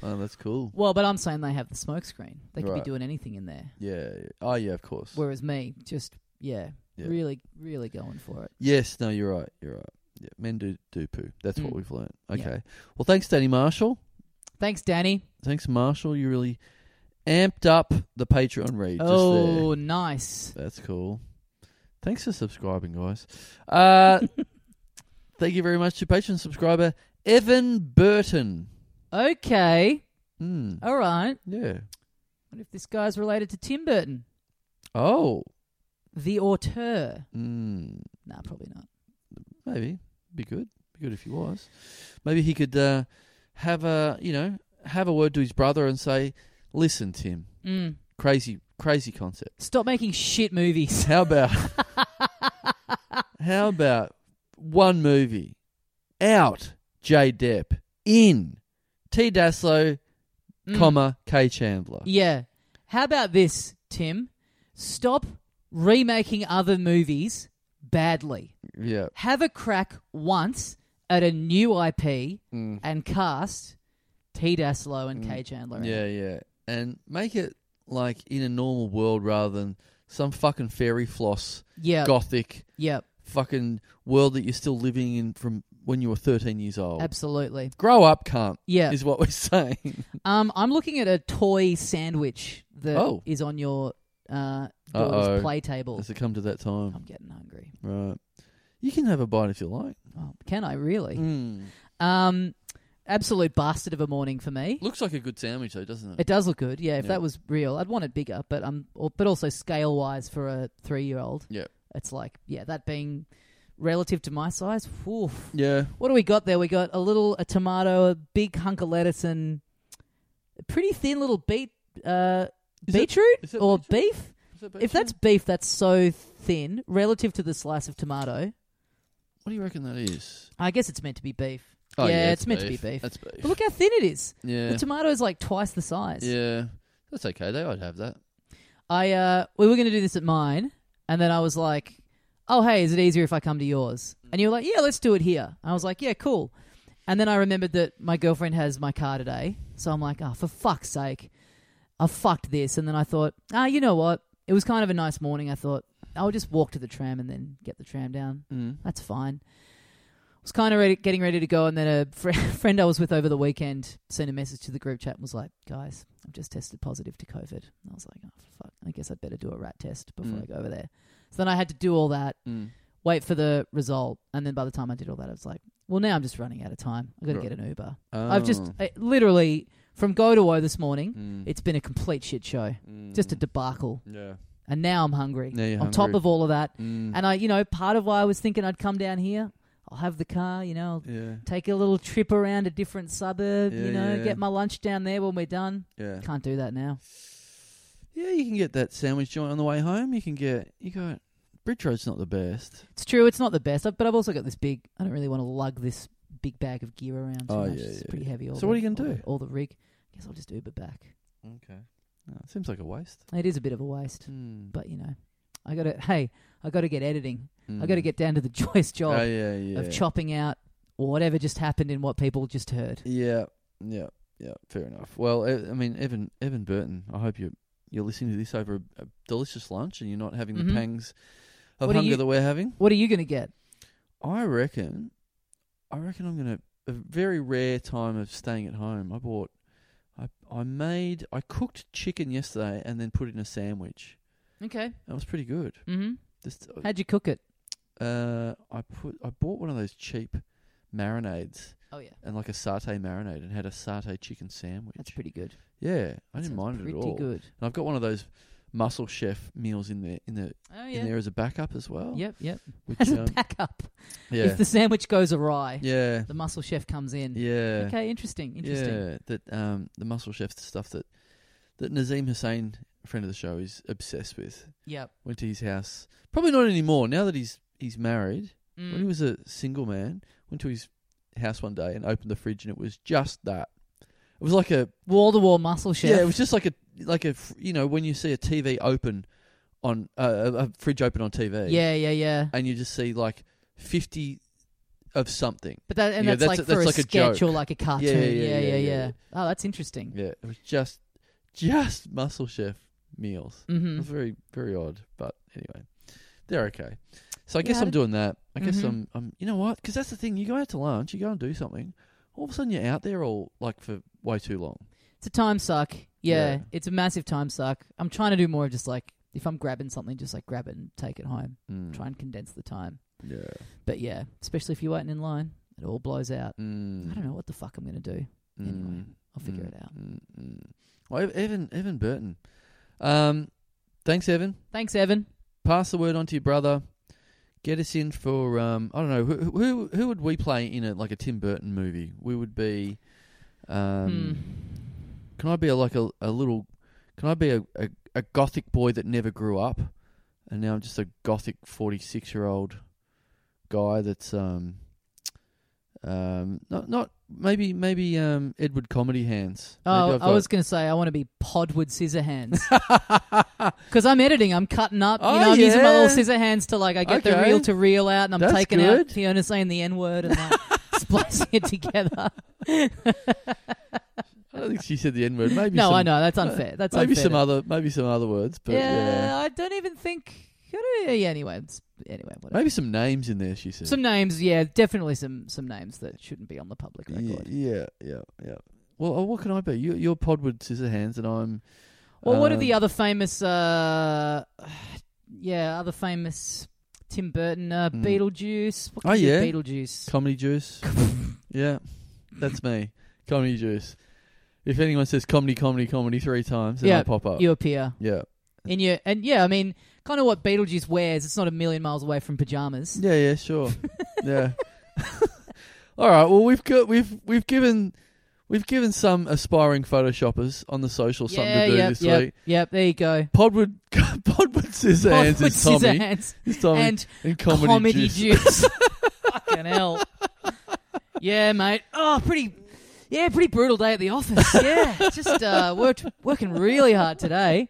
[SPEAKER 2] Oh, that's cool.
[SPEAKER 1] Well, but I'm saying they have the smoke screen. They could be
[SPEAKER 2] Right.
[SPEAKER 1] doing anything in there.
[SPEAKER 2] Yeah. yeah. Oh, yeah. Of course.
[SPEAKER 1] Whereas me, just yeah,
[SPEAKER 2] Yeah.
[SPEAKER 1] really, really going for it.
[SPEAKER 2] Yes, no, you're right. You're right. Yeah, men do do poo. That's what
[SPEAKER 1] Mm.
[SPEAKER 2] we've learned.
[SPEAKER 1] Yeah.
[SPEAKER 2] Okay. Well, thanks, Danny Marshall.
[SPEAKER 1] Thanks, Danny.
[SPEAKER 2] Thanks, Marshall. You really amped up the Patreon read. Just
[SPEAKER 1] Oh, nice. *laughs*
[SPEAKER 2] there. that's cool. Thanks for subscribing, guys. Uh, *laughs* thank you very much to Patreon subscriber Evan Burton.
[SPEAKER 1] Okay,
[SPEAKER 2] Hmm.
[SPEAKER 1] all right.
[SPEAKER 2] Yeah.
[SPEAKER 1] wonder if this guy's related to Tim Burton,
[SPEAKER 2] Oh.
[SPEAKER 1] the auteur.
[SPEAKER 2] Hmm.
[SPEAKER 1] Nah, probably not.
[SPEAKER 2] Maybe. Be good. Be good if he was. Maybe he could uh, have a you know have a word to his brother and say, "Listen, Tim."
[SPEAKER 1] Mm.
[SPEAKER 2] Crazy, crazy concept.
[SPEAKER 1] Stop making shit movies.
[SPEAKER 2] How about how about one movie out J Depp in T Daslow,
[SPEAKER 1] Mm.
[SPEAKER 2] *laughs* comma K Chandler.
[SPEAKER 1] Yeah. How about this, Tim? Stop remaking other movies badly.
[SPEAKER 2] Yeah,
[SPEAKER 1] Have a crack once at a new IP
[SPEAKER 2] Mm.
[SPEAKER 1] and cast T. Daslow and
[SPEAKER 2] Mm.
[SPEAKER 1] Kay Chandler. in
[SPEAKER 2] yeah,
[SPEAKER 1] it.
[SPEAKER 2] yeah, and make it like in a normal world rather than some fucking fairy floss
[SPEAKER 1] Yep.
[SPEAKER 2] gothic
[SPEAKER 1] Yep.
[SPEAKER 2] fucking world that you're still living in from when you were 13 years old.
[SPEAKER 1] Absolutely.
[SPEAKER 2] Grow up, cunt.
[SPEAKER 1] Yeah.
[SPEAKER 2] Is what we're *laughs* saying.
[SPEAKER 1] Um, I'm looking at a toy sandwich that is
[SPEAKER 2] Oh.
[SPEAKER 1] on your uh, daughter's
[SPEAKER 2] Uh-oh.
[SPEAKER 1] play table.
[SPEAKER 2] Has it come to that time?
[SPEAKER 1] I'm getting hungry.
[SPEAKER 2] Right. You can have a bite if you like.
[SPEAKER 1] Oh, can I really?
[SPEAKER 2] Mm.
[SPEAKER 1] Um, absolute bastard of a morning for me.
[SPEAKER 2] Looks like a good sandwich, though, doesn't
[SPEAKER 1] It does look good, yeah. If
[SPEAKER 2] Yeah.
[SPEAKER 1] that was real, I'd want it bigger, but um, or, but also scale wise for a three year old,
[SPEAKER 2] Yeah.
[SPEAKER 1] it's like yeah, that being relative to my size. Oof.
[SPEAKER 2] Yeah.
[SPEAKER 1] What do we got there? We got a little a tomato, a big hunk of lettuce, and a pretty thin little beet uh,
[SPEAKER 2] Is that-
[SPEAKER 1] beetroot
[SPEAKER 2] is that
[SPEAKER 1] or
[SPEAKER 2] beetroot?
[SPEAKER 1] beef. If that's beef, that's so thin relative to the slice of tomato.
[SPEAKER 2] What do you reckon that is?
[SPEAKER 1] I guess it's meant to be beef. yeah, it's, meant to be beef.
[SPEAKER 2] That's beef.
[SPEAKER 1] But look how thin it is.
[SPEAKER 2] yeah.
[SPEAKER 1] The tomato is like twice the size.
[SPEAKER 2] Yeah. That's okay, though. I'd have that.
[SPEAKER 1] I uh, we were going to do this at mine, and then I was like, "Oh, hey, is it easier if I come to yours?"
[SPEAKER 2] Mm.
[SPEAKER 1] And you were like, "Yeah, let's do it here." I was like, "Yeah, cool." And then I remembered that my girlfriend has my car today, so I'm like, "Oh, for fuck's sake, I fucked this." And then I thought, "Ah, you know what? It was kind of a nice morning." I thought I'll just walk to the tram and then get the tram down.
[SPEAKER 2] Mm.
[SPEAKER 1] That's fine. Was kind of ready, getting ready to go, and then a *laughs* fr- friend I was with over the weekend sent a message to the group chat and was like, "Guys, I've just tested positive to COVID." And I was like, "Oh fuck, I guess I'd better do a rat test before
[SPEAKER 2] Mm.
[SPEAKER 1] I go over there." So then I had to do all that,
[SPEAKER 2] Mm.
[SPEAKER 1] wait for the result, and then by the time I did all that, I was like, "Well, now I'm just running out of time. I've got to
[SPEAKER 2] Right.
[SPEAKER 1] get an Uber." I've
[SPEAKER 2] Oh.
[SPEAKER 1] just I, literally from go to woe this morning.
[SPEAKER 2] Mm. Hmm.
[SPEAKER 1] It's been a complete shit show, just a debacle,
[SPEAKER 2] Yeah.
[SPEAKER 1] and now I'm hungry.
[SPEAKER 2] Now Mm. you're
[SPEAKER 1] on top
[SPEAKER 2] hungry.
[SPEAKER 1] of all of that,
[SPEAKER 2] Mm.
[SPEAKER 1] and I, you know, part of why I was thinking I'd come down here, I'll have the car, you know, I'll
[SPEAKER 2] Yeah.
[SPEAKER 1] take a little trip around a different suburb, you
[SPEAKER 2] Yeah,
[SPEAKER 1] know,
[SPEAKER 2] yeah.
[SPEAKER 1] get my lunch down there when we're done.
[SPEAKER 2] Yeah.
[SPEAKER 1] Can't do that now.
[SPEAKER 2] Yeah, you can get that sandwich joint on the way home. You can get you got Bridge Road's not the best.
[SPEAKER 1] It's true, it's not the best, but I've also got this big, I don't really want to lug this big bag of gear around. Too
[SPEAKER 2] Oh,
[SPEAKER 1] much.
[SPEAKER 2] yeah,
[SPEAKER 1] It's
[SPEAKER 2] yeah,
[SPEAKER 1] pretty
[SPEAKER 2] yeah.
[SPEAKER 1] heavy. All
[SPEAKER 2] So what are
[SPEAKER 1] the-
[SPEAKER 2] you gonna
[SPEAKER 1] all
[SPEAKER 2] do?
[SPEAKER 1] the- All the rig. I guess I'll just Uber back.
[SPEAKER 2] No, it seems like a waste.
[SPEAKER 1] It is a bit of a waste,
[SPEAKER 2] Mm.
[SPEAKER 1] but you know, I got to, hey, I got to get editing. I
[SPEAKER 2] Mm.
[SPEAKER 1] got to get down to the *laughs* joyous job
[SPEAKER 2] Oh yeah, yeah.
[SPEAKER 1] of chopping out whatever just happened and what people just heard.
[SPEAKER 2] Yeah, yeah, yeah. Fair enough. Well, e, I, I mean, Evan, Evan Burton. I hope you you're listening to this over a, a delicious lunch and you're not having
[SPEAKER 1] Mhm.
[SPEAKER 2] the pangs of
[SPEAKER 1] What are
[SPEAKER 2] hunger
[SPEAKER 1] you-
[SPEAKER 2] that we're having.
[SPEAKER 1] What are you going to get?
[SPEAKER 2] I reckon, I reckon I'm gonna a very rare time of staying at home. I bought, I I made, I cooked chicken yesterday and then put it in a sandwich.
[SPEAKER 1] Okay.
[SPEAKER 2] That was pretty good.
[SPEAKER 1] Mm-hmm.
[SPEAKER 2] Just
[SPEAKER 1] How'd you cook it?
[SPEAKER 2] uh, I put I bought one of those cheap marinades
[SPEAKER 1] Oh yeah,
[SPEAKER 2] and like a satay marinade and had a satay chicken sandwich.
[SPEAKER 1] that's pretty good.
[SPEAKER 2] Yeah, I
[SPEAKER 1] Sounds
[SPEAKER 2] didn't mind it at
[SPEAKER 1] pretty
[SPEAKER 2] all.
[SPEAKER 1] good.
[SPEAKER 2] And I've got one of those muscle chef meals in there in the
[SPEAKER 1] Oh
[SPEAKER 2] in there as a backup as well.
[SPEAKER 1] Yep, yep. *laughs*
[SPEAKER 2] Which,
[SPEAKER 1] As a
[SPEAKER 2] um,
[SPEAKER 1] backup,
[SPEAKER 2] yeah.
[SPEAKER 1] if the sandwich goes awry,
[SPEAKER 2] yeah.
[SPEAKER 1] the muscle chef comes in.
[SPEAKER 2] Yeah.
[SPEAKER 1] Okay, interesting, interesting.
[SPEAKER 2] Yeah. That um the muscle chef stuff that that Nazim Hussein, a friend of the show, is obsessed with.
[SPEAKER 1] Yep.
[SPEAKER 2] Went to his house. Probably not anymore, now that he's he's married.
[SPEAKER 1] Mm.
[SPEAKER 2] When he was a single man, went to his house one day and opened the fridge and it was just that. It was like a
[SPEAKER 1] Wall to wall muscle chef.
[SPEAKER 2] Yeah, it was just like a like a fr- you know when you see a TV open on uh, a- a fridge open on TV.
[SPEAKER 1] yeah, yeah, yeah.
[SPEAKER 2] and you just see like fifty of something.
[SPEAKER 1] But that and
[SPEAKER 2] Yeah,
[SPEAKER 1] that's,
[SPEAKER 2] that's
[SPEAKER 1] like
[SPEAKER 2] a-
[SPEAKER 1] for
[SPEAKER 2] that's
[SPEAKER 1] a
[SPEAKER 2] like a
[SPEAKER 1] sketch
[SPEAKER 2] joke.
[SPEAKER 1] or like a cartoon.
[SPEAKER 2] yeah, yeah, yeah, yeah.
[SPEAKER 1] Oh, that's interesting.
[SPEAKER 2] Yeah, it was just just Muscle Chef meals. It
[SPEAKER 1] Mm-hmm.
[SPEAKER 2] was very very odd, but anyway, they're okay. So I
[SPEAKER 1] Yeah,
[SPEAKER 2] guess
[SPEAKER 1] I
[SPEAKER 2] I'm
[SPEAKER 1] did-
[SPEAKER 2] doing that. I guess
[SPEAKER 1] Mhm.
[SPEAKER 2] I'm I'm you know what? Because that's the thing. You go out to lunch, you go and do something. All of a sudden, you're out there all like for way too long.
[SPEAKER 1] It's a time suck. Yeah,
[SPEAKER 2] Yeah.
[SPEAKER 1] it's a massive time suck. I'm trying to do more of just like if I'm grabbing something, just like grab it and take it home.
[SPEAKER 2] Mm.
[SPEAKER 1] Try and condense the time.
[SPEAKER 2] Yeah.
[SPEAKER 1] But yeah, especially if you're waiting in line, it all blows out.
[SPEAKER 2] Mm.
[SPEAKER 1] I don't know what the fuck I'm gonna do. Anyway, I'll figure it out.
[SPEAKER 2] Mm, mm. Well, Ev- Evan, Evan Burton. Um, thanks, Evan.
[SPEAKER 1] Thanks, Evan.
[SPEAKER 2] Pass the word on to your brother. Get us in for um, I don't know who, who who would we play in a like a Tim Burton movie? We would be.
[SPEAKER 1] Hmm.
[SPEAKER 2] Um, Can I be a, like a, a little? Can I be a, a, a gothic boy that never grew up, and now I'm just a gothic forty six year old guy that's um um not not maybe maybe um Edward Comedy Hands.
[SPEAKER 1] Hmm.
[SPEAKER 2] Maybe
[SPEAKER 1] Oh,
[SPEAKER 2] I've
[SPEAKER 1] I
[SPEAKER 2] got-
[SPEAKER 1] was going to say I want to be Podwood Scissorhands.
[SPEAKER 2] *laughs*
[SPEAKER 1] because I'm editing. I'm cutting up. You
[SPEAKER 2] Oh,
[SPEAKER 1] know, I'm using my
[SPEAKER 2] yeah.
[SPEAKER 1] little scissor hands to like I get the
[SPEAKER 2] Okay.
[SPEAKER 1] reel to reel out, and I'm
[SPEAKER 2] That's
[SPEAKER 1] taking out
[SPEAKER 2] good.
[SPEAKER 1] Fiona saying the N word and
[SPEAKER 2] *laughs*
[SPEAKER 1] like splicing it together.
[SPEAKER 2] I don't think she said the N word.
[SPEAKER 1] *laughs*
[SPEAKER 2] Maybe
[SPEAKER 1] no,
[SPEAKER 2] some,
[SPEAKER 1] I know that's unfair. That's
[SPEAKER 2] maybe
[SPEAKER 1] unfair.
[SPEAKER 2] some
[SPEAKER 1] to-
[SPEAKER 2] other maybe some other words, but
[SPEAKER 1] yeah,
[SPEAKER 2] yeah.
[SPEAKER 1] I don't even think gotta, yeah, anyway, it's, anyway, whatever.
[SPEAKER 2] Maybe some names in there, she said.
[SPEAKER 1] Some names, yeah, definitely some some names that shouldn't be on the public
[SPEAKER 2] Y-
[SPEAKER 1] record.
[SPEAKER 2] yeah, yeah, yeah. Well, oh, what can I be? You, you're Podwood Scissor Hands, and I'm.
[SPEAKER 1] Well, what are
[SPEAKER 2] um,
[SPEAKER 1] the other famous? Uh, *sighs* yeah, other famous Tim Burton uh,
[SPEAKER 2] Mm.
[SPEAKER 1] Beetlejuice. What
[SPEAKER 2] Oh,
[SPEAKER 1] could be
[SPEAKER 2] yeah.
[SPEAKER 1] Beetlejuice. *laughs*
[SPEAKER 2] Comedy Juice. yeah, that's me. Comedy Juice. If anyone says comedy, comedy, comedy three times, then
[SPEAKER 1] Yeah,
[SPEAKER 2] I pop up.
[SPEAKER 1] You appear
[SPEAKER 2] yeah.
[SPEAKER 1] in your and yeah, I mean, kind of what Beetlejuice wears. It's not a million miles away from pajamas.
[SPEAKER 2] Yeah,
[SPEAKER 1] *laughs*
[SPEAKER 2] yeah, sure. yeah. *laughs* All right. Well, we've got we've we've given we've given some aspiring photoshoppers on the social something
[SPEAKER 1] yeah,
[SPEAKER 2] to do
[SPEAKER 1] yep,
[SPEAKER 2] this
[SPEAKER 1] yep,
[SPEAKER 2] week.
[SPEAKER 1] yep. There you go.
[SPEAKER 2] Podwood *laughs* Podwood
[SPEAKER 1] *laughs*
[SPEAKER 2] Scissor Hands
[SPEAKER 1] With
[SPEAKER 2] is Tommy.
[SPEAKER 1] scissor hands
[SPEAKER 2] Is Tommy
[SPEAKER 1] and
[SPEAKER 2] and comedy,
[SPEAKER 1] comedy,
[SPEAKER 2] juice.
[SPEAKER 1] juice.
[SPEAKER 2] *laughs*
[SPEAKER 1] Fucking hell. Yeah, mate. Oh, pretty. Yeah, pretty brutal day at the office. Yeah, just uh, worked working really hard today.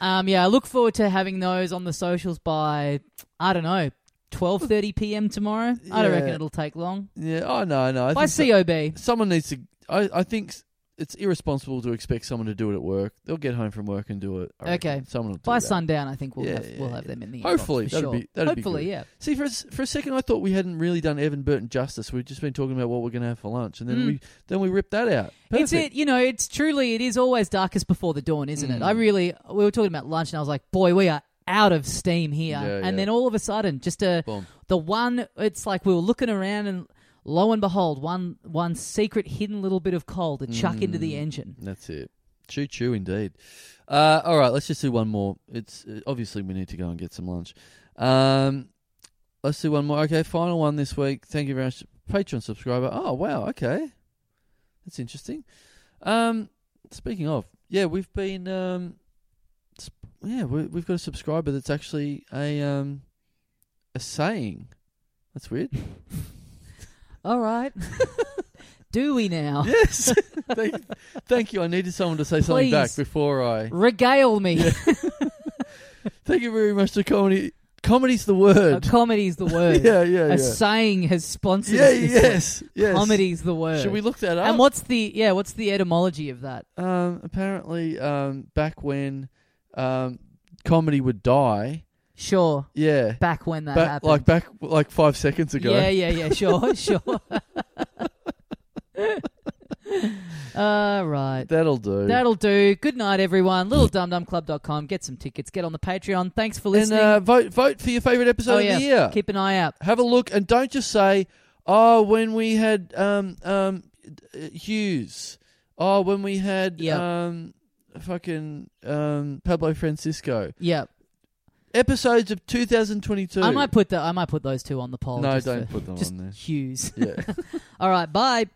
[SPEAKER 1] Um, yeah, I look forward to having those on the socials by I don't know twelve thirty p.m. tomorrow. I don't
[SPEAKER 2] Yeah.
[SPEAKER 1] reckon it'll take long.
[SPEAKER 2] Yeah. Oh no, no. I
[SPEAKER 1] by
[SPEAKER 2] think so-
[SPEAKER 1] cob.
[SPEAKER 2] someone needs to. I I think s- it's irresponsible to expect someone to do it at work. They'll get home from work and do it. I
[SPEAKER 1] Okay.
[SPEAKER 2] reckon. Someone will do
[SPEAKER 1] By
[SPEAKER 2] that.
[SPEAKER 1] sundown, I think we'll
[SPEAKER 2] Yeah,
[SPEAKER 1] have we'll
[SPEAKER 2] yeah,
[SPEAKER 1] have them in the inbox
[SPEAKER 2] Hopefully,
[SPEAKER 1] for
[SPEAKER 2] that'd
[SPEAKER 1] sure.
[SPEAKER 2] be- that'd be
[SPEAKER 1] hopefully
[SPEAKER 2] good.
[SPEAKER 1] yeah.
[SPEAKER 2] See, for a, s- for a second, I thought we hadn't really done Evan Burton justice. We've just been talking about what we're going to have for lunch, and then
[SPEAKER 1] Mm.
[SPEAKER 2] we then we ripped that out.
[SPEAKER 1] It's it, you know. It's truly, it is always darkest before the dawn, isn't it?
[SPEAKER 2] Mm.
[SPEAKER 1] I really, we were talking about lunch, and I was like, boy, we are out of steam here.
[SPEAKER 2] Yeah,
[SPEAKER 1] and
[SPEAKER 2] yeah.
[SPEAKER 1] then all of a sudden, just a
[SPEAKER 2] Boom.
[SPEAKER 1] the one. It's like we were looking around, and lo and behold, one one secret hidden little bit of coal to chuck into the
[SPEAKER 2] Mm.
[SPEAKER 1] engine.
[SPEAKER 2] That's it. Choo choo, indeed. Uh, all right, let's just do one more. It's uh, obviously we need to go and get some lunch. Um, let's do one more. Okay, final one this week. Thank you very much, Patreon subscriber. Oh wow, okay, that's interesting. Um, speaking of, yeah, we've been. Um, sp- yeah, we, we've got a subscriber that's actually a um, a saying. That's weird.
[SPEAKER 1] All right, *laughs* do we now *laughs*
[SPEAKER 2] yes. *laughs* thank, thank you. I needed someone to say something back
[SPEAKER 1] Please.
[SPEAKER 2] before I.
[SPEAKER 1] regale me?
[SPEAKER 2] Yeah. Thank you very much to comedy. Comedy's the word.
[SPEAKER 1] comedy's the word.
[SPEAKER 2] *laughs* yeah, yeah,
[SPEAKER 1] A
[SPEAKER 2] yeah.
[SPEAKER 1] saying has sponsored
[SPEAKER 2] Yeah,
[SPEAKER 1] us this week.
[SPEAKER 2] yes, yes.
[SPEAKER 1] Comedy's the word.
[SPEAKER 2] Should we look that up?
[SPEAKER 1] and what's the yeah? What's the etymology of that?
[SPEAKER 2] Um, apparently, um, back when um, comedy would die.
[SPEAKER 1] Sure.
[SPEAKER 2] Yeah.
[SPEAKER 1] back when that
[SPEAKER 2] Back-
[SPEAKER 1] happened.
[SPEAKER 2] like back like five seconds ago.
[SPEAKER 1] Yeah, yeah, yeah.
[SPEAKER 2] *laughs*
[SPEAKER 1] Sure, sure. *laughs* All right.
[SPEAKER 2] That'll do.
[SPEAKER 1] That'll do. Good night, everyone. LittleDumDumClub.com. Get some tickets. Get on the Patreon. Thanks for
[SPEAKER 2] and
[SPEAKER 1] listening.
[SPEAKER 2] uh, vote vote for your favorite episode
[SPEAKER 1] Oh,
[SPEAKER 2] of
[SPEAKER 1] yeah.
[SPEAKER 2] the year.
[SPEAKER 1] Keep an eye out.
[SPEAKER 2] Have a look and don't just say, "Oh, when we had um um Hughes. Oh, when we had
[SPEAKER 1] Yep.
[SPEAKER 2] um fucking um Pablo Francisco."
[SPEAKER 1] Yeah,
[SPEAKER 2] Episodes of 2022.
[SPEAKER 1] I might put the I might put those two on the poll.
[SPEAKER 2] No,
[SPEAKER 1] just
[SPEAKER 2] don't
[SPEAKER 1] for-
[SPEAKER 2] put them
[SPEAKER 1] just *laughs*
[SPEAKER 2] on there.
[SPEAKER 1] Hughes.
[SPEAKER 2] Yeah.
[SPEAKER 1] All right. Bye.